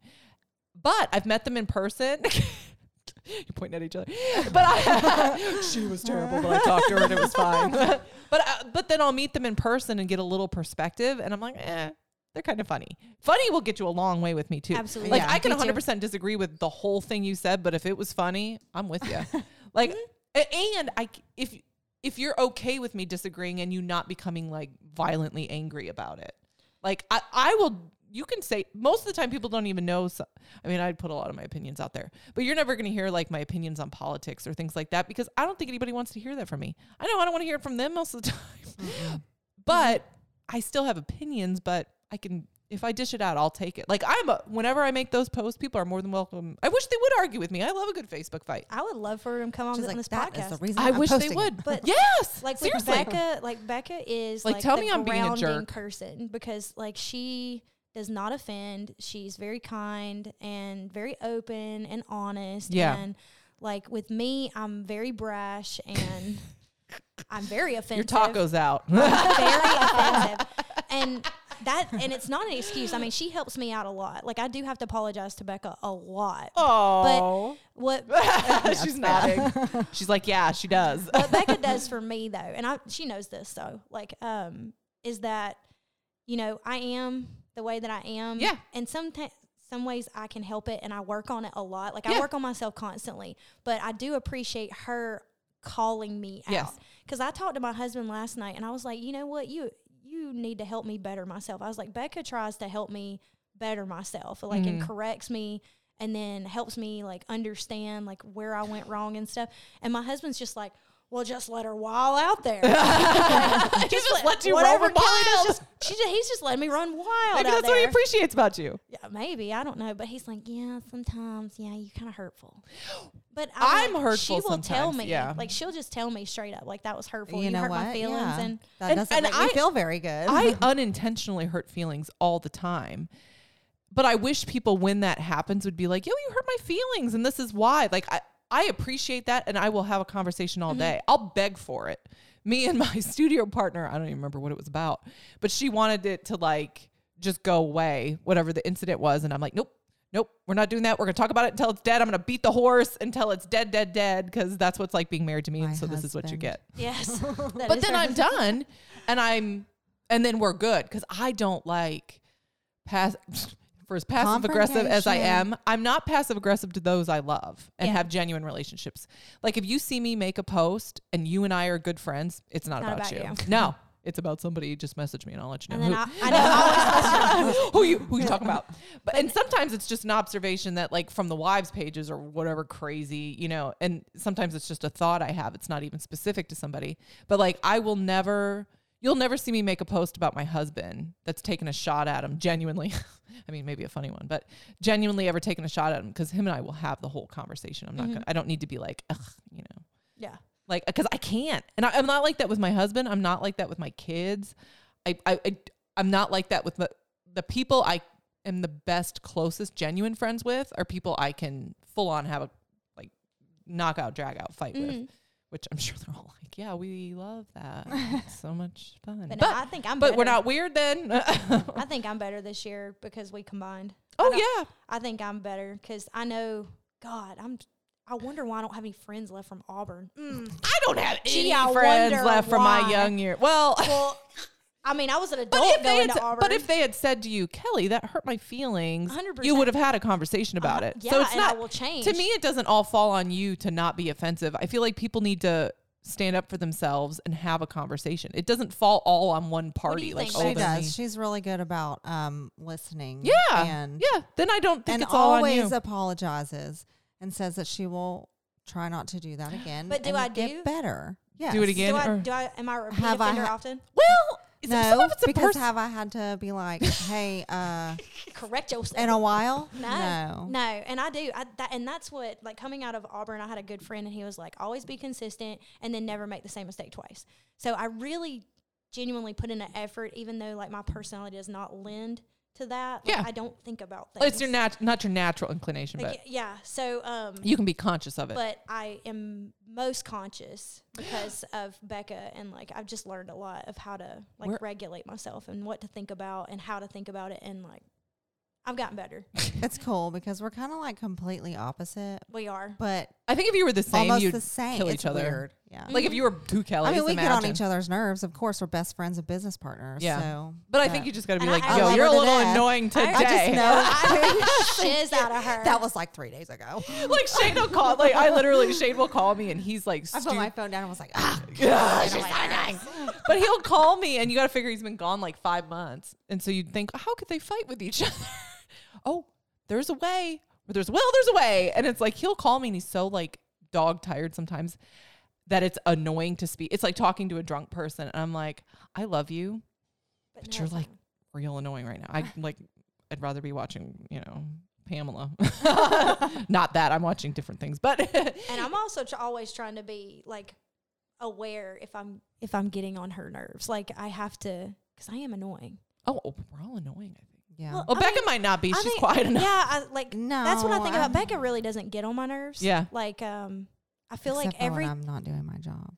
Speaker 1: but I've met them in person. (laughs) You're pointing at each
Speaker 2: (laughs)
Speaker 1: other, but I, (laughs) she was terrible. But I talked to her
Speaker 2: (laughs)
Speaker 1: uh, and it was fine. but I, but then I'll meet them in person and get a little perspective, and I'm like, eh, they're kind of funny. Funny will get you a long way with me too.
Speaker 2: Absolutely.
Speaker 1: Like
Speaker 3: Yeah.
Speaker 1: I can
Speaker 2: Me too.
Speaker 1: 100% disagree with the whole thing you said, but if it was funny, I'm with
Speaker 2: (laughs)
Speaker 1: you. like
Speaker 2: Mm-hmm.
Speaker 1: a- and I c- if if you're okay with me disagreeing and you not becoming like violently angry about it. Like I I will you can say most of the time people don't even know so, I mean I'd put a lot of my opinions out there. But you're never going to hear like my opinions on politics or things like that because I don't think anybody wants to hear that from me. I know I don't want to hear it from them most of the (laughs) time but I still have opinions, but I can if I dish it out, I'll take it. Like I'm a, whenever I make those posts, people are more than welcome. I wish they would argue with me. I love a good Facebook fight.
Speaker 2: I would love for them to come on
Speaker 3: She's
Speaker 2: th-
Speaker 3: like,
Speaker 2: on this
Speaker 3: "That is
Speaker 2: podcast.
Speaker 3: the reason
Speaker 1: I
Speaker 3: I'm
Speaker 1: wish they
Speaker 3: posting it."
Speaker 1: would. (laughs)
Speaker 2: But-
Speaker 1: yes,
Speaker 2: like with
Speaker 1: seriously.
Speaker 2: Becca, like Becca is
Speaker 1: Like,
Speaker 2: like,
Speaker 1: tell
Speaker 2: the
Speaker 1: me I'm being a
Speaker 2: grounding
Speaker 1: jerk.
Speaker 2: person because like she does not offend. She's very kind and very open and honest.
Speaker 1: Yeah.
Speaker 2: And like with me, I'm very brash and
Speaker 1: (laughs)
Speaker 2: I'm very
Speaker 1: Your
Speaker 2: offensive.
Speaker 1: tacos out. (laughs)
Speaker 2: very offensive. And that and it's not an excuse. I mean, she helps me out a lot. Like I do have to apologize to Becca a lot.
Speaker 1: Oh,
Speaker 2: What
Speaker 1: (laughs)
Speaker 2: (laughs)
Speaker 1: she's nodding. She's like, yeah, she does.
Speaker 2: (laughs)
Speaker 1: (laughs)
Speaker 2: what Becca does for me though, and I she knows this though, like um, is that you know I am the way that I am.
Speaker 1: Yeah.
Speaker 2: And sometimes some ways I can help it, and I work on it a lot. Like
Speaker 1: Yeah.
Speaker 2: I work on myself constantly, but I do appreciate her calling me
Speaker 1: Yes.
Speaker 2: out because I talked to my husband last night, and I was like, you know what, you you need to help me better myself. I was like, Becca tries to help me better myself, like
Speaker 1: Mm-hmm.
Speaker 2: and corrects me and then helps me like understand like where I went wrong and stuff. And my husband's just like, well, just let her wild
Speaker 1: (laughs)
Speaker 2: out there.
Speaker 1: he
Speaker 2: Just
Speaker 1: just
Speaker 2: let-
Speaker 1: lets you
Speaker 2: whatever
Speaker 1: over
Speaker 2: Kelly does,
Speaker 1: wild.
Speaker 2: just- she just, he's just letting me run wild
Speaker 1: Maybe
Speaker 2: out
Speaker 1: that's
Speaker 2: there.
Speaker 1: what he appreciates about you.
Speaker 2: yeah, maybe I don't know, but he's like, yeah, sometimes, yeah, you kind of hurtful. But
Speaker 1: I'm
Speaker 2: I'm, like,
Speaker 1: hurtful
Speaker 2: She will tell
Speaker 1: sometimes,
Speaker 2: me,
Speaker 1: yeah.
Speaker 2: like she'll just tell me straight up, like that was hurtful.
Speaker 3: You,
Speaker 2: You,
Speaker 3: know
Speaker 2: hurt
Speaker 3: what?
Speaker 2: my feelings,
Speaker 3: yeah.
Speaker 2: and (laughs)
Speaker 3: that
Speaker 1: And-
Speaker 3: doesn't
Speaker 1: and
Speaker 3: make me
Speaker 1: I-
Speaker 3: feel very
Speaker 1: (laughs)
Speaker 3: good.
Speaker 1: I
Speaker 3: (laughs)
Speaker 1: unintentionally hurt feelings all the time. But I wish people, when that happens, would be like, yo, you hurt my feelings, and this is why. Like, I, I appreciate that, and I will have a conversation
Speaker 3: Mm-hmm.
Speaker 1: all day. I'll beg for it. Me and my (laughs) studio partner, I don't even remember what it was about, but she wanted it to like just go away, whatever the incident was. And I'm like, nope, nope, we're not doing that. We're going to talk about it until it's dead. I'm going to beat the horse until it's dead, dead, dead, because that's what's like being married to me.
Speaker 3: My
Speaker 1: and so this is what you
Speaker 3: husband.
Speaker 1: get (laughs)
Speaker 2: yes, That
Speaker 1: but
Speaker 2: is
Speaker 1: then
Speaker 2: her-
Speaker 1: I'm done, and I'm, and then we're good because I don't like pass. (laughs) For as passive aggressive as I am, I'm not passive aggressive to those I love and
Speaker 2: Yeah.
Speaker 1: have genuine relationships. Like if you see me make a post and you and I are good friends, it's not,
Speaker 2: Not
Speaker 1: about,
Speaker 2: about
Speaker 1: you. No, it's about somebody. Just message me and I'll let you know.
Speaker 2: And then
Speaker 1: who
Speaker 2: I, I know
Speaker 1: (laughs)
Speaker 2: I always
Speaker 1: who you who you talking about? But and sometimes it's just an observation that like from the wives pages or whatever crazy, you know, and sometimes it's just a thought I have. It's not even specific to somebody. But like I will never you'll never see me make a post about my husband that's taken a shot at him genuinely. (laughs) I mean, maybe a funny one, but genuinely ever taken a shot at him because him and I will have the whole conversation. I'm not gonna I don't need to be like, Ugh, you know
Speaker 2: yeah.
Speaker 1: like because I can't, and I, I'm not like that with my husband. I'm not like that with my kids. I I, I I'm not like that with the the people I am the best, closest, genuine friends with are people I can full on have a like knockout, drag out fight
Speaker 2: Mm-hmm.
Speaker 1: with, which I'm (laughs) sure they're all like, yeah, we love
Speaker 2: (laughs)
Speaker 1: that, It's so much fun.
Speaker 2: But,
Speaker 1: But
Speaker 2: no,
Speaker 1: but,
Speaker 2: I think I'm.
Speaker 1: we're
Speaker 2: better.
Speaker 1: not weird then. (laughs)
Speaker 2: I think I'm better this year because we combined.
Speaker 1: oh
Speaker 2: don't-
Speaker 1: yeah,
Speaker 2: I think I'm better because I know. God, I'm. I wonder why I don't have any friends left from Auburn.
Speaker 1: I don't have any
Speaker 2: Gee, I
Speaker 1: friends
Speaker 2: wonder
Speaker 1: left from my
Speaker 2: why.
Speaker 1: young year. Well. (laughs)
Speaker 2: Well, I mean, I was an
Speaker 1: But
Speaker 2: adult
Speaker 1: if, they
Speaker 2: going
Speaker 1: had,
Speaker 2: to
Speaker 1: sa-
Speaker 2: Auburn.
Speaker 1: but if they had said to you, Kelly, that hurt my feelings, you
Speaker 2: 100%.
Speaker 1: would have had a conversation about it.
Speaker 2: Uh-huh. yeah,
Speaker 1: so it's
Speaker 2: and
Speaker 1: not
Speaker 2: I will change.
Speaker 1: to me. It doesn't all fall on you to not be offensive. I feel like people need to stand up for themselves and have a conversation. It doesn't fall all on one party.
Speaker 2: you
Speaker 1: Like
Speaker 2: think,
Speaker 1: oh,
Speaker 3: She
Speaker 2: older
Speaker 1: they're
Speaker 3: does.
Speaker 1: mean.
Speaker 3: She's really good about um, listening.
Speaker 1: Yeah,
Speaker 3: And,
Speaker 1: yeah. Then I don't think
Speaker 3: and
Speaker 1: it's all on you.
Speaker 3: always apologizes and says that she will try not to do that again.
Speaker 2: But do
Speaker 3: and
Speaker 2: I do?
Speaker 3: get better? Yes.
Speaker 1: Do it again.
Speaker 2: do I,
Speaker 1: or-
Speaker 2: do I, am I a repeat
Speaker 3: Have I
Speaker 2: offender
Speaker 3: ha-
Speaker 2: often?
Speaker 1: well, is it- some
Speaker 3: No,
Speaker 1: of it's a
Speaker 3: because
Speaker 1: person.
Speaker 3: have I had to be like, hey, uh,
Speaker 2: Correct yourself.
Speaker 3: in a while?
Speaker 2: no, no, and I do. I, that, and that's what like coming out of Auburn. I had a good friend, and he was like, always be consistent, and then never make the same mistake twice. So I really, genuinely put in an effort, even though like my personality does not lend to that. Like,
Speaker 1: Yeah.
Speaker 2: I don't think about things.
Speaker 1: oh, it's your nat- not your natural inclination,
Speaker 2: Like,
Speaker 1: but
Speaker 2: yeah. So um,
Speaker 1: you can be conscious of it.
Speaker 2: but I am most conscious
Speaker 1: (sighs)
Speaker 2: because of Becca and like I've just learned a lot of how to like
Speaker 1: We're-
Speaker 2: regulate myself and what to think about and how to think about it and like I've gotten better.
Speaker 3: It's cool because we're kind of like completely opposite,
Speaker 2: We are. (laughs)
Speaker 3: but
Speaker 1: (laughs) I think if you were the same,
Speaker 3: almost
Speaker 1: you'd
Speaker 3: the same.
Speaker 1: kill
Speaker 3: it's
Speaker 1: each other.
Speaker 3: weird. Yeah.
Speaker 1: Like
Speaker 2: Mm-hmm.
Speaker 1: if you were two Kellys,
Speaker 3: I mean, we
Speaker 1: imagine.
Speaker 3: get on each other's nerves. Of course, we're best friends and business partners.
Speaker 1: Yeah.
Speaker 3: So,
Speaker 1: But I think you just got to be
Speaker 2: And I-
Speaker 1: like,
Speaker 2: I
Speaker 1: yo,
Speaker 2: love
Speaker 1: you're
Speaker 3: her
Speaker 1: a
Speaker 3: to
Speaker 1: little
Speaker 3: death.
Speaker 1: annoying today.
Speaker 3: I just know
Speaker 2: shiz out of her.
Speaker 3: that was like three days ago.
Speaker 1: (laughs) like Shane will call. Like I literally, Shane will call me, and he's
Speaker 3: (laughs)
Speaker 1: like,
Speaker 3: I put my
Speaker 1: stu-
Speaker 3: phone down and was like, ah,
Speaker 1: Yeah,
Speaker 3: she's so nice.
Speaker 1: but he'll call me, and you got to figure he's been gone like five months, and so you'd think, how could they fight with each (laughs) other? oh, there's a way. Or there's well, there's a way, and it's like he'll call me, and he's so like dog tired sometimes that it's annoying to speak. It's like talking to a drunk person, and I'm like, I love you, but you're like real annoying right now.
Speaker 2: (laughs)
Speaker 1: I like, I'd rather be watching, you know.
Speaker 2: (laughs)
Speaker 1: Pamela. Not that I'm watching different things, but (laughs)
Speaker 2: and I'm also tr- always trying to be like aware if I'm if I'm getting on her nerves. Like I have to because I am annoying.
Speaker 1: Oh, oh, we're all annoying, I think.
Speaker 3: yeah.
Speaker 2: Well,
Speaker 1: Well,
Speaker 2: I
Speaker 1: Becca
Speaker 2: mean-
Speaker 1: might not be.
Speaker 2: I
Speaker 1: She's
Speaker 2: think-
Speaker 1: quiet enough.
Speaker 2: Yeah, I, like
Speaker 3: no,
Speaker 2: that's what I think about.
Speaker 3: I'm-
Speaker 2: Becca really doesn't get on my nerves.
Speaker 1: Yeah.
Speaker 2: like um, I feel like
Speaker 3: Except for
Speaker 2: every
Speaker 3: when I'm not doing my job.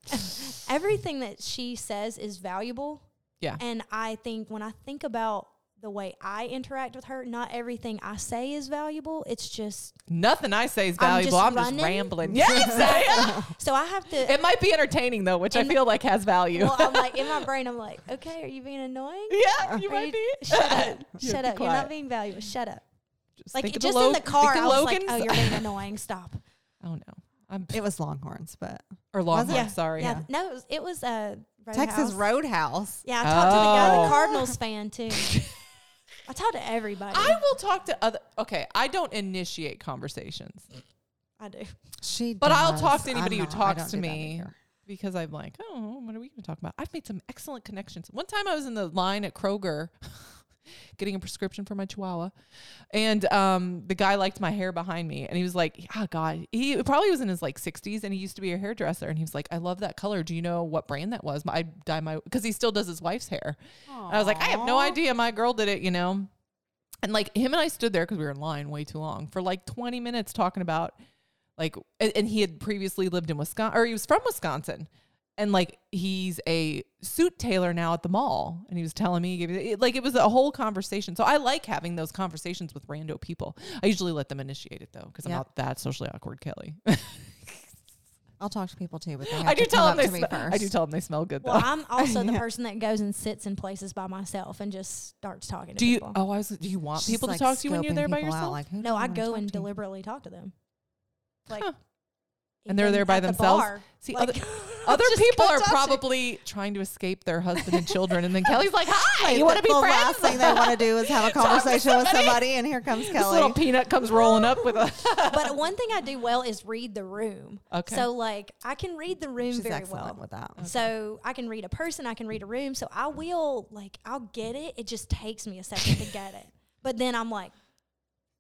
Speaker 2: everything that she says is valuable.
Speaker 1: Yeah.
Speaker 2: And I think when I think about the way I interact with her, not everything I say is valuable. It's just
Speaker 1: Nothing I say is
Speaker 2: I'm
Speaker 1: valuable.
Speaker 2: just
Speaker 1: I'm just,
Speaker 2: running.
Speaker 1: rambling. (laughs) Yes, I
Speaker 2: so I have to.
Speaker 1: am. It might be entertaining though, which I
Speaker 2: And-
Speaker 1: feel like has value.
Speaker 2: well, I'm like in my brain, I'm like, okay, are you being annoying?
Speaker 1: (laughs) yeah, you
Speaker 2: Are
Speaker 1: might be.
Speaker 2: you- (laughs) Shut up!
Speaker 1: (laughs) Yeah,
Speaker 2: Shut
Speaker 1: be
Speaker 2: up! You're not
Speaker 1: quiet.
Speaker 2: being valuable. Shut up!
Speaker 1: Just
Speaker 2: Like
Speaker 1: think of
Speaker 2: just in
Speaker 1: Lo-
Speaker 2: the
Speaker 1: think
Speaker 2: car,
Speaker 1: of
Speaker 2: I was like,
Speaker 1: Logans.
Speaker 2: oh, you're
Speaker 1: (laughs)
Speaker 2: being annoying. Stop.
Speaker 1: Oh, no, I'm
Speaker 3: It was Longhorns, but
Speaker 1: or
Speaker 3: Was
Speaker 1: Longhorn.
Speaker 3: it?
Speaker 1: Yeah, sorry.
Speaker 2: Yeah. No, it was, it was uh,
Speaker 3: Texas
Speaker 2: Roadhouse.
Speaker 3: Roadhouse.
Speaker 2: Yeah, I talked to the guy, I'm
Speaker 1: Oh.
Speaker 2: a Cardinals
Speaker 1: (laughs)
Speaker 2: fan too. I talked to everybody.
Speaker 1: I will talk to other. Okay, I don't initiate conversations
Speaker 2: I do.
Speaker 3: She,
Speaker 1: But I'll
Speaker 3: does.
Speaker 1: talk to
Speaker 3: I'm
Speaker 1: anybody who
Speaker 3: not. I
Speaker 1: talks
Speaker 3: don't
Speaker 1: to
Speaker 3: do that
Speaker 1: me.
Speaker 3: either.
Speaker 1: because I'm like, oh, what are we going to talk about? I've made some excellent connections. One time I was in the line at Kroger (laughs) getting a prescription for my chihuahua. And um, the guy liked my hair behind me, and he was like, "Ah, God, he probably was in his like 60s, and he used to be a hairdresser." And he was like, "I love that color. Do you know what brand that was? I dye my because he still does his wife's hair." And I was like, "I have no
Speaker 3: Aw.
Speaker 1: idea. My girl did it, you know." And like him and I stood there because we were in line way too long for like 20 minutes talking about like, and, and he had previously lived in Wisconsin or he was from Wisconsin. And like he's a suit tailor now at the mall, and he was telling me, he gave me it, like it was a whole conversation. So I like having those conversations with rando people. I usually let them initiate it though, because I'm
Speaker 3: Yep.
Speaker 1: not that socially awkward, Kelly.
Speaker 3: I'll talk to people too, but they
Speaker 1: (laughs)
Speaker 3: have
Speaker 1: I do
Speaker 3: to come
Speaker 1: tell
Speaker 3: up
Speaker 1: them they
Speaker 3: to me
Speaker 1: smell-
Speaker 3: first.
Speaker 1: I do tell them they smell good (laughs) though.
Speaker 2: Well, I'm also the
Speaker 3: Yeah.
Speaker 2: person that goes and sits in places by myself and just starts talking to
Speaker 1: do you?
Speaker 2: people.
Speaker 1: Oh, I was. Do you want
Speaker 3: She's,
Speaker 1: people
Speaker 3: like,
Speaker 1: to talk to you when you're
Speaker 3: scoping
Speaker 1: there by
Speaker 3: people out,
Speaker 1: yourself?
Speaker 3: like, who do
Speaker 2: no, I
Speaker 3: wanna
Speaker 2: go
Speaker 3: talk
Speaker 2: and
Speaker 3: to?
Speaker 2: deliberately talk to them. Like,
Speaker 1: Huh. And they're
Speaker 2: even
Speaker 1: there by
Speaker 2: at the
Speaker 1: themselves?
Speaker 2: bar.
Speaker 1: See,
Speaker 3: (laughs)
Speaker 2: Like, (laughs)
Speaker 1: other, other
Speaker 2: just
Speaker 1: people
Speaker 2: go
Speaker 1: are
Speaker 2: talk to-
Speaker 1: probably trying to escape their husband and children,
Speaker 3: (laughs)
Speaker 1: and then Kelly's like, "Hi,
Speaker 3: Like,
Speaker 1: you want to
Speaker 3: the
Speaker 1: be
Speaker 3: last
Speaker 1: friends?"
Speaker 3: thing they want to do is have a
Speaker 1: to
Speaker 3: conversation with
Speaker 1: somebody.
Speaker 3: somebody, and here comes
Speaker 1: (laughs) this little
Speaker 3: Kelly.
Speaker 1: peanut comes rolling up with a. (laughs)
Speaker 2: but one thing I do well is read the room.
Speaker 1: Okay.
Speaker 2: So like I can read the room
Speaker 3: She's
Speaker 2: very
Speaker 3: excellent
Speaker 2: well.
Speaker 3: with that.
Speaker 2: So I can read a person, I can read a room. So I will like I'll get it. It just takes me a second to get
Speaker 1: (laughs)
Speaker 2: it. But then I'm like,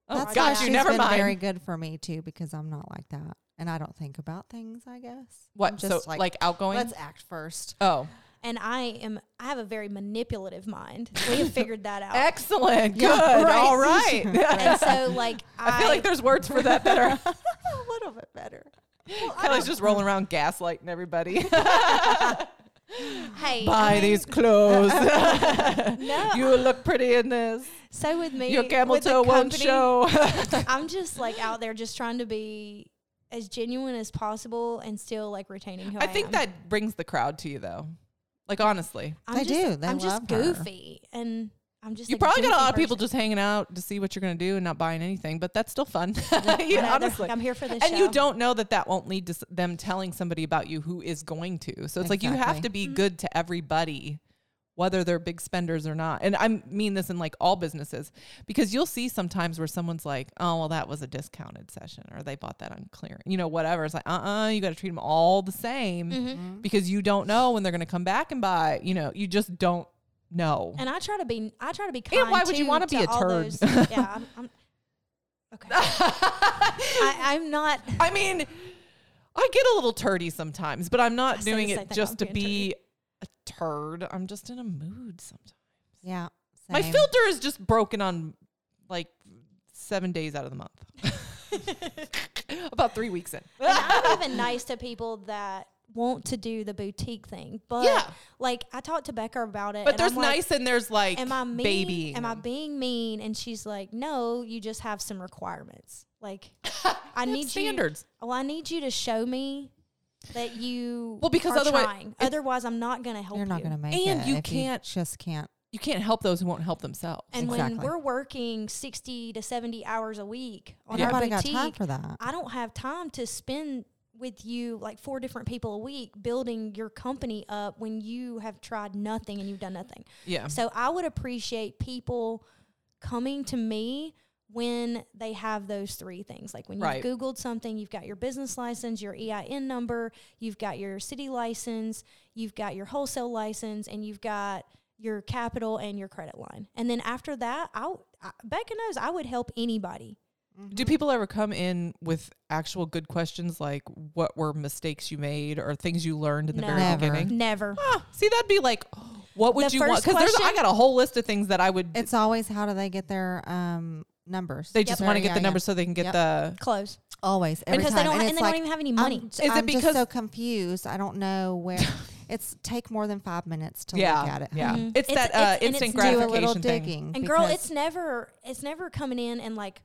Speaker 1: oh
Speaker 2: That's
Speaker 1: gosh,
Speaker 2: why
Speaker 1: you
Speaker 2: she's
Speaker 1: never
Speaker 3: been
Speaker 1: mind.
Speaker 3: Very good for me too, because I'm not like that, and I don't think about things. I guess I'm
Speaker 1: what? So
Speaker 3: just
Speaker 1: like, outgoing.
Speaker 3: Let's act first.
Speaker 1: oh,
Speaker 2: and I am I have a very manipulative mind. We have figured that out.
Speaker 1: excellent. Good.
Speaker 3: Yeah, right.
Speaker 1: All
Speaker 2: (laughs)
Speaker 1: right. (laughs)
Speaker 2: and so like I,
Speaker 1: I feel like there's words for that that are.
Speaker 2: (laughs)
Speaker 1: (laughs)
Speaker 3: a little bit better.
Speaker 1: Kelly's just rolling around gaslighting
Speaker 2: (laughs)
Speaker 1: everybody. (laughs)
Speaker 2: hey
Speaker 1: Buy
Speaker 2: I mean,
Speaker 1: these
Speaker 2: (laughs)
Speaker 1: clothes. (laughs)
Speaker 2: No,
Speaker 1: you look pretty in this.
Speaker 2: so with me,
Speaker 1: Your camel
Speaker 2: with the
Speaker 1: toe won't
Speaker 2: company, (laughs)
Speaker 1: show. (laughs)
Speaker 2: I'm just like out there just trying to be as genuine as possible and still like retaining who I,
Speaker 1: I think
Speaker 2: am.
Speaker 1: that brings the crowd to you, though. Like honestly,
Speaker 2: I'm
Speaker 3: They
Speaker 2: just,
Speaker 3: do. They
Speaker 2: I'm
Speaker 3: love
Speaker 2: just
Speaker 3: her.
Speaker 2: goofy, and I'm just.
Speaker 1: you
Speaker 2: a
Speaker 1: probably got a
Speaker 2: goofy
Speaker 1: lot of people
Speaker 2: person.
Speaker 1: just hanging out to see what you're going to do and not buying anything, but that's still fun. (laughs) you
Speaker 2: I know,
Speaker 1: know,
Speaker 2: they're
Speaker 1: honestly,
Speaker 2: like, I'm here for this.
Speaker 1: and you
Speaker 2: show."
Speaker 1: don't know that that won't lead to s- them telling somebody about you who is going to. So it's like you have
Speaker 3: Exactly.
Speaker 1: to be
Speaker 2: Mm-hmm.
Speaker 1: good to everybody, whether they're big spenders or not. And I mean this in like all businesses, because you'll see sometimes where someone's like, oh, well, that was a discounted session or they bought that on clearance, you know, whatever. It's like, uh uh you got to treat them all the same
Speaker 2: Mm-hmm.
Speaker 1: because you don't know when they're going to come back and buy. You know, you just don't know. (laughs)
Speaker 2: And I try to be. I try to be. Kind
Speaker 1: And why would you
Speaker 2: want
Speaker 1: wanna
Speaker 2: to
Speaker 1: be a
Speaker 2: all
Speaker 1: turd?
Speaker 2: those- yeah. I'm,
Speaker 1: (laughs)
Speaker 2: I'm, okay. I, I'm not.
Speaker 1: I mean, I get a little turdy sometimes, but I'm
Speaker 2: I
Speaker 1: not
Speaker 2: say the
Speaker 1: doing
Speaker 2: same
Speaker 1: it
Speaker 2: thing,
Speaker 1: just to
Speaker 2: I'm being
Speaker 1: be a turd. I'm just in a mood sometimes.
Speaker 3: Yeah,
Speaker 1: My
Speaker 3: same.
Speaker 1: filter is just broken on like seven days out of the month. (laughs) About three weeks in.
Speaker 2: And I'm even nice to people that want to do the boutique thing, but
Speaker 1: (laughs) Yeah.
Speaker 2: like I talked to Becca about it.
Speaker 1: But
Speaker 2: and
Speaker 1: there's
Speaker 2: I'm like,
Speaker 1: nice and there's like
Speaker 2: Am I mean?
Speaker 1: baby.
Speaker 2: Am I being mean? And she's like, No, you just
Speaker 1: (laughs)
Speaker 2: have some requirements. Like I need you-
Speaker 1: standards.
Speaker 2: Well, I need you to show me that you
Speaker 1: Well, because
Speaker 2: are
Speaker 1: otherwise-
Speaker 2: trying.
Speaker 1: it's-
Speaker 2: otherwise I'm not going to help
Speaker 3: You're not
Speaker 2: you.
Speaker 3: going to make it.
Speaker 1: And you
Speaker 3: if
Speaker 1: can't-
Speaker 3: just can't.
Speaker 1: You can't help those who won't help themselves.
Speaker 2: And when
Speaker 3: Exactly.
Speaker 2: we're working 60 to 70 hours a week on
Speaker 1: Yeah.
Speaker 2: our
Speaker 3: Nobody
Speaker 2: boutique,
Speaker 3: got time for that.
Speaker 2: I don't have time to spend with you like four different people a week building your company up when you have tried nothing and you've done nothing.
Speaker 1: yeah.
Speaker 2: So I would appreciate people coming to me when they have those three things. Like when you've
Speaker 1: Right.
Speaker 2: Googled something, you've got your business license, your EIN number, you've got your city license, you've got your wholesale license, and you've got your capital and your credit line. And then after that, I, w- I Becca knows I would help anybody.
Speaker 1: Do people ever come in with actual good questions like what were mistakes you made or things you learned in the very
Speaker 2: No.
Speaker 3: Never.
Speaker 1: beginning?
Speaker 2: Never.
Speaker 1: Ah, see, that'd be like, what would
Speaker 2: The
Speaker 1: you want?
Speaker 2: first
Speaker 1: Because I
Speaker 2: question-
Speaker 1: got a whole list of things that I would.
Speaker 3: It's always how do they get their um, numbers?
Speaker 1: they just
Speaker 3: Their
Speaker 1: want to get the
Speaker 3: EIN.
Speaker 1: numbers so they can get
Speaker 3: Yep.
Speaker 1: the.
Speaker 2: Close.
Speaker 3: Always, every
Speaker 2: because
Speaker 3: time.
Speaker 2: they don't
Speaker 3: and
Speaker 2: ha-
Speaker 3: it's
Speaker 2: and they
Speaker 3: like,
Speaker 2: don't even have any money.
Speaker 3: I'm, j-
Speaker 1: Is it
Speaker 3: I'm
Speaker 1: because-
Speaker 3: just so confused. I don't know
Speaker 2: (laughs)
Speaker 3: where. it's take more than five minutes to
Speaker 1: yeah,
Speaker 3: look at it. Mm-hmm.
Speaker 1: yeah.
Speaker 2: Mhm.
Speaker 1: It's,
Speaker 2: It's-
Speaker 1: that
Speaker 2: it's-
Speaker 1: uh,
Speaker 2: and
Speaker 1: instant
Speaker 2: it's do a
Speaker 3: Do a
Speaker 1: gratification
Speaker 3: little
Speaker 1: thing.
Speaker 3: digging.
Speaker 2: And girl,
Speaker 3: because-
Speaker 2: it's never it's never coming in and like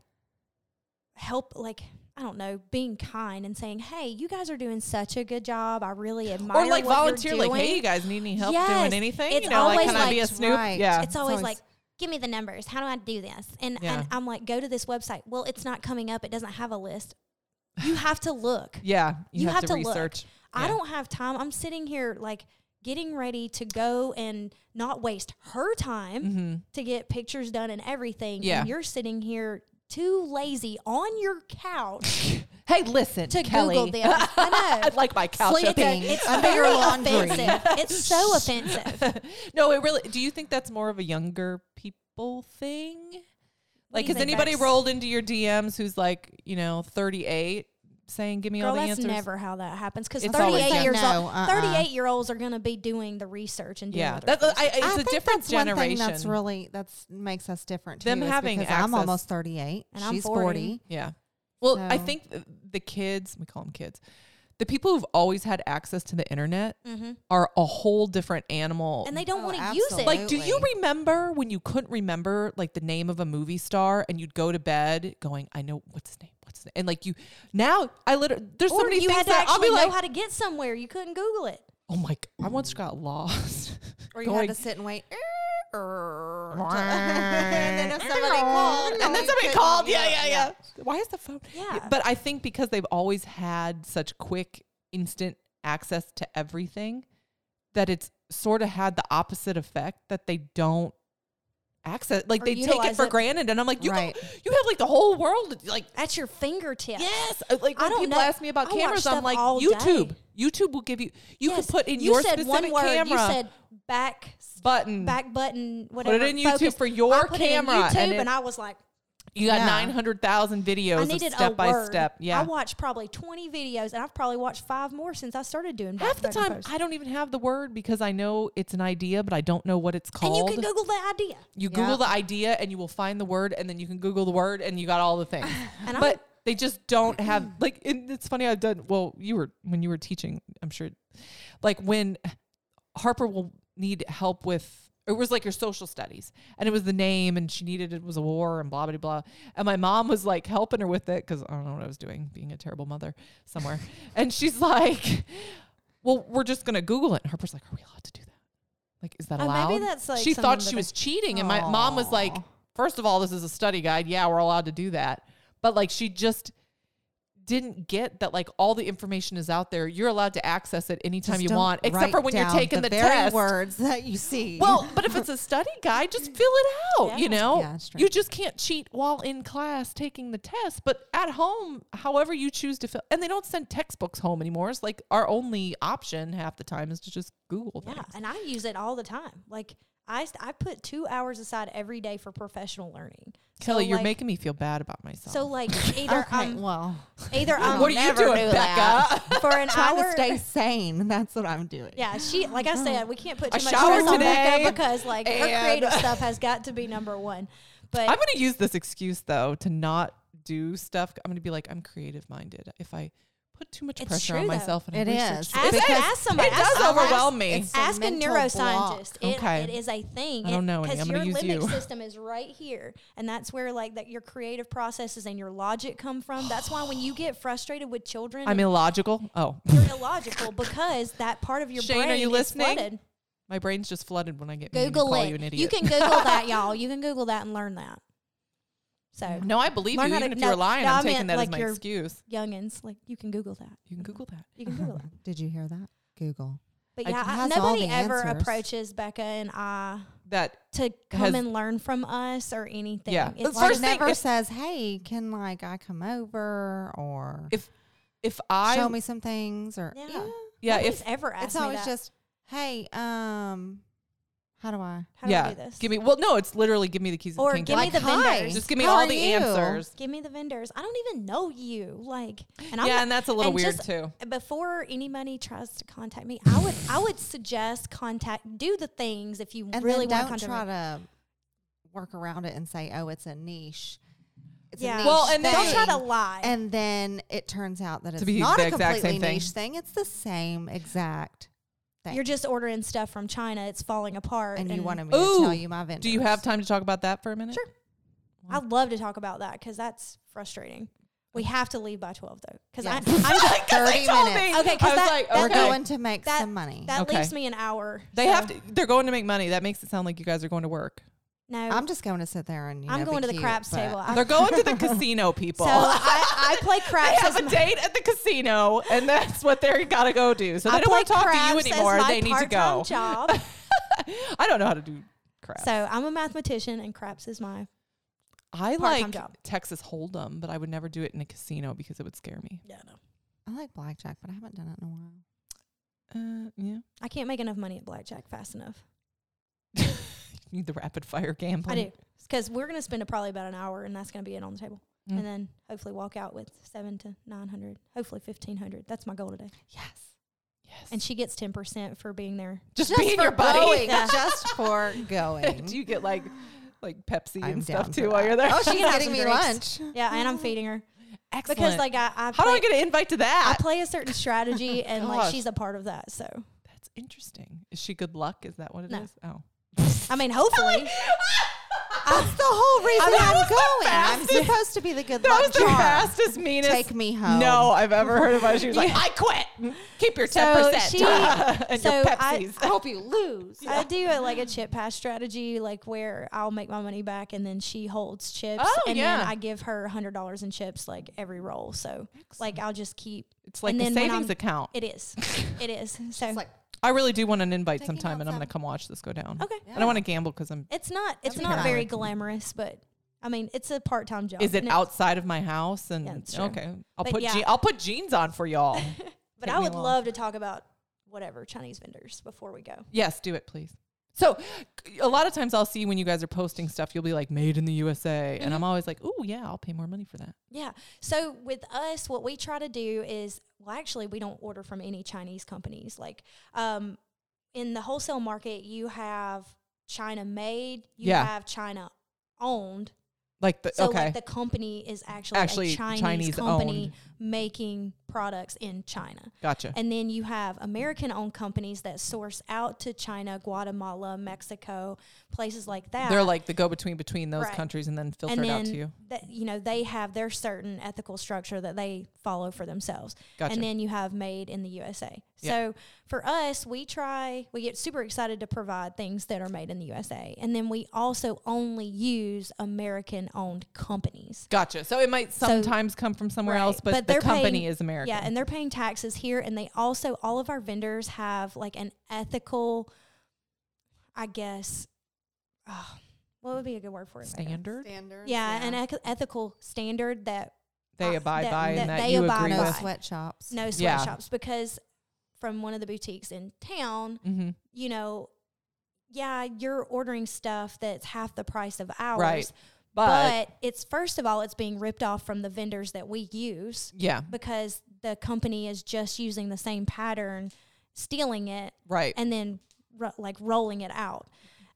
Speaker 2: help like I don't know, being kind and saying, "Hey, you guys are doing such a good job. I really admire."
Speaker 1: or like
Speaker 2: what
Speaker 1: volunteer,
Speaker 2: you're
Speaker 1: like,
Speaker 2: doing.
Speaker 1: hey, you guys need any help
Speaker 2: Yes.
Speaker 1: doing anything?
Speaker 2: It's
Speaker 1: you know, like,
Speaker 2: always
Speaker 1: can I be a
Speaker 2: like-
Speaker 1: snoop?
Speaker 3: Right.
Speaker 1: Yeah,
Speaker 2: it's always
Speaker 3: always-
Speaker 2: like, "Give me the numbers. How do I do this?" And,
Speaker 1: Yeah.
Speaker 2: and I'm like, "Go to this website." Well, it's not coming up. It doesn't have a list. You have
Speaker 1: (laughs)
Speaker 2: to look.
Speaker 1: yeah. You,
Speaker 2: You
Speaker 1: have,
Speaker 2: have
Speaker 1: to,
Speaker 2: to look.
Speaker 1: research.
Speaker 2: I
Speaker 1: Yeah.
Speaker 2: don't have time. I'm sitting here like getting ready to go and not waste her
Speaker 1: Mm-hmm.
Speaker 2: time to get pictures done and everything.
Speaker 1: Yeah.
Speaker 2: And you're sitting here too lazy on your
Speaker 1: (laughs)
Speaker 2: couch
Speaker 1: Hey, listen,
Speaker 2: to
Speaker 1: Kelly. (laughs)
Speaker 2: Google them. I know.
Speaker 1: I'd like my couch
Speaker 3: Sleep
Speaker 1: up here.
Speaker 3: in.
Speaker 2: It's
Speaker 3: Under your
Speaker 2: very
Speaker 3: laundry.
Speaker 2: offensive.
Speaker 1: (laughs)
Speaker 2: It's so offensive.
Speaker 1: No, it really. Do you think that's more of a younger people thing?
Speaker 2: What
Speaker 1: Like,
Speaker 2: do you
Speaker 1: has
Speaker 2: think,
Speaker 1: anybody
Speaker 2: Bex?
Speaker 1: rolled into your DMs who's like, you know, 38 saying, give me
Speaker 2: Girl,
Speaker 1: all the
Speaker 2: that's
Speaker 1: answers?
Speaker 2: never how that happens because
Speaker 1: It's always
Speaker 2: 38
Speaker 1: done.
Speaker 2: years
Speaker 3: No,
Speaker 2: old,
Speaker 3: uh-uh.
Speaker 2: 38 year olds are going to be doing the research and doing
Speaker 1: yeah.
Speaker 2: other
Speaker 1: That,
Speaker 2: things.
Speaker 1: I, I- it's
Speaker 3: I
Speaker 1: a
Speaker 3: think
Speaker 1: different
Speaker 3: that's
Speaker 1: generation.
Speaker 3: One thing that's really that's makes us different. Too,
Speaker 1: Them
Speaker 3: is
Speaker 1: having
Speaker 3: because I'm
Speaker 1: access-
Speaker 3: almost 38
Speaker 2: And I'm
Speaker 3: She's
Speaker 2: 40.
Speaker 3: 40.
Speaker 1: yeah. Well, I
Speaker 3: So-
Speaker 1: think th- the kids, we call them kids, the people who've always had access to the internet
Speaker 2: Mhm.
Speaker 1: are a whole different animal.
Speaker 2: And they don't
Speaker 3: Oh,
Speaker 2: want to use it.
Speaker 3: absolutely.
Speaker 1: Like, do you remember when you couldn't remember like the name of a movie star and you'd go to bed going, I know what's his name, what's his name? And like you now I literally there's so
Speaker 2: or
Speaker 1: many
Speaker 2: you
Speaker 1: things
Speaker 2: had to
Speaker 1: that I'll
Speaker 2: actually
Speaker 1: be like,
Speaker 2: know how to get somewhere. You couldn't Google it.
Speaker 1: Oh my g- I once got lost. (laughs)
Speaker 3: Or you
Speaker 1: Going-
Speaker 3: had to sit and wait. and then if somebody called,
Speaker 1: and then
Speaker 3: you
Speaker 1: somebody
Speaker 3: couldn't-
Speaker 1: called. Yeah, yeah, yeah, Why is the phone?
Speaker 2: Yeah.
Speaker 1: But I think because they've always had such quick, instant access to everything that it's sort of had the opposite effect that they don't access. Like
Speaker 2: Or
Speaker 1: they take it
Speaker 2: utilize
Speaker 1: for
Speaker 2: it.
Speaker 1: granted, and I'm like, you can-
Speaker 3: Right.
Speaker 1: you have like the whole world. Like
Speaker 2: At your fingertips.
Speaker 1: yes, uh, like
Speaker 2: I
Speaker 1: when
Speaker 2: don't
Speaker 1: people
Speaker 2: know.
Speaker 1: ask me about
Speaker 2: I watch
Speaker 1: cameras, I'm
Speaker 2: stuff
Speaker 1: like
Speaker 2: all
Speaker 1: YouTube.
Speaker 2: day.
Speaker 1: YouTube will give you. You
Speaker 2: Yes.
Speaker 1: can put in
Speaker 2: you
Speaker 1: your
Speaker 2: said
Speaker 1: specific
Speaker 2: one word.
Speaker 1: camera.
Speaker 2: You said back
Speaker 1: button.
Speaker 2: back button whatever.
Speaker 1: in YouTube
Speaker 2: focus.
Speaker 1: for your
Speaker 2: I put it in
Speaker 1: camera,
Speaker 2: YouTube
Speaker 1: and it-
Speaker 2: and, I was like,
Speaker 1: you got
Speaker 3: Yeah.
Speaker 1: nine hundred thousand videos.
Speaker 2: I
Speaker 1: of
Speaker 2: needed
Speaker 1: step
Speaker 2: a
Speaker 1: by
Speaker 2: word.
Speaker 1: step. Yeah.
Speaker 2: I watched probably twenty videos, and I've probably watched five more since I started doing back
Speaker 1: Half the time, I don't even have the word because I know it's an idea, but I don't know what it's
Speaker 2: and
Speaker 1: called.
Speaker 2: you can Google the idea.
Speaker 1: You Google
Speaker 3: Yeah.
Speaker 1: the idea, and you will find the word, and then you can Google the word, and you got all the
Speaker 2: (laughs)
Speaker 1: things.
Speaker 2: And
Speaker 1: but they just don't have like. And it's funny. I've done well. You were when you were teaching. I'm sure, like when Harper will need help with it was like your social studies and it was the name and she needed it was a war and blah blah blah and my mom was like helping her with it because I don't know what I was doing being a terrible mother
Speaker 2: (laughs)
Speaker 1: somewhere and she's like well we're just gonna Google it and Harper's like are we allowed to do that like is that
Speaker 2: Oh,
Speaker 1: allowed
Speaker 2: maybe that's, like,
Speaker 1: she thought she
Speaker 2: something that
Speaker 1: was cheating and my mom was like first of all this is a study guide yeah we're allowed to do that but like she just didn't get that like all the information is out there you're allowed to access it anytime
Speaker 3: Just
Speaker 1: you
Speaker 3: don't
Speaker 1: want except for
Speaker 3: write
Speaker 1: when you're
Speaker 3: down
Speaker 1: taking the,
Speaker 3: very
Speaker 1: test
Speaker 3: words that you see. (laughs)
Speaker 1: well, but if it's a study guide, just fill it out. You
Speaker 2: Yeah.
Speaker 1: know,
Speaker 3: Yeah, that's true.
Speaker 1: you just can't cheat while in class taking the test. But at home, however you choose to fill, and they don't send textbooks home anymore. It's like our only option half the time is to just Google
Speaker 2: Yeah,
Speaker 1: things.
Speaker 2: and I use it all the time. Like I, s- I put two hours aside every day for professional learning.
Speaker 1: Kelly,
Speaker 2: so
Speaker 1: you're
Speaker 2: like,
Speaker 1: making me feel bad about myself.
Speaker 2: so (laughs) like either
Speaker 3: okay,
Speaker 1: um,
Speaker 2: I'm
Speaker 3: well,
Speaker 2: either I'm
Speaker 1: what are you
Speaker 3: never
Speaker 1: doing,
Speaker 3: do
Speaker 1: Becca?
Speaker 3: that.
Speaker 2: (laughs) for an
Speaker 3: trying to
Speaker 2: hour.
Speaker 1: (laughs)
Speaker 3: stay sane. That's what I'm doing.
Speaker 2: Yeah, she like I said, we can't put
Speaker 1: I
Speaker 2: too much
Speaker 1: showered
Speaker 2: stress on
Speaker 1: today,
Speaker 2: Becca because like her
Speaker 1: and- (laughs)
Speaker 2: creative stuff has got to be number one. But
Speaker 1: I'm going to use this excuse though to not do stuff. I'm going to be like, I'm creative minded. If I put too much
Speaker 2: It's
Speaker 1: pressure
Speaker 2: true,
Speaker 1: on
Speaker 2: though.
Speaker 1: myself. And
Speaker 3: It
Speaker 1: I
Speaker 3: is.
Speaker 1: researched
Speaker 2: Ask,
Speaker 1: It,
Speaker 2: ask somebody.
Speaker 1: it
Speaker 2: ask
Speaker 1: does
Speaker 2: somebody.
Speaker 1: overwhelm me.
Speaker 3: It's a
Speaker 2: Ask a
Speaker 3: mental
Speaker 2: neuroscientist.
Speaker 3: block.
Speaker 2: It,
Speaker 1: Okay.
Speaker 2: it is a thing.
Speaker 1: I don't know, Annie.
Speaker 2: because
Speaker 1: I'm
Speaker 2: your
Speaker 1: gonna use
Speaker 2: limbic
Speaker 1: you.
Speaker 2: system is right here, and that's where like that your creative processes and your logic come from. That's why
Speaker 1: (sighs)
Speaker 2: when you get frustrated with children,
Speaker 1: I'm illogical. Oh,
Speaker 2: you're illogical because that part of your
Speaker 1: Shane, are
Speaker 2: brain
Speaker 1: you
Speaker 2: is
Speaker 1: listening?
Speaker 2: flooded.
Speaker 1: my brain's just flooded when I get mean and
Speaker 2: Google
Speaker 1: call
Speaker 2: it.
Speaker 1: you an idiot.
Speaker 2: can Google that, y'all. You can Google that and learn that. So,
Speaker 1: (laughs) No, I believe
Speaker 2: Learn
Speaker 1: you.
Speaker 2: how to-
Speaker 1: Even if
Speaker 2: no,
Speaker 1: you're lying,
Speaker 2: no, I
Speaker 1: I'm taking
Speaker 2: meant
Speaker 1: that
Speaker 2: like
Speaker 1: as my
Speaker 2: your- Mm-hmm.
Speaker 1: excuse.
Speaker 2: youngins, like you can Google that.
Speaker 1: You can Google that.
Speaker 2: You can
Speaker 3: (laughs)
Speaker 2: Google that.
Speaker 3: Did you hear that? Google.
Speaker 2: But
Speaker 1: Like,
Speaker 2: yeah,
Speaker 3: it
Speaker 2: I,
Speaker 3: has all
Speaker 2: nobody
Speaker 3: the
Speaker 2: ever
Speaker 3: answers.
Speaker 2: approaches Becca and I
Speaker 1: That
Speaker 2: to come
Speaker 1: Has-
Speaker 2: and learn from us or anything.
Speaker 1: Yeah.
Speaker 2: It's
Speaker 1: Well,
Speaker 3: Like,
Speaker 1: first
Speaker 2: like,
Speaker 1: thing-
Speaker 3: never
Speaker 1: if-
Speaker 3: says, "Hey, can like I come over or
Speaker 1: if if I
Speaker 3: show me some things?" Or
Speaker 2: Yeah.
Speaker 1: yeah
Speaker 2: nobody's
Speaker 1: if
Speaker 2: ever asked
Speaker 3: it's
Speaker 2: me
Speaker 3: always
Speaker 2: that.
Speaker 3: just, "Hey, um, how do I?"
Speaker 2: how do I
Speaker 1: yeah
Speaker 2: do this?
Speaker 1: give me well no it's literally give me the keys of
Speaker 2: Or
Speaker 1: the kingdom.
Speaker 2: give me the
Speaker 3: hi,
Speaker 2: vendors.
Speaker 1: just give me
Speaker 3: how
Speaker 1: all
Speaker 3: are
Speaker 1: the
Speaker 3: you?
Speaker 1: answers.
Speaker 2: give me the vendors. I don't even know you. Like, and I'm
Speaker 1: Yeah,
Speaker 2: not-
Speaker 1: and that's a little
Speaker 2: and
Speaker 1: weird
Speaker 2: just-
Speaker 1: too.
Speaker 2: (laughs) before anybody tries to contact me, I would I would suggest contact do the things if you
Speaker 3: And
Speaker 2: really
Speaker 3: then
Speaker 2: want to
Speaker 3: don't
Speaker 2: contact
Speaker 3: try
Speaker 2: me.
Speaker 3: to work around it and say, "Oh, it's a niche." It's
Speaker 2: Yeah.
Speaker 3: a niche
Speaker 1: Well, and then-
Speaker 2: don't
Speaker 3: thing.
Speaker 2: try to lie.
Speaker 3: And then it turns out that it's
Speaker 1: be
Speaker 3: not
Speaker 1: the
Speaker 3: a
Speaker 1: exact
Speaker 3: completely
Speaker 1: same thing.
Speaker 3: niche thing. It's the same exact thing.
Speaker 2: You're just ordering stuff from China. It's falling apart.
Speaker 3: and you wanted me to
Speaker 1: Ooh,
Speaker 3: tell you my vendors.
Speaker 1: Do you have time to talk about that for a minute?
Speaker 2: Sure.
Speaker 1: Mm.
Speaker 2: I'd love to talk about that because that's frustrating. We have to leave by twelve though, because
Speaker 3: Yes.
Speaker 2: I'm,
Speaker 1: (laughs)
Speaker 2: I'm
Speaker 1: 'Cause they
Speaker 3: 30
Speaker 1: told
Speaker 3: minutes.
Speaker 1: me.
Speaker 2: Okay, 'cause
Speaker 1: I was
Speaker 2: that-
Speaker 1: like,
Speaker 2: that-
Speaker 3: We're
Speaker 1: okay.
Speaker 3: going to make
Speaker 2: that-
Speaker 3: some money.
Speaker 2: that
Speaker 1: Okay.
Speaker 2: leaves me an hour.
Speaker 1: They
Speaker 2: so-
Speaker 1: have to. They're going to make money. That makes it sound like you guys are going to work.
Speaker 2: No,
Speaker 3: I'm just going to sit there and you
Speaker 2: I'm
Speaker 3: know, be
Speaker 2: going to the
Speaker 3: cute,
Speaker 2: craps
Speaker 3: but-
Speaker 2: table. I-
Speaker 1: They're going to the
Speaker 2: (laughs)
Speaker 1: casino, people.
Speaker 2: so I, I
Speaker 1: (laughs)
Speaker 2: play
Speaker 1: they
Speaker 2: craps.
Speaker 1: have
Speaker 2: as
Speaker 1: a
Speaker 2: my-
Speaker 1: date at the casino, and that's what they're got to go do. So they
Speaker 2: I
Speaker 1: don't
Speaker 2: play
Speaker 1: want to talk to you
Speaker 2: craps as
Speaker 1: anymore.
Speaker 2: my
Speaker 1: They need to (laughs)
Speaker 2: part-time
Speaker 1: go.
Speaker 2: Job.
Speaker 1: (laughs) I don't know how to do crap.
Speaker 2: so I'm a mathematician, and craps is my
Speaker 1: I
Speaker 2: part-time
Speaker 1: like
Speaker 2: job.
Speaker 1: Texas Hold'em, but I would never do it in a casino because it would scare me.
Speaker 2: yeah. No,
Speaker 3: I like blackjack, but I haven't done it in a while.
Speaker 1: Uh, yeah.
Speaker 2: I can't make enough money at blackjack fast enough.
Speaker 1: You need the rapid fire
Speaker 2: I
Speaker 1: gambling.
Speaker 2: do because we're gonna spend probably about an hour, and that's gonna be it on the table,
Speaker 1: Mm.
Speaker 2: and then hopefully walk out with seven to nine hundred, hopefully fifteen hundred. That's my goal today.
Speaker 3: Yes.
Speaker 1: Yes.
Speaker 2: And she gets ten percent for
Speaker 1: (gasps)
Speaker 2: being there.
Speaker 1: just,
Speaker 3: Just
Speaker 1: being
Speaker 3: for
Speaker 1: your buddy.
Speaker 2: (laughs)
Speaker 3: going. Just for
Speaker 1: (laughs)
Speaker 3: going.
Speaker 1: do you get like like Pepsi
Speaker 3: I'm
Speaker 1: and stuff
Speaker 3: down
Speaker 1: too
Speaker 3: for
Speaker 1: while
Speaker 3: that.
Speaker 1: you're there?
Speaker 3: Oh,
Speaker 2: She
Speaker 3: she's
Speaker 2: can have
Speaker 3: getting
Speaker 2: some
Speaker 3: me
Speaker 2: drinks.
Speaker 3: lunch.
Speaker 2: Yeah, and I'm feeding her
Speaker 1: Excellent.
Speaker 2: because like I, I
Speaker 1: (laughs) how do
Speaker 2: play,
Speaker 1: I get an invite to
Speaker 2: I
Speaker 1: that?
Speaker 2: play a
Speaker 1: (laughs)
Speaker 2: certain strategy, and like
Speaker 1: Gosh.
Speaker 2: she's a part of that. So
Speaker 1: That's interesting. Is she good luck? Is that what it is?
Speaker 2: No.
Speaker 1: Oh.
Speaker 2: I mean, (laughs) hopefully,
Speaker 3: That's the whole reason
Speaker 1: that
Speaker 3: I'm
Speaker 1: was the
Speaker 3: going. I'm
Speaker 1: fastest-
Speaker 3: supposed to be the good
Speaker 1: That
Speaker 3: luck
Speaker 1: was the
Speaker 3: charm.
Speaker 1: fastest, meanest.
Speaker 3: Take me home.
Speaker 1: No, I've ever heard about. it. She was
Speaker 2: (laughs)
Speaker 1: like, "I quit. Keep your
Speaker 2: So
Speaker 1: ten percent (laughs)
Speaker 2: she- (laughs)
Speaker 1: and your
Speaker 2: so I-
Speaker 1: Pepsis."
Speaker 3: I hope
Speaker 1: (laughs)
Speaker 3: you lose.
Speaker 2: I do a, like a chip pass strategy, like where I'll make my money back, and then she holds chips,
Speaker 1: Oh,
Speaker 2: and
Speaker 1: yeah.
Speaker 2: then I give her hundred dollars in chips like every roll. So like I'll just keep.
Speaker 1: (laughs) it's like
Speaker 2: and
Speaker 1: a
Speaker 2: then when
Speaker 1: savings
Speaker 2: I'm- (laughs)
Speaker 1: account.
Speaker 2: It is, it is. So
Speaker 3: It's like,
Speaker 1: I really do want an invite
Speaker 3: Taking
Speaker 1: sometime,
Speaker 3: out
Speaker 1: and I'm going
Speaker 3: some-
Speaker 1: to come watch this go down.
Speaker 2: okay,
Speaker 1: I don't want to gamble because I'm.
Speaker 2: it's not it's
Speaker 3: That'd be
Speaker 2: not
Speaker 3: fine.
Speaker 2: very glamorous, but I mean it's a part time job.
Speaker 1: Is it
Speaker 2: and
Speaker 1: outside of my house? And
Speaker 2: Yeah, that's true.
Speaker 1: okay, I'll
Speaker 2: But
Speaker 1: put
Speaker 2: yeah.
Speaker 1: je- I'll put jeans on for
Speaker 2: (laughs)
Speaker 1: y'all.
Speaker 2: But
Speaker 1: Take
Speaker 2: I
Speaker 1: me
Speaker 2: would
Speaker 1: along.
Speaker 2: love to talk about whatever Chinese vendors before we go.
Speaker 1: Yes, do it, please. So, c- a lot of times I'll see when you guys are posting stuff, you'll be like, made in the USA. And
Speaker 2: Mm-hmm.
Speaker 1: I'm always like, oh, yeah, I'll pay more money for that.
Speaker 2: Yeah. So with us, what we try to do is, well, actually, we don't order from any Chinese companies. Like, um, in the wholesale market, you have China made, you
Speaker 1: Yeah.
Speaker 2: have China owned.
Speaker 1: Like, the,
Speaker 2: So
Speaker 1: okay.
Speaker 2: like the company is actually,
Speaker 1: Actually
Speaker 2: a Chinese,
Speaker 1: Chinese
Speaker 2: company making products in China.
Speaker 1: gotcha.
Speaker 2: And then you have American owned companies that source out to China, Guatemala, Mexico, places like that.
Speaker 1: They're like the go between between those
Speaker 2: Right.
Speaker 1: countries and then filter it out to you.
Speaker 2: That, you know, they have their certain ethical structure that they follow for themselves.
Speaker 1: Gotcha.
Speaker 2: And then you have made in the USA.
Speaker 1: Yeah.
Speaker 2: So for us, we try, we get super excited to provide things that are made in the USA. And then we also only use American owned companies.
Speaker 1: Gotcha. So, it might sometimes come from somewhere
Speaker 2: Right.
Speaker 1: else, but, the
Speaker 2: they're
Speaker 1: company
Speaker 2: paying-
Speaker 1: is American.
Speaker 2: Yeah, and they're paying taxes here. And they also, all of our vendors have like an ethical, I guess, oh, what would be a good word for it? Becca?
Speaker 1: Standard
Speaker 3: standards.
Speaker 2: Yeah, an ec- ethical standard that
Speaker 1: they
Speaker 2: uh,
Speaker 1: abide
Speaker 2: that-
Speaker 1: by and
Speaker 2: that
Speaker 1: that,
Speaker 2: they
Speaker 1: you
Speaker 2: abide
Speaker 1: agree
Speaker 3: no
Speaker 2: by.
Speaker 1: with.
Speaker 3: sweatshops.
Speaker 2: no
Speaker 1: Yeah.
Speaker 2: sweatshops because from one of the boutiques in town,
Speaker 1: Mm-hmm.
Speaker 2: you know, yeah, you're ordering stuff that's half the price of ours.
Speaker 1: Right. But,
Speaker 2: But, it's first of all, it's being ripped off from the vendors that we use
Speaker 1: yeah,
Speaker 2: because the company is just using the same pattern, stealing it,
Speaker 1: right.
Speaker 2: and then ro- like rolling it out.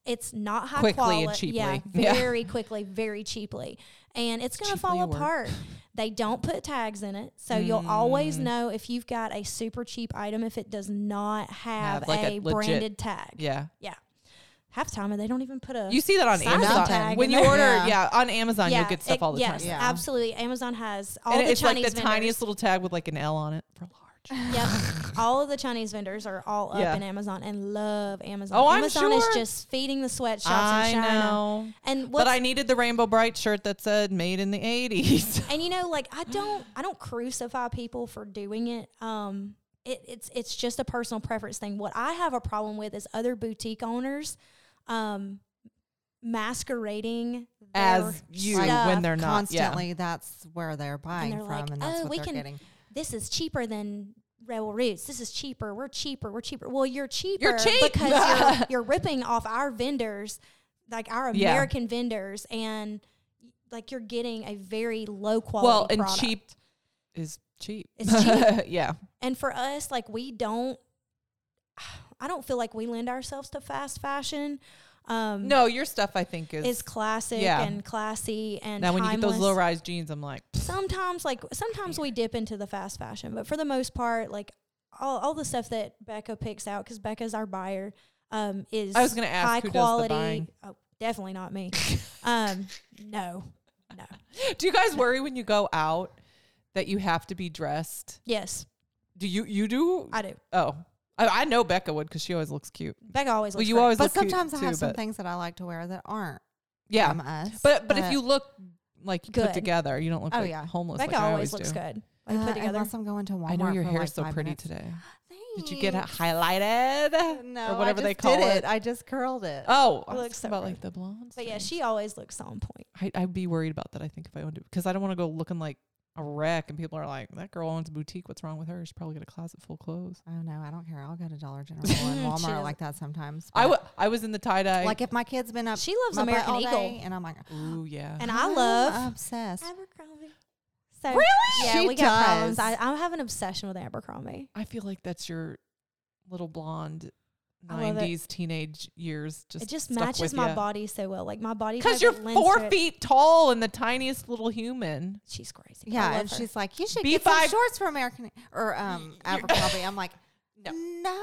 Speaker 2: It's not high
Speaker 1: Quickly and
Speaker 2: quality. Yeah,
Speaker 1: cheaply. (laughs) Yeah.
Speaker 2: very quickly, very cheaply, and it's going to
Speaker 1: Cheaply
Speaker 2: fall
Speaker 1: a word.
Speaker 2: apart. They don't put tags in it, so you'll always
Speaker 1: Mm.
Speaker 2: know if you've got a super cheap item if it does not have,
Speaker 1: Have, like,
Speaker 2: a,
Speaker 1: a legit-
Speaker 2: branded tag.
Speaker 1: Yeah.
Speaker 2: Half the time they don't even put a
Speaker 1: You see that on
Speaker 2: Size
Speaker 1: Amazon.
Speaker 2: tag
Speaker 1: When
Speaker 2: in
Speaker 1: you
Speaker 2: there.
Speaker 1: order, yeah.
Speaker 3: Yeah.
Speaker 1: on Amazon, you'll get stuff
Speaker 2: it-
Speaker 1: all the
Speaker 2: yes,
Speaker 1: time.
Speaker 3: Yeah.
Speaker 2: absolutely. Amazon has all
Speaker 1: and
Speaker 2: the
Speaker 1: it's
Speaker 2: Chinese
Speaker 1: like the
Speaker 2: vendors.
Speaker 1: tiniest little tag with like an L on it for large.
Speaker 2: Yep.
Speaker 1: (laughs)
Speaker 2: all of the Chinese vendors are all up
Speaker 1: Yeah.
Speaker 2: in Amazon and love Amazon.
Speaker 1: Oh, I'm
Speaker 2: Amazon
Speaker 1: sure.
Speaker 2: is just feeding the sweatshops
Speaker 1: I
Speaker 2: in China.
Speaker 1: know.
Speaker 2: And
Speaker 1: But
Speaker 2: what's
Speaker 1: I needed the Rainbow Bright shirt that said made in the 80s.
Speaker 2: and you know, like I don't I don't crucify people for doing it. Um it, it's it's just a personal preference thing. What I have a problem with is other boutique owners um masquerading their
Speaker 1: (laughs) As you
Speaker 2: stuff.
Speaker 1: when they're not.
Speaker 3: Constantly, that's where they're buying
Speaker 2: they're
Speaker 3: from,
Speaker 2: like,
Speaker 3: and that's
Speaker 2: "Oh,
Speaker 3: what
Speaker 2: we
Speaker 3: they're
Speaker 2: can-
Speaker 3: getting.
Speaker 2: this is cheaper than Rebel Roots. This is cheaper. We're cheaper. We're cheaper. Well, you're cheaper
Speaker 1: cheap. (laughs)
Speaker 2: because you're, you're ripping off our vendors, like our
Speaker 1: Yeah.
Speaker 2: American vendors, and like you're getting a very low
Speaker 1: Yeah.
Speaker 2: quality.
Speaker 1: Well, and
Speaker 2: product.
Speaker 1: cheap is cheap.
Speaker 2: It's cheap.
Speaker 1: (laughs) yeah.
Speaker 2: And for us, like we don't. (sighs) I don't feel like we lend ourselves to fast fashion. Um,
Speaker 1: No, your stuff I think is.
Speaker 2: it's classic
Speaker 1: Yeah.
Speaker 2: and classy and
Speaker 1: now when you get those
Speaker 2: timeless.
Speaker 1: low rise jeans, I'm like,
Speaker 2: sometimes like sometimes we dip into the fast fashion but for the most part like all, all the stuff that becca picks out because becca's our buyer um is
Speaker 1: I was gonna ask
Speaker 2: high
Speaker 1: who does the
Speaker 2: quality
Speaker 1: buying.
Speaker 2: oh definitely
Speaker 1: (laughs)
Speaker 2: not me um no no
Speaker 1: do you guys worry when you go out that you have to be dressed?
Speaker 2: yes
Speaker 1: Do you you do?
Speaker 2: i do
Speaker 1: oh, I, I know Becca would because she always looks cute.
Speaker 2: becca always
Speaker 1: Well,
Speaker 2: looks
Speaker 1: you
Speaker 2: great.
Speaker 1: always
Speaker 3: But
Speaker 1: look cute
Speaker 3: sometimes I have
Speaker 1: too,
Speaker 3: some
Speaker 1: but-
Speaker 3: things that I like to wear that aren't
Speaker 1: Yeah,
Speaker 3: from us.
Speaker 1: but, but if you look like put
Speaker 2: Good.
Speaker 1: together, you don't look
Speaker 3: Oh,
Speaker 1: like
Speaker 3: yeah.
Speaker 1: homeless.
Speaker 2: becca
Speaker 1: like I always
Speaker 2: always looks
Speaker 1: do.
Speaker 2: good like
Speaker 3: uh,
Speaker 2: put together
Speaker 3: unless I'm going to Walmart,
Speaker 1: I know your
Speaker 3: for
Speaker 1: hair's
Speaker 3: like
Speaker 1: so
Speaker 3: five
Speaker 1: pretty
Speaker 3: minutes.
Speaker 1: today.
Speaker 3: Thanks.
Speaker 1: Did you get it
Speaker 3: (laughs)
Speaker 1: highlighted?
Speaker 3: No,
Speaker 1: or whatever
Speaker 3: I
Speaker 1: they
Speaker 3: just
Speaker 1: call
Speaker 3: did
Speaker 1: it.
Speaker 3: it. I just curled it.
Speaker 1: Oh, I was
Speaker 2: looks
Speaker 1: thinking
Speaker 2: so
Speaker 1: about
Speaker 2: rude.
Speaker 1: like the blondes.
Speaker 2: but yeah
Speaker 1: thing.
Speaker 2: she always looks on point
Speaker 1: I, I'd be worried about that. I think if I owned it, because I don't want to go looking like a wreck, and people are like, "That girl owns a boutique. What's wrong with her? She's probably got a closet full of clothes."
Speaker 3: Oh no, I don't care. I'll go to Dollar General and
Speaker 2: She
Speaker 3: Walmart
Speaker 2: doesn't-
Speaker 3: like that sometimes.
Speaker 1: I
Speaker 3: but-
Speaker 1: wa- I was in the tie dye.
Speaker 3: like if my kid's been up.
Speaker 2: she loves
Speaker 3: my butt
Speaker 2: american
Speaker 3: all
Speaker 2: eagle
Speaker 3: day, and I'm like,
Speaker 1: ooh yeah.
Speaker 2: and i
Speaker 3: I'm
Speaker 2: love
Speaker 3: obsessed.
Speaker 2: abercrombie so
Speaker 1: Uh-huh. Really?
Speaker 2: yeah
Speaker 3: She
Speaker 2: we got problems
Speaker 3: does.
Speaker 2: I, I have an obsession with abercrombie
Speaker 1: I feel like that's your little blonde
Speaker 2: I love it.
Speaker 1: '90s teenage years. Just
Speaker 2: it just
Speaker 1: stuck
Speaker 2: matches
Speaker 1: with
Speaker 2: my
Speaker 1: ya.
Speaker 2: body so well. Like my body
Speaker 1: Because
Speaker 2: type,
Speaker 1: you're
Speaker 2: it lends to
Speaker 1: four
Speaker 2: it.
Speaker 1: feet tall and the tiniest little human.
Speaker 2: She's crazy. I
Speaker 3: Yeah,
Speaker 2: love
Speaker 3: and
Speaker 2: her.
Speaker 3: she's like, you should
Speaker 1: Be
Speaker 3: get
Speaker 1: five-
Speaker 3: some shorts for American or
Speaker 1: (laughs)
Speaker 3: um Abercrombie. I'm like,
Speaker 1: No.
Speaker 3: no.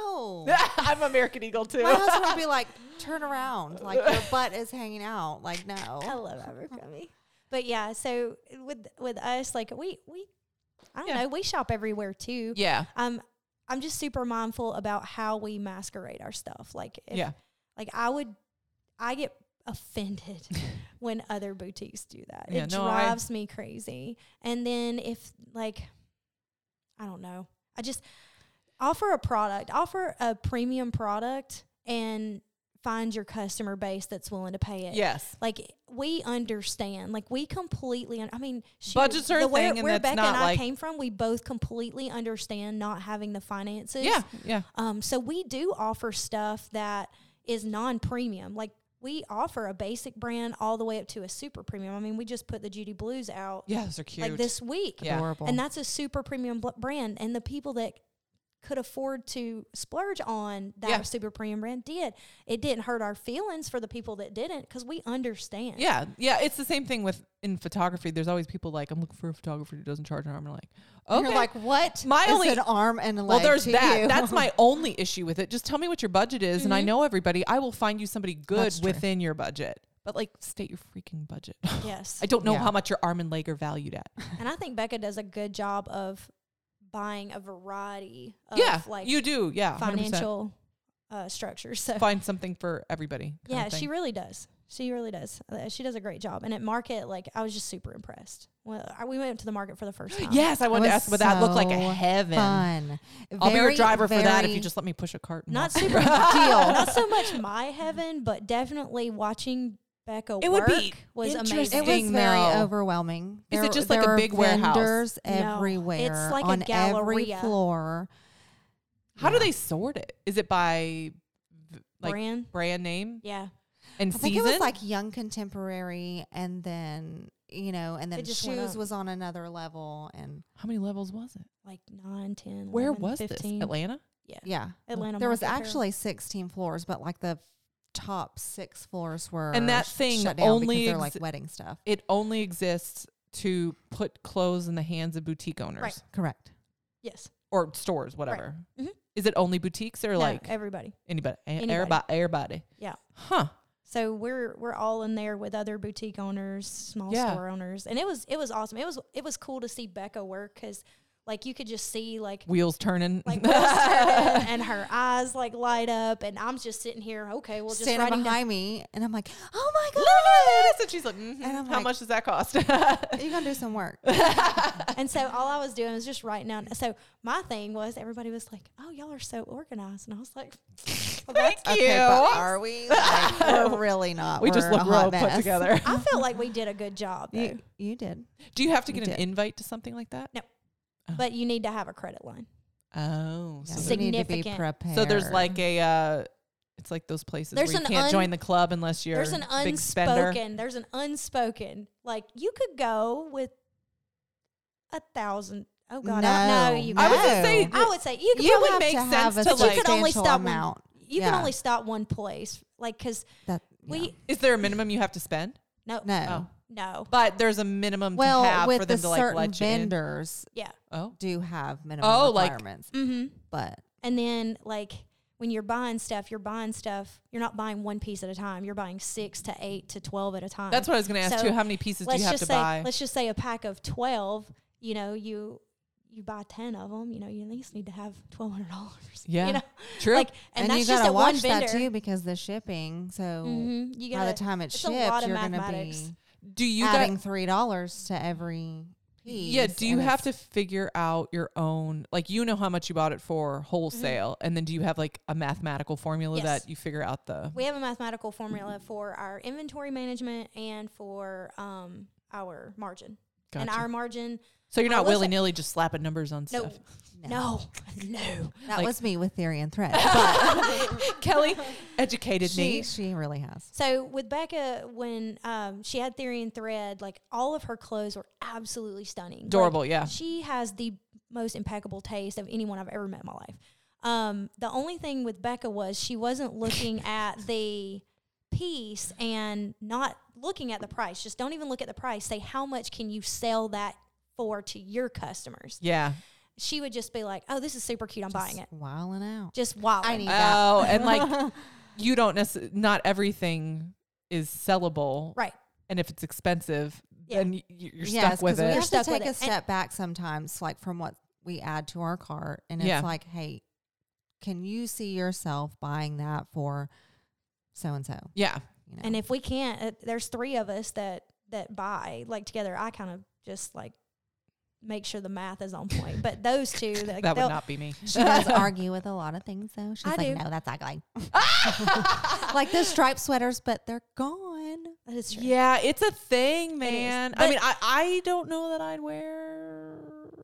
Speaker 1: (laughs) I'm American Eagle too.
Speaker 3: My husband
Speaker 1: (laughs)
Speaker 3: will be like, turn around, like your butt is hanging out. Like
Speaker 2: I
Speaker 3: no,
Speaker 2: love Abercrombie. But yeah, so with with us, like we we, I don't
Speaker 1: Yeah.
Speaker 2: know, we shop everywhere too.
Speaker 1: yeah,
Speaker 2: Um, I'm just super mindful about how we masquerade our stuff. Like if,
Speaker 1: yeah.
Speaker 2: like I would, I get offended
Speaker 1: (laughs)
Speaker 2: when other boutiques do that.
Speaker 1: Yeah,
Speaker 2: it
Speaker 1: no, I-
Speaker 2: drives me crazy. And then if like, I don't know, I just offer a product, offer a premium product, and find your customer base that's willing to pay it.
Speaker 1: Yes.
Speaker 2: Like we understand, like we completely. Un- I mean, shoot,
Speaker 1: Budgets are a
Speaker 2: the where,
Speaker 1: thing and
Speaker 2: where
Speaker 1: that's
Speaker 2: Becca
Speaker 1: not
Speaker 2: and I
Speaker 1: like-
Speaker 2: came from, we both completely understand not having the finances.
Speaker 1: Yeah. Yeah.
Speaker 2: Um, so we do offer stuff that is non-premium. Like we offer a basic brand all the way up to a super premium. I mean, we just put the Judy Blues out
Speaker 1: Yeah. Those are cute.
Speaker 2: like this week,
Speaker 1: Yeah.
Speaker 3: adorable.
Speaker 2: and that's a super premium bl- brand. And the people that could afford to splurge on that
Speaker 1: Yeah.
Speaker 2: super premium brand did. It didn't hurt our feelings for the people that didn't because we understand.
Speaker 1: Yeah, yeah, it's the same thing with in photography. There's always people like, I'm looking for a photographer who doesn't charge an arm and a leg. Okay,
Speaker 3: You're like, what?
Speaker 1: My
Speaker 3: is
Speaker 1: only-
Speaker 3: an arm and a leg.
Speaker 1: well, there's
Speaker 3: to
Speaker 1: that.
Speaker 3: you?" Mm-hmm.
Speaker 1: That's my only issue with it. Just tell me what your budget is, and I know everybody. I will find you somebody good
Speaker 3: That's true.
Speaker 1: within your budget. But like, state your freaking budget. (laughs)
Speaker 2: Yes.
Speaker 1: I don't know
Speaker 3: Yeah.
Speaker 1: how much your arm and leg are valued at.
Speaker 2: and I think Becca does a good job of buying a variety of
Speaker 1: yeah,
Speaker 2: like
Speaker 1: you do. Yeah, 100%.
Speaker 2: financial uh, structures. So
Speaker 1: Find something for everybody. kind
Speaker 2: Yeah,
Speaker 1: of
Speaker 2: she
Speaker 1: thing.
Speaker 2: really does. She really does. Uh, She does a great job. And at market, like I was just super impressed. Well, I, we went to the market for the
Speaker 1: (gasps)
Speaker 2: first time.
Speaker 1: yes, I wanted to
Speaker 3: was
Speaker 1: ask, would that look like a
Speaker 3: so
Speaker 1: heaven?
Speaker 3: (laughs) fun.
Speaker 1: I'll be your
Speaker 3: Very,
Speaker 1: driver for that if you
Speaker 3: very-
Speaker 1: just let me push a cart. and (laughs)
Speaker 2: not
Speaker 1: walk.
Speaker 2: super deal. (laughs) Not so much my heaven, but definitely watching Becca
Speaker 1: It would
Speaker 2: work
Speaker 1: be
Speaker 2: was
Speaker 1: interesting.
Speaker 2: amazing.
Speaker 3: It was
Speaker 1: thing,
Speaker 3: very
Speaker 1: though.
Speaker 3: overwhelming.
Speaker 1: Is it
Speaker 3: There-
Speaker 1: just like
Speaker 3: there
Speaker 1: a
Speaker 3: were
Speaker 1: big warehouse?
Speaker 3: vendors
Speaker 2: No,
Speaker 3: everywhere.
Speaker 2: it's like a
Speaker 3: on every
Speaker 2: galleria.
Speaker 3: floor.
Speaker 1: How do they sort it? Is it by v- like brand,
Speaker 2: brand.
Speaker 1: name
Speaker 2: Yeah.
Speaker 1: and
Speaker 3: I
Speaker 1: season?
Speaker 3: think it was like young contemporary, and then you know, and then
Speaker 2: It just went
Speaker 3: shoes
Speaker 2: up.
Speaker 3: was on another level, and
Speaker 1: How many levels was it?
Speaker 2: Like 9, 10,
Speaker 1: Where
Speaker 2: 11,
Speaker 1: was
Speaker 2: 15.
Speaker 1: this? Atlanta?
Speaker 2: Yeah.
Speaker 3: yeah,
Speaker 2: Atlanta
Speaker 3: there was
Speaker 2: Market Fair.
Speaker 3: actually sixteen floors, but like the top six floors were
Speaker 1: And that
Speaker 3: sh-
Speaker 1: thing
Speaker 3: shut down
Speaker 1: only
Speaker 3: because they're
Speaker 1: exi-
Speaker 3: like wedding stuff.
Speaker 1: It only exists to put clothes in the hands of boutique owners
Speaker 2: Right.
Speaker 3: Correct.
Speaker 2: Yes.
Speaker 1: or stores, whatever.
Speaker 3: Mm-hmm.
Speaker 2: Mhm.
Speaker 1: Is it only boutiques or
Speaker 2: No,
Speaker 1: like
Speaker 2: everybody.
Speaker 1: anybody,
Speaker 2: anybody.
Speaker 1: Everybody, everybody?
Speaker 2: Yeah.
Speaker 1: Huh.
Speaker 2: So we're we're all in there with other boutique owners, small
Speaker 1: Yeah.
Speaker 2: store owners, and it was it was awesome. It was it was cool to see Becca work because like you could just see like
Speaker 1: Wheels turning. (laughs)
Speaker 2: like wheels turning and her eyes like light up, and I'm just sitting here. Okay, well, just
Speaker 3: Standing
Speaker 2: writing
Speaker 3: behind
Speaker 2: down-
Speaker 3: me, and I'm like, oh my god,
Speaker 1: and she's like, mhm,
Speaker 3: And I'm
Speaker 1: how
Speaker 3: like-
Speaker 1: much does that cost? (laughs)
Speaker 3: you're gonna do some work.
Speaker 2: And so all I was doing was just writing down. So my thing was everybody was like, "Oh, y'all are so organized," and I was like, (laughs)
Speaker 1: (laughs)
Speaker 2: well, that's-
Speaker 1: Thank you.
Speaker 3: Okay, but are we?
Speaker 1: (laughs)
Speaker 3: Like, we're really not.
Speaker 1: we just
Speaker 3: We're a
Speaker 1: look real
Speaker 3: hot
Speaker 1: put
Speaker 3: mess.
Speaker 1: together.
Speaker 2: "I felt like we did a good job." though.
Speaker 3: You, you did.
Speaker 1: Do you have to
Speaker 3: We
Speaker 1: get an
Speaker 3: did.
Speaker 1: invite to something like that?
Speaker 2: But you need to have a credit line.
Speaker 1: Oh,
Speaker 3: Yeah,
Speaker 1: so,
Speaker 2: Sig-
Speaker 3: we need to be
Speaker 2: Significant.
Speaker 3: prepared.
Speaker 1: so there's like a, uh, it's like those places
Speaker 2: There's
Speaker 1: where you
Speaker 2: an
Speaker 1: can't
Speaker 2: un-
Speaker 1: join the club unless you're
Speaker 2: there's an
Speaker 1: a big spender.
Speaker 2: unspoken there's an unspoken like you could go with a thousand oh god i don't know you
Speaker 1: I was
Speaker 2: guys.
Speaker 1: gonna say,
Speaker 2: I would say you could
Speaker 1: You
Speaker 2: probably,
Speaker 1: would
Speaker 3: have
Speaker 1: make
Speaker 3: to have
Speaker 1: sense
Speaker 3: a
Speaker 1: to, like-
Speaker 2: You could only
Speaker 3: substantial
Speaker 2: stop when-
Speaker 3: amount.
Speaker 2: you can
Speaker 3: yeah.
Speaker 2: only stop one place like because
Speaker 3: That,
Speaker 2: we
Speaker 3: yeah.
Speaker 1: Is there a minimum you have to spend?
Speaker 2: no no,
Speaker 3: no.
Speaker 1: Oh. But there's a minimum
Speaker 3: Well,
Speaker 1: to have
Speaker 3: with
Speaker 1: for
Speaker 3: the
Speaker 1: them to like
Speaker 3: certain
Speaker 1: let you in.
Speaker 3: vendors
Speaker 2: yeah
Speaker 1: Oh,
Speaker 3: do have minimum
Speaker 1: Oh, like-
Speaker 3: requirements,
Speaker 2: mm-hmm
Speaker 3: but
Speaker 2: and then like when you're buying stuff you're buying stuff you're not buying one piece at a time you're buying six to eight to twelve at a time
Speaker 1: that's what I was going to ask
Speaker 2: So
Speaker 1: you. How many pieces do
Speaker 2: let's
Speaker 1: you have
Speaker 2: just
Speaker 1: to
Speaker 2: say
Speaker 1: buy?
Speaker 2: let's just say a pack of 12 you know you you buy 10 of them you know you at least need to have $1200
Speaker 1: Yeah.
Speaker 2: you know
Speaker 1: True.
Speaker 2: like and,
Speaker 3: and,
Speaker 2: that's
Speaker 3: you
Speaker 2: just
Speaker 3: gotta
Speaker 2: at one
Speaker 3: watch
Speaker 2: vendor
Speaker 3: that too because the shipping. So
Speaker 2: Mhm, you
Speaker 3: by
Speaker 2: gotta
Speaker 3: the time it
Speaker 2: it's a lot
Speaker 3: ships,
Speaker 2: of
Speaker 3: you're gonna
Speaker 2: mathematics.
Speaker 3: be
Speaker 1: do you
Speaker 3: adding
Speaker 1: got?
Speaker 3: three dollars to every piece.
Speaker 1: Yeah. Do you
Speaker 3: and
Speaker 1: have
Speaker 3: it's-
Speaker 1: to figure out your own? Like you know how much you bought it for wholesale, and then do you have like a mathematical formula
Speaker 2: Mm-hmm. Yes.
Speaker 1: that you figure out the?
Speaker 2: we have a mathematical formula for our inventory management and for um our margin and
Speaker 1: Gotcha.
Speaker 2: our margin
Speaker 1: So you're
Speaker 2: I
Speaker 1: not
Speaker 2: will say-
Speaker 1: willy nilly just slapping numbers on
Speaker 2: no
Speaker 1: stuff.
Speaker 2: no (laughs) no
Speaker 3: That
Speaker 1: like-
Speaker 3: was me with theory and thread, but
Speaker 1: Kelly
Speaker 2: (laughs)
Speaker 1: educated
Speaker 3: she
Speaker 1: me.
Speaker 3: she really has.
Speaker 2: So with Becca, when um, she had Theory and Thread, like all of her clothes were absolutely stunning, Like,
Speaker 1: Adorable, yeah.
Speaker 2: She has the most impeccable taste of anyone I've ever met in my life. Um, the only thing with Becca was she wasn't looking at the piece and not looking at the price. Just don't even look at the price. Say how much can you sell that for to your customers.
Speaker 1: Yeah.
Speaker 2: She would just be like, "Oh, this is super cute. I'm buying it."
Speaker 3: Wilding out.
Speaker 2: Just wild.
Speaker 3: I need that.
Speaker 1: Oh, and
Speaker 3: (laughs)
Speaker 1: like you don't necessarily. Not everything is sellable,
Speaker 2: right.
Speaker 1: and if it's expensive,
Speaker 2: Yeah.
Speaker 1: then y- y- you're
Speaker 3: yes,
Speaker 1: stuck with
Speaker 3: 'cause We
Speaker 1: it.
Speaker 3: have
Speaker 2: stuck
Speaker 3: to
Speaker 2: with
Speaker 3: take
Speaker 2: it.
Speaker 3: a
Speaker 2: And-
Speaker 3: step back sometimes, like from what we add to our cart, and it's
Speaker 1: Yeah.
Speaker 3: like, hey, can you see yourself buying that for so and so?
Speaker 1: Yeah.
Speaker 3: You know,
Speaker 2: And if we can't, uh, there's three of us that that buy like together. I kind of just like make sure the math is on
Speaker 1: (laughs)
Speaker 2: point. But those two, like,
Speaker 1: that would
Speaker 2: they'll-
Speaker 1: not be me.
Speaker 3: (laughs) she does argue with a lot of things, though. She's
Speaker 2: I
Speaker 3: like,
Speaker 2: do.
Speaker 3: no, that's ugly. (laughs) like the striped sweaters, but they're gone.
Speaker 2: that is true.
Speaker 1: Yeah, it's a thing, man. I
Speaker 2: But-
Speaker 1: mean, I, I don't know that I'd wear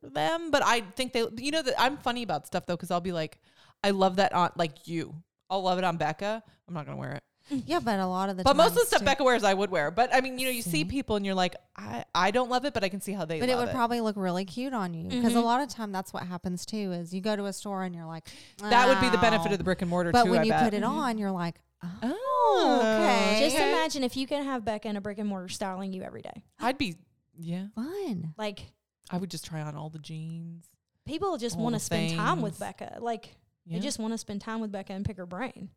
Speaker 1: them, but I think they. You know that I'm funny about stuff though, because I'll be like, I love that on like you. I'll love it on Becca. I'm not gonna wear it.
Speaker 3: Yeah, but a lot of the
Speaker 1: But most of the
Speaker 3: times,
Speaker 1: stuff
Speaker 3: too-
Speaker 1: Becca wears, I would wear. But I mean, you know, you see
Speaker 3: See?
Speaker 1: people and you're like, I, I don't love it, but I can see how they.
Speaker 3: But it
Speaker 1: love
Speaker 3: would probably look really cute on you because a
Speaker 1: Mm-hmm.
Speaker 2: Mhm.
Speaker 3: lot of time that's what happens too. Is you go to a store and you're like,
Speaker 1: that would be the benefit
Speaker 3: "Wow."
Speaker 1: of the brick and mortar.
Speaker 3: But
Speaker 1: too,
Speaker 3: when
Speaker 1: I
Speaker 3: you
Speaker 1: bet. Mm-hmm.
Speaker 3: put it
Speaker 2: Mhm.
Speaker 3: on, you're like, oh,
Speaker 1: oh,
Speaker 3: okay.
Speaker 2: Just
Speaker 3: Okay.
Speaker 2: imagine if you can have Becca in a brick and mortar styling you every day.
Speaker 1: I'd be, yeah,
Speaker 3: fun.
Speaker 2: Like
Speaker 1: I would just try on all the jeans.
Speaker 2: people just
Speaker 1: All
Speaker 2: want to
Speaker 1: the
Speaker 2: spend time with
Speaker 1: things.
Speaker 2: Becca. Like
Speaker 1: Yeah.
Speaker 2: they just want to spend time with Becca and pick her brain.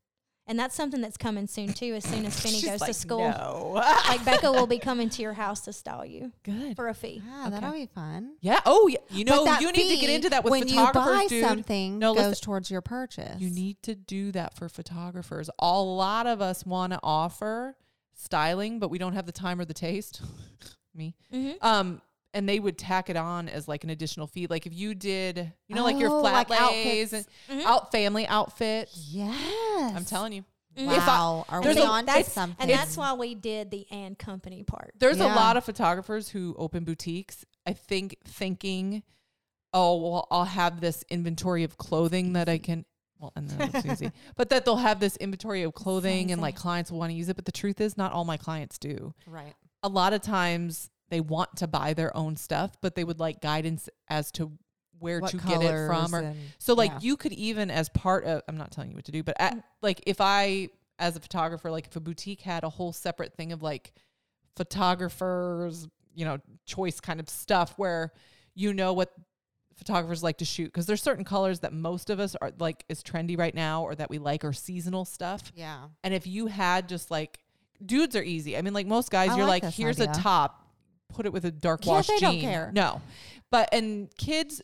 Speaker 2: And that's something that's coming soon too. As
Speaker 1: (laughs)
Speaker 2: soon as Finney
Speaker 1: She's
Speaker 2: goes to
Speaker 1: like,
Speaker 2: school,
Speaker 1: "No."
Speaker 2: (laughs)
Speaker 3: (laughs)
Speaker 2: like Becca will
Speaker 1: (laughs)
Speaker 2: be coming to your house to style you
Speaker 1: Good.
Speaker 2: for a fee.
Speaker 3: Yeah, that'll be fun.
Speaker 1: Yeah. Oh, yeah. You
Speaker 3: But
Speaker 1: know,
Speaker 3: that
Speaker 1: you need to
Speaker 3: fee,
Speaker 1: get into that with
Speaker 3: when
Speaker 1: photographers,
Speaker 3: you buy
Speaker 1: dude.
Speaker 3: Something
Speaker 1: No,
Speaker 3: goes
Speaker 1: listen.
Speaker 3: towards your purchase.
Speaker 1: You need to do that for photographers. A lot of us want to offer styling, but we don't have the time or the taste. (laughs) Me.
Speaker 2: Mm-hmm.
Speaker 1: Um, and they would tack it on as like an additional fee. Like if you did, you know, like your
Speaker 3: Oh,
Speaker 1: flat
Speaker 3: like
Speaker 1: lays and
Speaker 3: outfits. Mm-hmm.
Speaker 2: Mhm.
Speaker 1: out family outfits.
Speaker 3: Yes,
Speaker 1: I'm telling you.
Speaker 2: If
Speaker 1: I-
Speaker 3: Wow, are
Speaker 1: there's
Speaker 3: we
Speaker 1: a-
Speaker 3: on to
Speaker 2: that's-
Speaker 3: something?
Speaker 2: And that's why we did the and company part.
Speaker 1: There's a
Speaker 3: Yeah.
Speaker 1: lot of photographers who open boutiques, I think, thinking, oh, well, I'll have this inventory of clothing that I can, well, and then it's
Speaker 3: (laughs)
Speaker 1: easy, but that they'll have this inventory of clothing and like clients will want to use it. But the truth is, not all my clients do.
Speaker 3: right.
Speaker 1: A lot of times they want to buy their own stuff, but they would like guidance as to where
Speaker 3: What
Speaker 1: to get it
Speaker 3: colors
Speaker 1: from or
Speaker 3: and-
Speaker 1: so like
Speaker 3: yeah.
Speaker 1: you could even as part of I'm not telling you what to do, but at, like if I as a photographer, like if a boutique had a whole separate thing of like photographers, you know, choice kind of stuff where you know what photographers like to shoot because there's certain colors that most of us are like is trendy right now or that we like or seasonal stuff.
Speaker 3: Yeah.
Speaker 1: And if you had just like dudes are easy. I mean, like most guys,
Speaker 3: I
Speaker 1: you're
Speaker 3: like
Speaker 1: like,
Speaker 3: this
Speaker 1: here's a
Speaker 3: idea.
Speaker 1: top, put it with a dark
Speaker 3: Yeah,
Speaker 1: wash
Speaker 3: they don't
Speaker 1: jean.
Speaker 3: care.
Speaker 1: No, but and kids,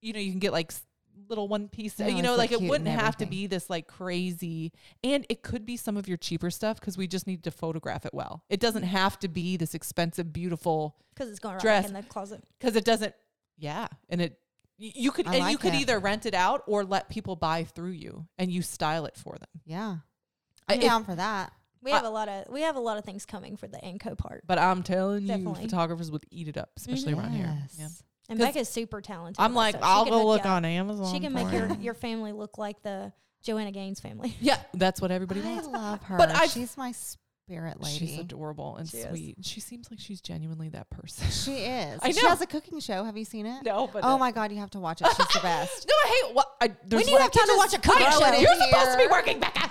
Speaker 1: you know, you can get like s- little one piece.
Speaker 3: They
Speaker 1: you
Speaker 3: always
Speaker 1: know,
Speaker 3: look
Speaker 1: like it
Speaker 3: cute and
Speaker 1: wouldn't have to
Speaker 3: everything.
Speaker 1: be this like crazy, and it could be some of your cheaper stuff because we just need to photograph it well. It doesn't have to be this expensive, beautiful
Speaker 2: because it's going right
Speaker 1: Dress.
Speaker 2: back in the closet.
Speaker 1: because it doesn't. Yeah, and it. y- You could
Speaker 3: I
Speaker 1: and you
Speaker 3: like
Speaker 1: could
Speaker 3: it.
Speaker 1: either rent it out or let people buy through you and you style it for them.
Speaker 3: Yeah.
Speaker 1: I-
Speaker 3: I'm
Speaker 1: if-
Speaker 3: down for that.
Speaker 2: We have a lot of we have a lot of things coming for the Anco part.
Speaker 1: But I'm telling
Speaker 2: Definitely.
Speaker 1: you, photographers would eat it up, especially around here. Yeah.
Speaker 3: Yes.
Speaker 2: And
Speaker 1: 'Cause
Speaker 2: Becca's super talented.
Speaker 1: I'm
Speaker 2: with
Speaker 1: like,
Speaker 2: stuff. She
Speaker 1: I'll
Speaker 2: can
Speaker 1: go
Speaker 2: hook
Speaker 1: look
Speaker 2: you up.
Speaker 1: on Amazon.
Speaker 2: She can
Speaker 1: for
Speaker 2: make your,
Speaker 1: it.
Speaker 2: your family look like the Joanna Gaines family.
Speaker 1: Yeah, that's what everybody
Speaker 3: I
Speaker 1: wants.
Speaker 3: love her.
Speaker 1: But I've-
Speaker 3: she's my spirit lady.
Speaker 1: She's adorable and
Speaker 2: She is.
Speaker 1: sweet. She seems like she's genuinely that person. (laughs)
Speaker 3: she (laughs) is.
Speaker 1: I
Speaker 3: She
Speaker 1: know.
Speaker 3: has a cooking show. Have you seen it?
Speaker 1: no, but
Speaker 3: Oh my god, you have to watch it. She's the
Speaker 1: (laughs)
Speaker 3: best.
Speaker 1: No, I hate what I. (laughs) There's
Speaker 3: need to have time to
Speaker 1: just
Speaker 3: watch a cooking
Speaker 1: throw it
Speaker 3: show.
Speaker 1: in. You're supposed to be
Speaker 3: Here.
Speaker 1: working, Becca.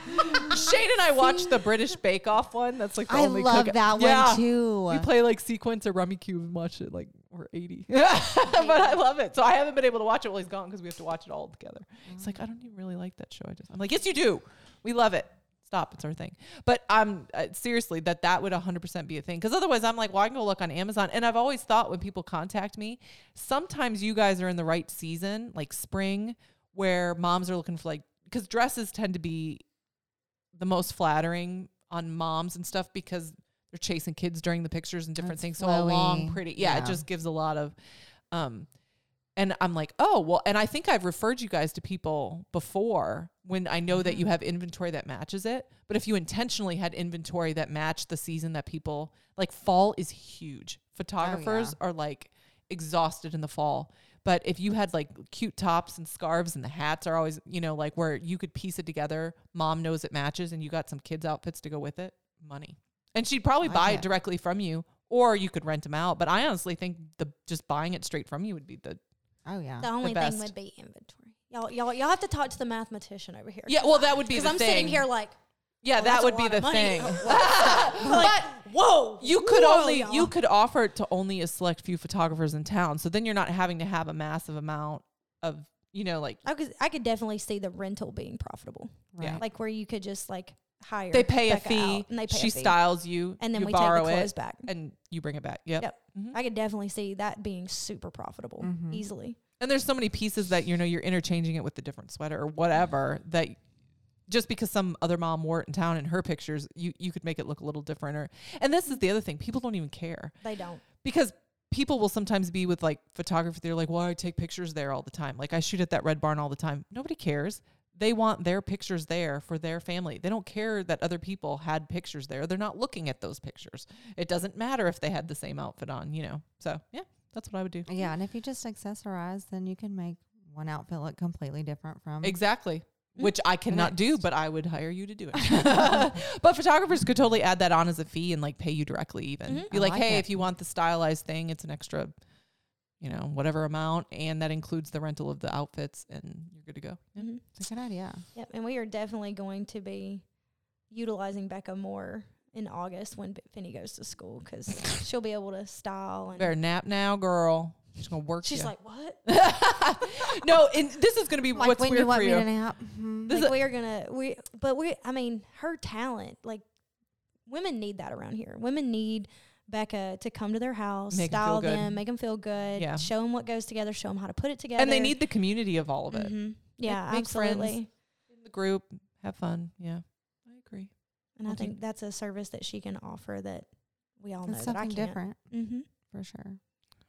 Speaker 1: Shane and I watched the British Bake Off one. That's like the
Speaker 3: I
Speaker 1: only
Speaker 3: love
Speaker 1: cook-
Speaker 3: that
Speaker 1: Yeah.
Speaker 3: one too.
Speaker 1: We play like sequence or rummy cube and watch it like we're 80. (laughs) but I love it. So I haven't been able to watch it while he's gone because we have to watch it all together. It's like, I don't even really like that show. I just, I'm like, yes, you do. We love it. Stop. It's our thing. But um, uh, seriously, that that would 100% be a thing. Because otherwise, I'm like, well, I can go look on Amazon. And I've always thought when people contact me, sometimes you guys are in the right season, like spring, where moms are looking for like, because dresses tend to be the most flattering on moms and stuff because they're chasing kids during the pictures and different
Speaker 3: It's
Speaker 1: things. So a long,
Speaker 3: flowy.
Speaker 1: pretty, yeah, it
Speaker 3: Yeah.
Speaker 1: just gives a lot of, um, and I'm like, oh well, and I think I've referred you guys to people before when I know that you have inventory that matches it. But if you intentionally had inventory that matched the season that people like, fall is huge. Photographers are like exhausted in the fall. But if you had like cute tops and scarves and the hats are always, you know, like where you could piece it together, mom knows it matches and you got some kids' outfits to go with it, money. And she'd probably
Speaker 3: Like
Speaker 1: buy it
Speaker 3: it.
Speaker 1: directly from you or you could rent them out. But I honestly think the just buying it straight from you would be the
Speaker 3: oh yeah.
Speaker 2: The only
Speaker 1: best.
Speaker 2: thing would be inventory. Y'all, y'all, y'all have to talk to the mathematician over here.
Speaker 1: Yeah, well that would be
Speaker 2: because
Speaker 1: the
Speaker 2: I'm
Speaker 1: thing.
Speaker 2: sitting here like,
Speaker 1: Yeah,
Speaker 2: well,
Speaker 1: that
Speaker 2: that's a
Speaker 1: would be
Speaker 2: lot
Speaker 1: the
Speaker 2: of money. (laughs)
Speaker 1: thing. (laughs)
Speaker 2: like, whoa,
Speaker 1: You could
Speaker 2: whoa,
Speaker 1: only
Speaker 2: y'all.
Speaker 1: you could offer it to only a select few photographers in town. So then you're not having to have a massive amount of you know, like
Speaker 2: I could, I could definitely see the rental being profitable,
Speaker 3: Right.
Speaker 1: yeah.
Speaker 2: like where you could just like hire.
Speaker 1: they pay a
Speaker 2: Becca
Speaker 1: fee.
Speaker 2: out and they pay
Speaker 1: she
Speaker 2: a fee,
Speaker 1: styles you,
Speaker 2: and then
Speaker 1: you
Speaker 2: we take the
Speaker 1: borrow
Speaker 2: clothes
Speaker 1: it,
Speaker 2: back.
Speaker 1: and you bring it back. Yep.
Speaker 2: Yep.
Speaker 1: Mhm.
Speaker 2: I could definitely see that being super profitable
Speaker 1: Mm-hmm.
Speaker 3: Mhm.
Speaker 2: easily.
Speaker 1: And there's so many pieces that you know you're interchanging it with a different sweater or whatever that just because some other mom wore it in town in her pictures, you you could make it look a little different. Or and this is the other thing, people don't even care
Speaker 2: They don't.
Speaker 1: because people will sometimes be with like photography. They're like, "Well, I take pictures there all the time. Like I shoot at that red barn all the time." Nobody cares. They want their pictures there for their family. They don't care that other people had pictures there. They're not looking at those pictures. It doesn't matter if they had the same outfit on, you know. So yeah, that's what I would do.
Speaker 3: Yeah, and if you just accessorize, then you can make one outfit look completely different from.
Speaker 1: Exactly. Which I cannot do,
Speaker 3: Mm-hmm. Next.
Speaker 1: but I would hire you to do
Speaker 3: (laughs)
Speaker 1: it. (laughs) but photographers could totally add that on as a fee and like pay you directly even.
Speaker 2: Mhm.
Speaker 1: Be
Speaker 3: Mm-hmm. I
Speaker 1: like,
Speaker 3: like
Speaker 1: hey,
Speaker 3: it.
Speaker 1: if you want the stylized thing, it's an extra, you know, whatever amount. And that includes the rental of the outfits and you're good to go. Yeah.
Speaker 2: Mhm.
Speaker 3: It's a good idea.
Speaker 2: Yep, and we are definitely going to be utilizing Becca more in August when B- Finny goes to school
Speaker 1: (laughs)
Speaker 2: because she'll be able to style and
Speaker 1: Better nap now, girl. She's gonna work.
Speaker 2: she's
Speaker 1: ya. (laughs)
Speaker 2: like, "What?"
Speaker 1: No, and this is gonna be
Speaker 3: (laughs) Like
Speaker 1: what's
Speaker 3: when
Speaker 1: weird
Speaker 3: you want
Speaker 1: for
Speaker 3: me
Speaker 1: you.
Speaker 3: to nap. Mhm.
Speaker 1: This is
Speaker 2: like we are gonna we, but we, I mean, her talent, like women need that around here. Women need Becca to come to their house,
Speaker 1: Make 'em feel
Speaker 2: style
Speaker 1: good.
Speaker 2: them, make them feel good,
Speaker 1: Yeah.
Speaker 2: show them what goes together, show them how to put it together,
Speaker 1: and they need the community of all of it.
Speaker 2: Mhm. Yeah,
Speaker 1: make friends.
Speaker 2: absolutely.
Speaker 3: Mm-hmm.
Speaker 1: The group, have fun. Yeah. I agree.
Speaker 2: And I
Speaker 1: We'll do-
Speaker 2: think that's a service that she can offer that we all know
Speaker 3: It's
Speaker 2: that I
Speaker 3: something
Speaker 2: can't.
Speaker 3: different
Speaker 2: Mm-hmm.
Speaker 3: for sure.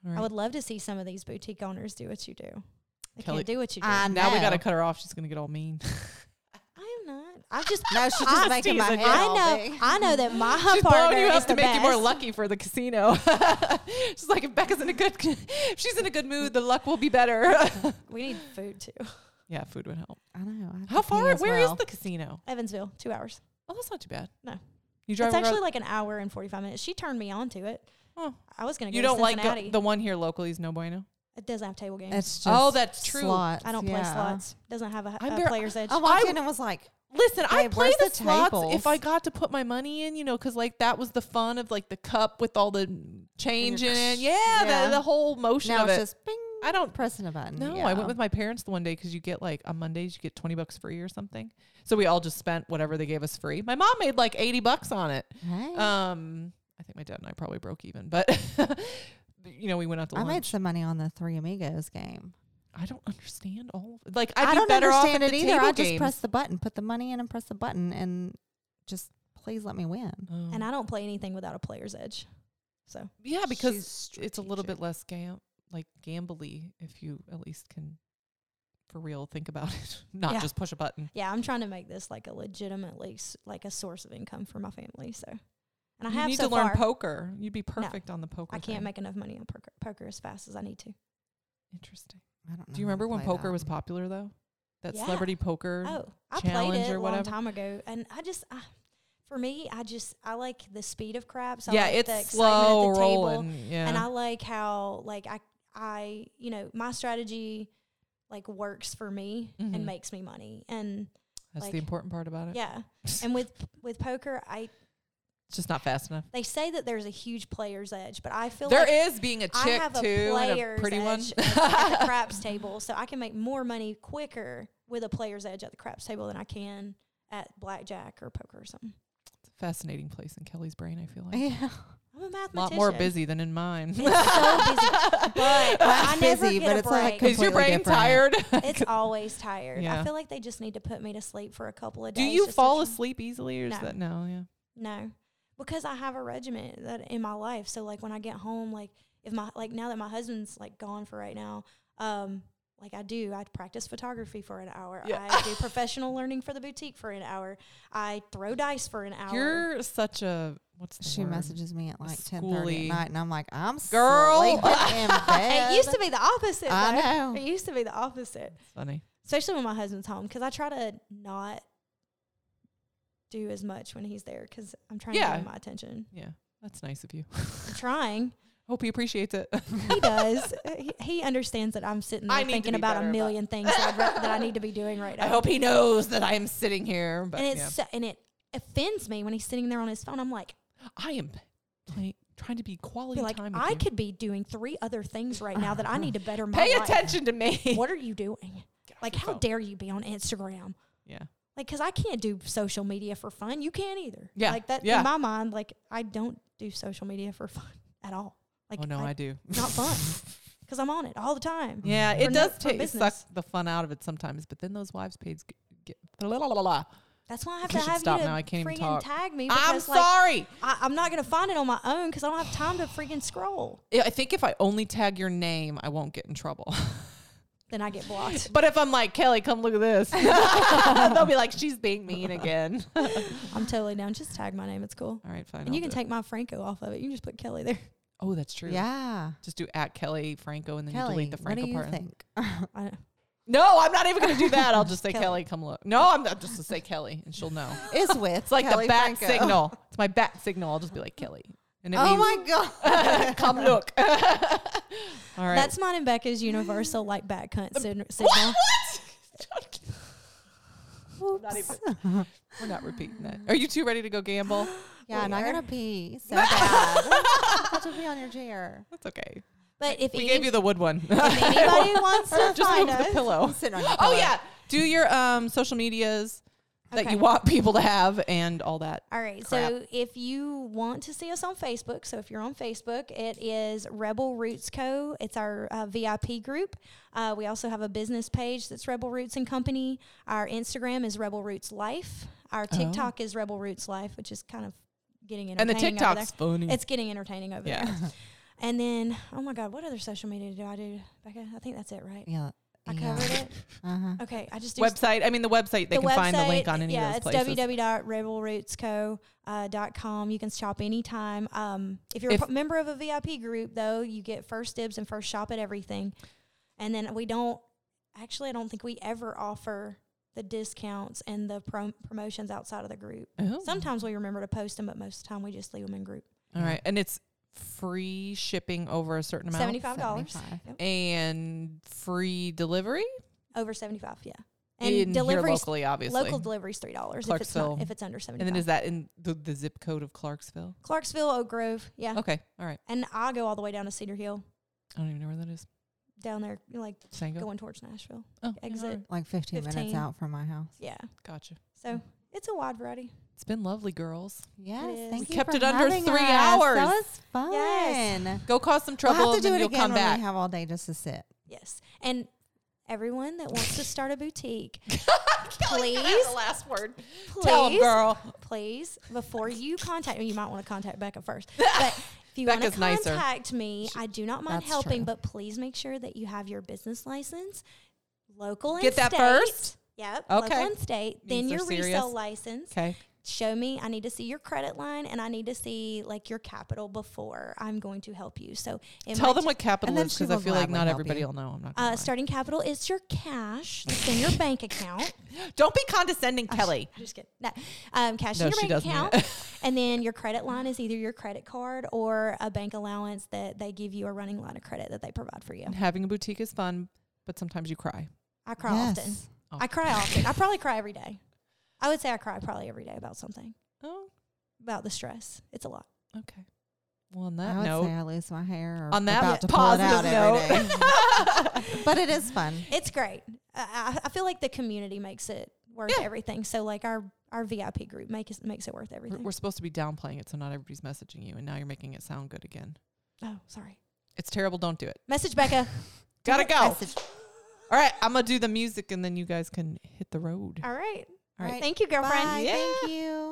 Speaker 1: All right.
Speaker 2: I would love to see some of these boutique owners do what you do. They
Speaker 1: Kelly-
Speaker 2: can't do what you do.
Speaker 3: I
Speaker 1: now we
Speaker 3: know.
Speaker 1: gotta cut her off. She's gonna get all mean.
Speaker 2: I am not. I just.
Speaker 3: No, she's
Speaker 2: I-
Speaker 3: just making my
Speaker 1: teasing
Speaker 3: head.
Speaker 1: you.
Speaker 2: I
Speaker 3: all
Speaker 2: know.
Speaker 3: big.
Speaker 2: I know that
Speaker 1: (laughs)
Speaker 2: my
Speaker 1: She's
Speaker 2: hump
Speaker 1: blowing
Speaker 2: partner
Speaker 1: you
Speaker 2: is
Speaker 1: up
Speaker 2: the
Speaker 1: to make
Speaker 2: best.
Speaker 1: you more lucky for the casino. (laughs) she's like, if Becca's in a good, (laughs) if she's in a good mood, the luck will be better. (laughs)
Speaker 2: We need food too.
Speaker 1: yeah, food would help.
Speaker 3: I know. I have
Speaker 1: How
Speaker 3: to pee
Speaker 1: far? Where
Speaker 3: as
Speaker 1: is
Speaker 3: well.
Speaker 1: the casino?
Speaker 2: Evansville, two hours.
Speaker 1: Oh, that's not too bad.
Speaker 2: No.
Speaker 1: you drive.
Speaker 2: it's
Speaker 1: around-
Speaker 2: actually like an hour and forty-five minutes. She turned me on to it.
Speaker 1: Oh.
Speaker 2: I was gonna. Go
Speaker 1: you don't
Speaker 2: to
Speaker 1: like
Speaker 2: Cincinnati.
Speaker 1: the, the one here locally is no bueno.
Speaker 2: It doesn't have table games.
Speaker 3: It's just
Speaker 1: Oh, that's true.
Speaker 3: Slots,
Speaker 2: I don't play
Speaker 3: yeah.
Speaker 2: slots. Doesn't have a,
Speaker 1: I'm
Speaker 2: a
Speaker 1: ver-
Speaker 2: player's edge.
Speaker 3: I walked
Speaker 1: I-
Speaker 3: in and was like,
Speaker 1: Listen, I
Speaker 3: Babe,
Speaker 1: play
Speaker 3: where's
Speaker 1: the,
Speaker 3: the
Speaker 1: slots if
Speaker 3: tables?
Speaker 1: I got to put my money in, you know, because like that was the fun of like the cup with all the change in it. Yeah,
Speaker 3: Yeah.
Speaker 1: The, the whole motion
Speaker 3: Now
Speaker 1: of
Speaker 3: it's
Speaker 1: it.
Speaker 3: just bing.
Speaker 1: I don't
Speaker 3: pressing a button.
Speaker 1: No, I
Speaker 3: Yeah.
Speaker 1: went with my parents the one day because you get like on Mondays you get twenty bucks free or something. So we all just spent whatever they gave us free. My mom made like eighty bucks on it.
Speaker 3: Hey,
Speaker 1: Um, I think my dad and I probably broke even, but (laughs) you know we went out to
Speaker 3: I made
Speaker 1: lunch.
Speaker 3: some money on the Three Amigos game.
Speaker 1: I don't understand all. Of, like I'd
Speaker 3: I
Speaker 1: be
Speaker 3: don't
Speaker 1: better off at
Speaker 3: understand it
Speaker 1: the
Speaker 3: either.
Speaker 1: table
Speaker 3: I just
Speaker 1: games.
Speaker 3: press the button, put the money in, and press the button, and just please let me win.
Speaker 1: Oh.
Speaker 2: And I don't play anything without a player's edge. So
Speaker 1: yeah, because
Speaker 3: She's
Speaker 1: it's a little bit
Speaker 3: strategic.
Speaker 1: less gam like gambly if you at least can for real think about it, (laughs) not
Speaker 2: Yeah.
Speaker 1: just push a button.
Speaker 2: yeah, I'm trying to make this like a legitimately s- like a source of income for my family. So, and
Speaker 1: you
Speaker 2: I have
Speaker 1: need
Speaker 2: so
Speaker 1: to learn
Speaker 2: far.
Speaker 1: poker. You'd be perfect on the poker.
Speaker 2: I can't
Speaker 1: thing.
Speaker 2: make enough money on poker, poker as fast as I need to.
Speaker 1: interesting.
Speaker 3: I don't know
Speaker 1: Do you
Speaker 3: how to
Speaker 1: remember when
Speaker 3: play
Speaker 1: poker
Speaker 3: that. (laughs)
Speaker 1: was popular though? That
Speaker 2: Mm-hmm. Yeah.
Speaker 1: celebrity poker.
Speaker 2: Oh, I
Speaker 1: challenge
Speaker 2: played it
Speaker 1: or
Speaker 2: a long
Speaker 1: whatever?
Speaker 2: time ago, and I just, I, for me, I just I like the speed of craps. I
Speaker 1: yeah,
Speaker 2: like the
Speaker 1: it's
Speaker 2: excitement at
Speaker 1: slow
Speaker 2: the Table.
Speaker 1: rolling. Yeah,
Speaker 2: and I like how like I I you know my strategy like works for me
Speaker 1: Mhm.
Speaker 2: and makes me money and
Speaker 1: that's
Speaker 2: like-
Speaker 1: the important part about it.
Speaker 2: yeah and with with poker I
Speaker 1: it's just not fast enough.
Speaker 2: they say that there's a huge player's edge but I feel
Speaker 1: There
Speaker 2: like
Speaker 1: is being a chick
Speaker 2: I have a
Speaker 1: too, and a
Speaker 2: player's
Speaker 1: pretty
Speaker 2: edge
Speaker 1: one.
Speaker 2: at, at the
Speaker 1: (laughs)
Speaker 2: craps table so I can make more money quicker with a player's edge at the craps table than I can at blackjack or poker or something
Speaker 1: Fascinating place in Kelly's brain. I feel like
Speaker 3: Yeah,
Speaker 2: I'm a
Speaker 1: a
Speaker 2: mathematician
Speaker 1: lot more busy than in mine.
Speaker 2: it's
Speaker 1: (laughs)
Speaker 2: so busy but I never
Speaker 3: busy,
Speaker 2: get
Speaker 3: but
Speaker 2: a
Speaker 3: it's
Speaker 2: break.
Speaker 3: like
Speaker 1: Is your
Speaker 3: Completely
Speaker 1: brain
Speaker 3: different.
Speaker 1: tired?
Speaker 2: It's always tired.
Speaker 1: Yeah.
Speaker 2: I feel like they just need to put me to sleep for a couple of
Speaker 1: Do
Speaker 2: days.
Speaker 1: you
Speaker 2: just to
Speaker 1: fall
Speaker 2: try-
Speaker 1: asleep easily, or is
Speaker 2: No.
Speaker 1: that no? Yeah.
Speaker 2: No, because I have a regimen that in my life. So like when I get home, like if my like now that my husband's like gone for right now, um, like I do, I practice photography for an hour.
Speaker 1: Yeah. (laughs)
Speaker 2: I do professional learning for the boutique for an hour. I throw dice for an hour.
Speaker 1: You're such a what's the
Speaker 3: she
Speaker 1: word?
Speaker 3: messages me at like ten
Speaker 1: schooly-
Speaker 3: thirty at night, and I'm like, I'm
Speaker 1: Girl. (laughs)
Speaker 3: sleeping in bed.
Speaker 2: it used to be the opposite. though.
Speaker 3: I know.
Speaker 2: It used to be the opposite.
Speaker 1: It's funny.
Speaker 2: especially when my husband's home because I try to not do as much when he's there because I'm trying to
Speaker 1: Yeah.
Speaker 2: give him my attention.
Speaker 1: Yeah, that's nice of you. (laughs)
Speaker 2: I'm trying.
Speaker 1: Hope he appreciates it. (laughs)
Speaker 2: He does. uh, he, he understands that I'm sitting
Speaker 1: I
Speaker 2: there
Speaker 1: need to
Speaker 2: thinking
Speaker 1: be
Speaker 2: about
Speaker 1: better
Speaker 2: a
Speaker 1: about-
Speaker 2: million things that, I'd re- that I need to be doing right
Speaker 1: (laughs)
Speaker 2: now.
Speaker 1: I hope he knows that I am sitting here. But
Speaker 2: and it's
Speaker 1: yeah.
Speaker 2: so, and it offends me when he's sitting there on his phone. I'm like,
Speaker 1: I am play, trying to be quality
Speaker 2: be like
Speaker 1: time. with
Speaker 2: I
Speaker 1: you.
Speaker 2: could be doing three other things right now that I need
Speaker 1: (laughs)
Speaker 2: to better my
Speaker 1: pay
Speaker 2: life.
Speaker 1: attention to me.
Speaker 2: What are you doing? Like, how dare you be on Instagram?
Speaker 1: (laughs) Yeah,
Speaker 2: like because i can't do social media for fun you can't either
Speaker 1: Yeah,
Speaker 2: like that
Speaker 1: yeah.
Speaker 2: in my mind like i don't do social media for fun (laughs) at all like
Speaker 1: oh no, I,
Speaker 2: I,
Speaker 1: do.
Speaker 2: (laughs)
Speaker 1: (laughs)
Speaker 2: not fun because i'm on it all the time
Speaker 1: Yeah,
Speaker 2: For
Speaker 1: it
Speaker 2: no-
Speaker 1: does
Speaker 2: for
Speaker 1: take suck
Speaker 2: business.
Speaker 1: the fun out of it sometimes. But then those wives' page get. get la, la, la, la, la.
Speaker 2: that's why i have
Speaker 1: I
Speaker 2: to
Speaker 1: should
Speaker 2: have
Speaker 1: stop
Speaker 2: you to
Speaker 1: now, I can't even
Speaker 2: freaking
Speaker 1: talk.
Speaker 2: tag me because,
Speaker 1: I'm
Speaker 2: like,
Speaker 1: sorry.
Speaker 2: I, i'm not gonna find it on my own because i don't have time to freaking scroll
Speaker 1: I I think if I only tag your name, I won't get in trouble. (laughs)
Speaker 2: then i get blocked
Speaker 1: but if I'm like Kelly, come look at this, (laughs) they'll be like, she's being mean again. All
Speaker 2: i'm totally down just tag my name it's cool
Speaker 1: right, fine.
Speaker 2: and
Speaker 1: I'll
Speaker 2: you can
Speaker 1: do it.
Speaker 2: take my franco off of it you can just put
Speaker 1: (laughs)
Speaker 2: kelly there
Speaker 1: Oh, that's true.
Speaker 3: Yeah,
Speaker 1: Just do at Kelly Franco and then
Speaker 3: Kelly,
Speaker 1: you delete the
Speaker 3: what
Speaker 1: Franco
Speaker 3: do you
Speaker 1: part.
Speaker 3: think? (laughs)
Speaker 2: I,
Speaker 1: No, I'm not even gonna do that. I'll just say
Speaker 2: Kelly.
Speaker 1: Kelly, come look. No, I'm not just gonna say Kelly and she'll know.
Speaker 3: Is with
Speaker 1: It's like
Speaker 3: Kelly
Speaker 1: the bat
Speaker 3: Franco. (laughs)
Speaker 1: signal. It's my bat signal. I'll just be like Kelly, and it
Speaker 3: Oh
Speaker 1: means
Speaker 3: my
Speaker 1: (laughs)
Speaker 3: god! (laughs)
Speaker 1: come look. All right.
Speaker 2: that's mine and becca's universal like back hunt signal
Speaker 1: (laughs) what? what? not
Speaker 3: Oops.
Speaker 1: We're not repeating that. Are you two ready to go gamble?
Speaker 3: Yeah, and I'm
Speaker 2: Where?
Speaker 3: gonna (laughs) pee so bad. I'll just be on your chair.
Speaker 1: That's okay.
Speaker 2: but if
Speaker 1: We
Speaker 2: any-
Speaker 1: gave you the wood one. (laughs)
Speaker 2: if anybody wants to
Speaker 1: just
Speaker 2: find
Speaker 1: move
Speaker 2: us,
Speaker 1: the pillow.
Speaker 3: Sit on your
Speaker 1: Oh
Speaker 3: pillow.
Speaker 1: yeah. Do your um social medias that
Speaker 2: Okay.
Speaker 1: you want people to have and all that.
Speaker 2: All right. So if you want to see us on Facebook, so if you're on Facebook, it is Rebel Roots Co. It's our uh, VIP group. Uh, we also have a business page that's Rebel Roots and Company. Our Instagram is Rebel Roots Life. Our
Speaker 1: Oh.
Speaker 2: TikTok is Rebel Roots Life, which is kind of getting
Speaker 1: And
Speaker 2: entertaining.
Speaker 1: the
Speaker 2: over there.
Speaker 1: TikTok's funny.
Speaker 2: It's getting entertaining over
Speaker 1: yeah.
Speaker 2: there.
Speaker 1: (laughs)
Speaker 2: And then, oh my God, what other social media do I do, Becca? I think that's it,
Speaker 1: Mm.
Speaker 2: right?
Speaker 3: Yeah.
Speaker 2: I
Speaker 3: yeah.
Speaker 2: covered it.
Speaker 3: Uh-huh.
Speaker 2: Okay, I just do
Speaker 1: Website. I mean the website. They
Speaker 2: the
Speaker 1: can
Speaker 2: website,
Speaker 1: find the link on any
Speaker 2: yeah,
Speaker 1: of those places.
Speaker 2: it's www.rebelrootsco.com. uh, You can shop anytime. Um, if you're
Speaker 1: If-
Speaker 2: a p- member of a VIP group, though, you get first dibs and first shop at everything. And then we don't actually, I don't think we ever offer the discounts and the prom- promotions outside of the group.
Speaker 1: Oh.
Speaker 2: Sometimes we remember to post them, but most of the time we just leave them in group.
Speaker 1: All right. And it's free shipping over a certain amount
Speaker 2: Seventy five dollars
Speaker 3: 75.
Speaker 1: and free delivery.
Speaker 2: over seventy five. Yeah,
Speaker 1: And you didn't here
Speaker 2: deliveries,
Speaker 1: locally, obviously.
Speaker 2: local deliveries three dollars if it's
Speaker 1: Clarksville.
Speaker 2: not, if it's under seventy
Speaker 1: and then
Speaker 2: five.
Speaker 1: is that in the, the zip code of Clarksville?
Speaker 2: Clarksville, Oak Grove, yeah.
Speaker 1: Okay, all right.
Speaker 2: And I go all the way down to Cedar Hill,
Speaker 1: I don't even know where that is.
Speaker 2: down there, like
Speaker 1: Sango.
Speaker 2: going towards Nashville.
Speaker 1: oh, yeah,
Speaker 2: exit.
Speaker 1: alright.
Speaker 3: Like 15, minutes
Speaker 2: 15.
Speaker 3: out from my house.
Speaker 2: Yeah.
Speaker 1: Gotcha.
Speaker 2: So it's a wide variety.
Speaker 1: It's been lovely, girls.
Speaker 3: Yes,
Speaker 2: is.
Speaker 3: thank
Speaker 1: We
Speaker 3: you
Speaker 1: kept
Speaker 3: for
Speaker 1: it under
Speaker 3: having
Speaker 1: three
Speaker 3: us.
Speaker 1: hours.
Speaker 3: That was fun.
Speaker 2: Yes.
Speaker 1: Go cause some
Speaker 3: We'll
Speaker 1: trouble, and
Speaker 3: have to do
Speaker 1: then
Speaker 3: it
Speaker 1: you'll
Speaker 3: again
Speaker 1: come
Speaker 3: when
Speaker 1: back.
Speaker 3: we have all day just to sit.
Speaker 2: Yes. And everyone that wants to start
Speaker 1: (laughs)
Speaker 2: a boutique,
Speaker 1: Kelly, you can have
Speaker 2: Please.
Speaker 1: the last word.
Speaker 2: please
Speaker 1: Tell 'em, (laughs) girl.
Speaker 2: please, before you contact me, you might want to contact
Speaker 1: (laughs)
Speaker 2: Becca first. But if you want to
Speaker 1: Becca's nicer.
Speaker 2: contact me, I do not mind
Speaker 3: That's
Speaker 2: helping,
Speaker 3: true.
Speaker 2: but please make sure that you have your business license, local and
Speaker 1: Get that
Speaker 2: state.
Speaker 1: first?
Speaker 2: Yep.
Speaker 1: Okay.
Speaker 2: Local and state.
Speaker 1: Means
Speaker 2: then
Speaker 1: they're
Speaker 2: your resale
Speaker 1: serious.
Speaker 2: license.
Speaker 1: Okay.
Speaker 2: Show me. I need to see your credit line and I need to see like your capital before I'm going to help you. So in
Speaker 1: Tell
Speaker 2: my
Speaker 1: them what capital
Speaker 3: And then
Speaker 1: is
Speaker 3: she
Speaker 1: because I
Speaker 3: will
Speaker 1: feel like
Speaker 3: gladly
Speaker 1: not
Speaker 3: help
Speaker 1: everybody
Speaker 3: you.
Speaker 1: will know. I'm not. gonna
Speaker 2: Uh,
Speaker 1: lie.
Speaker 2: starting capital is your cash that's in your bank (gasps) account. (laughs)
Speaker 1: Don't be condescending, Kelly.
Speaker 2: Just kidding. No, um, cash
Speaker 1: No,
Speaker 2: in your
Speaker 1: she does
Speaker 2: bank
Speaker 1: mean (laughs)
Speaker 2: account, and then your credit line is either your credit card or a bank allowance that they give you a running line of credit that they provide for you.
Speaker 1: And having a boutique is fun, but sometimes you cry.
Speaker 2: I cry often.
Speaker 3: Yes.
Speaker 2: I cry often.
Speaker 1: (laughs)
Speaker 2: I probably cry every day. I would say I cry probably every day about something
Speaker 1: Oh,
Speaker 2: about the stress. It's a lot. (laughs)
Speaker 1: okay. Well, on
Speaker 3: I
Speaker 1: that
Speaker 3: would say
Speaker 1: note,
Speaker 3: I lose my hair. Or
Speaker 1: On that
Speaker 3: about to pull it out
Speaker 1: positive
Speaker 3: every
Speaker 1: note,
Speaker 3: day. (laughs) but it is fun.
Speaker 2: It's great. I, I- I feel like the community makes it worth
Speaker 1: Yeah.
Speaker 2: everything. So like our our VIP group makes makes it worth everything.
Speaker 1: we're supposed to be downplaying it, so not everybody's messaging you, and now you're making it sound good again.
Speaker 2: oh, sorry.
Speaker 1: It's terrible. Don't do it.
Speaker 2: Message Becca.
Speaker 1: Gotta go.
Speaker 3: Message.
Speaker 1: All right, I'm gonna do the music, and then you guys can hit the road.
Speaker 2: All right.
Speaker 1: All right.
Speaker 2: Thank you, girlfriend.
Speaker 3: Bye.
Speaker 1: Yeah.
Speaker 3: Thank you.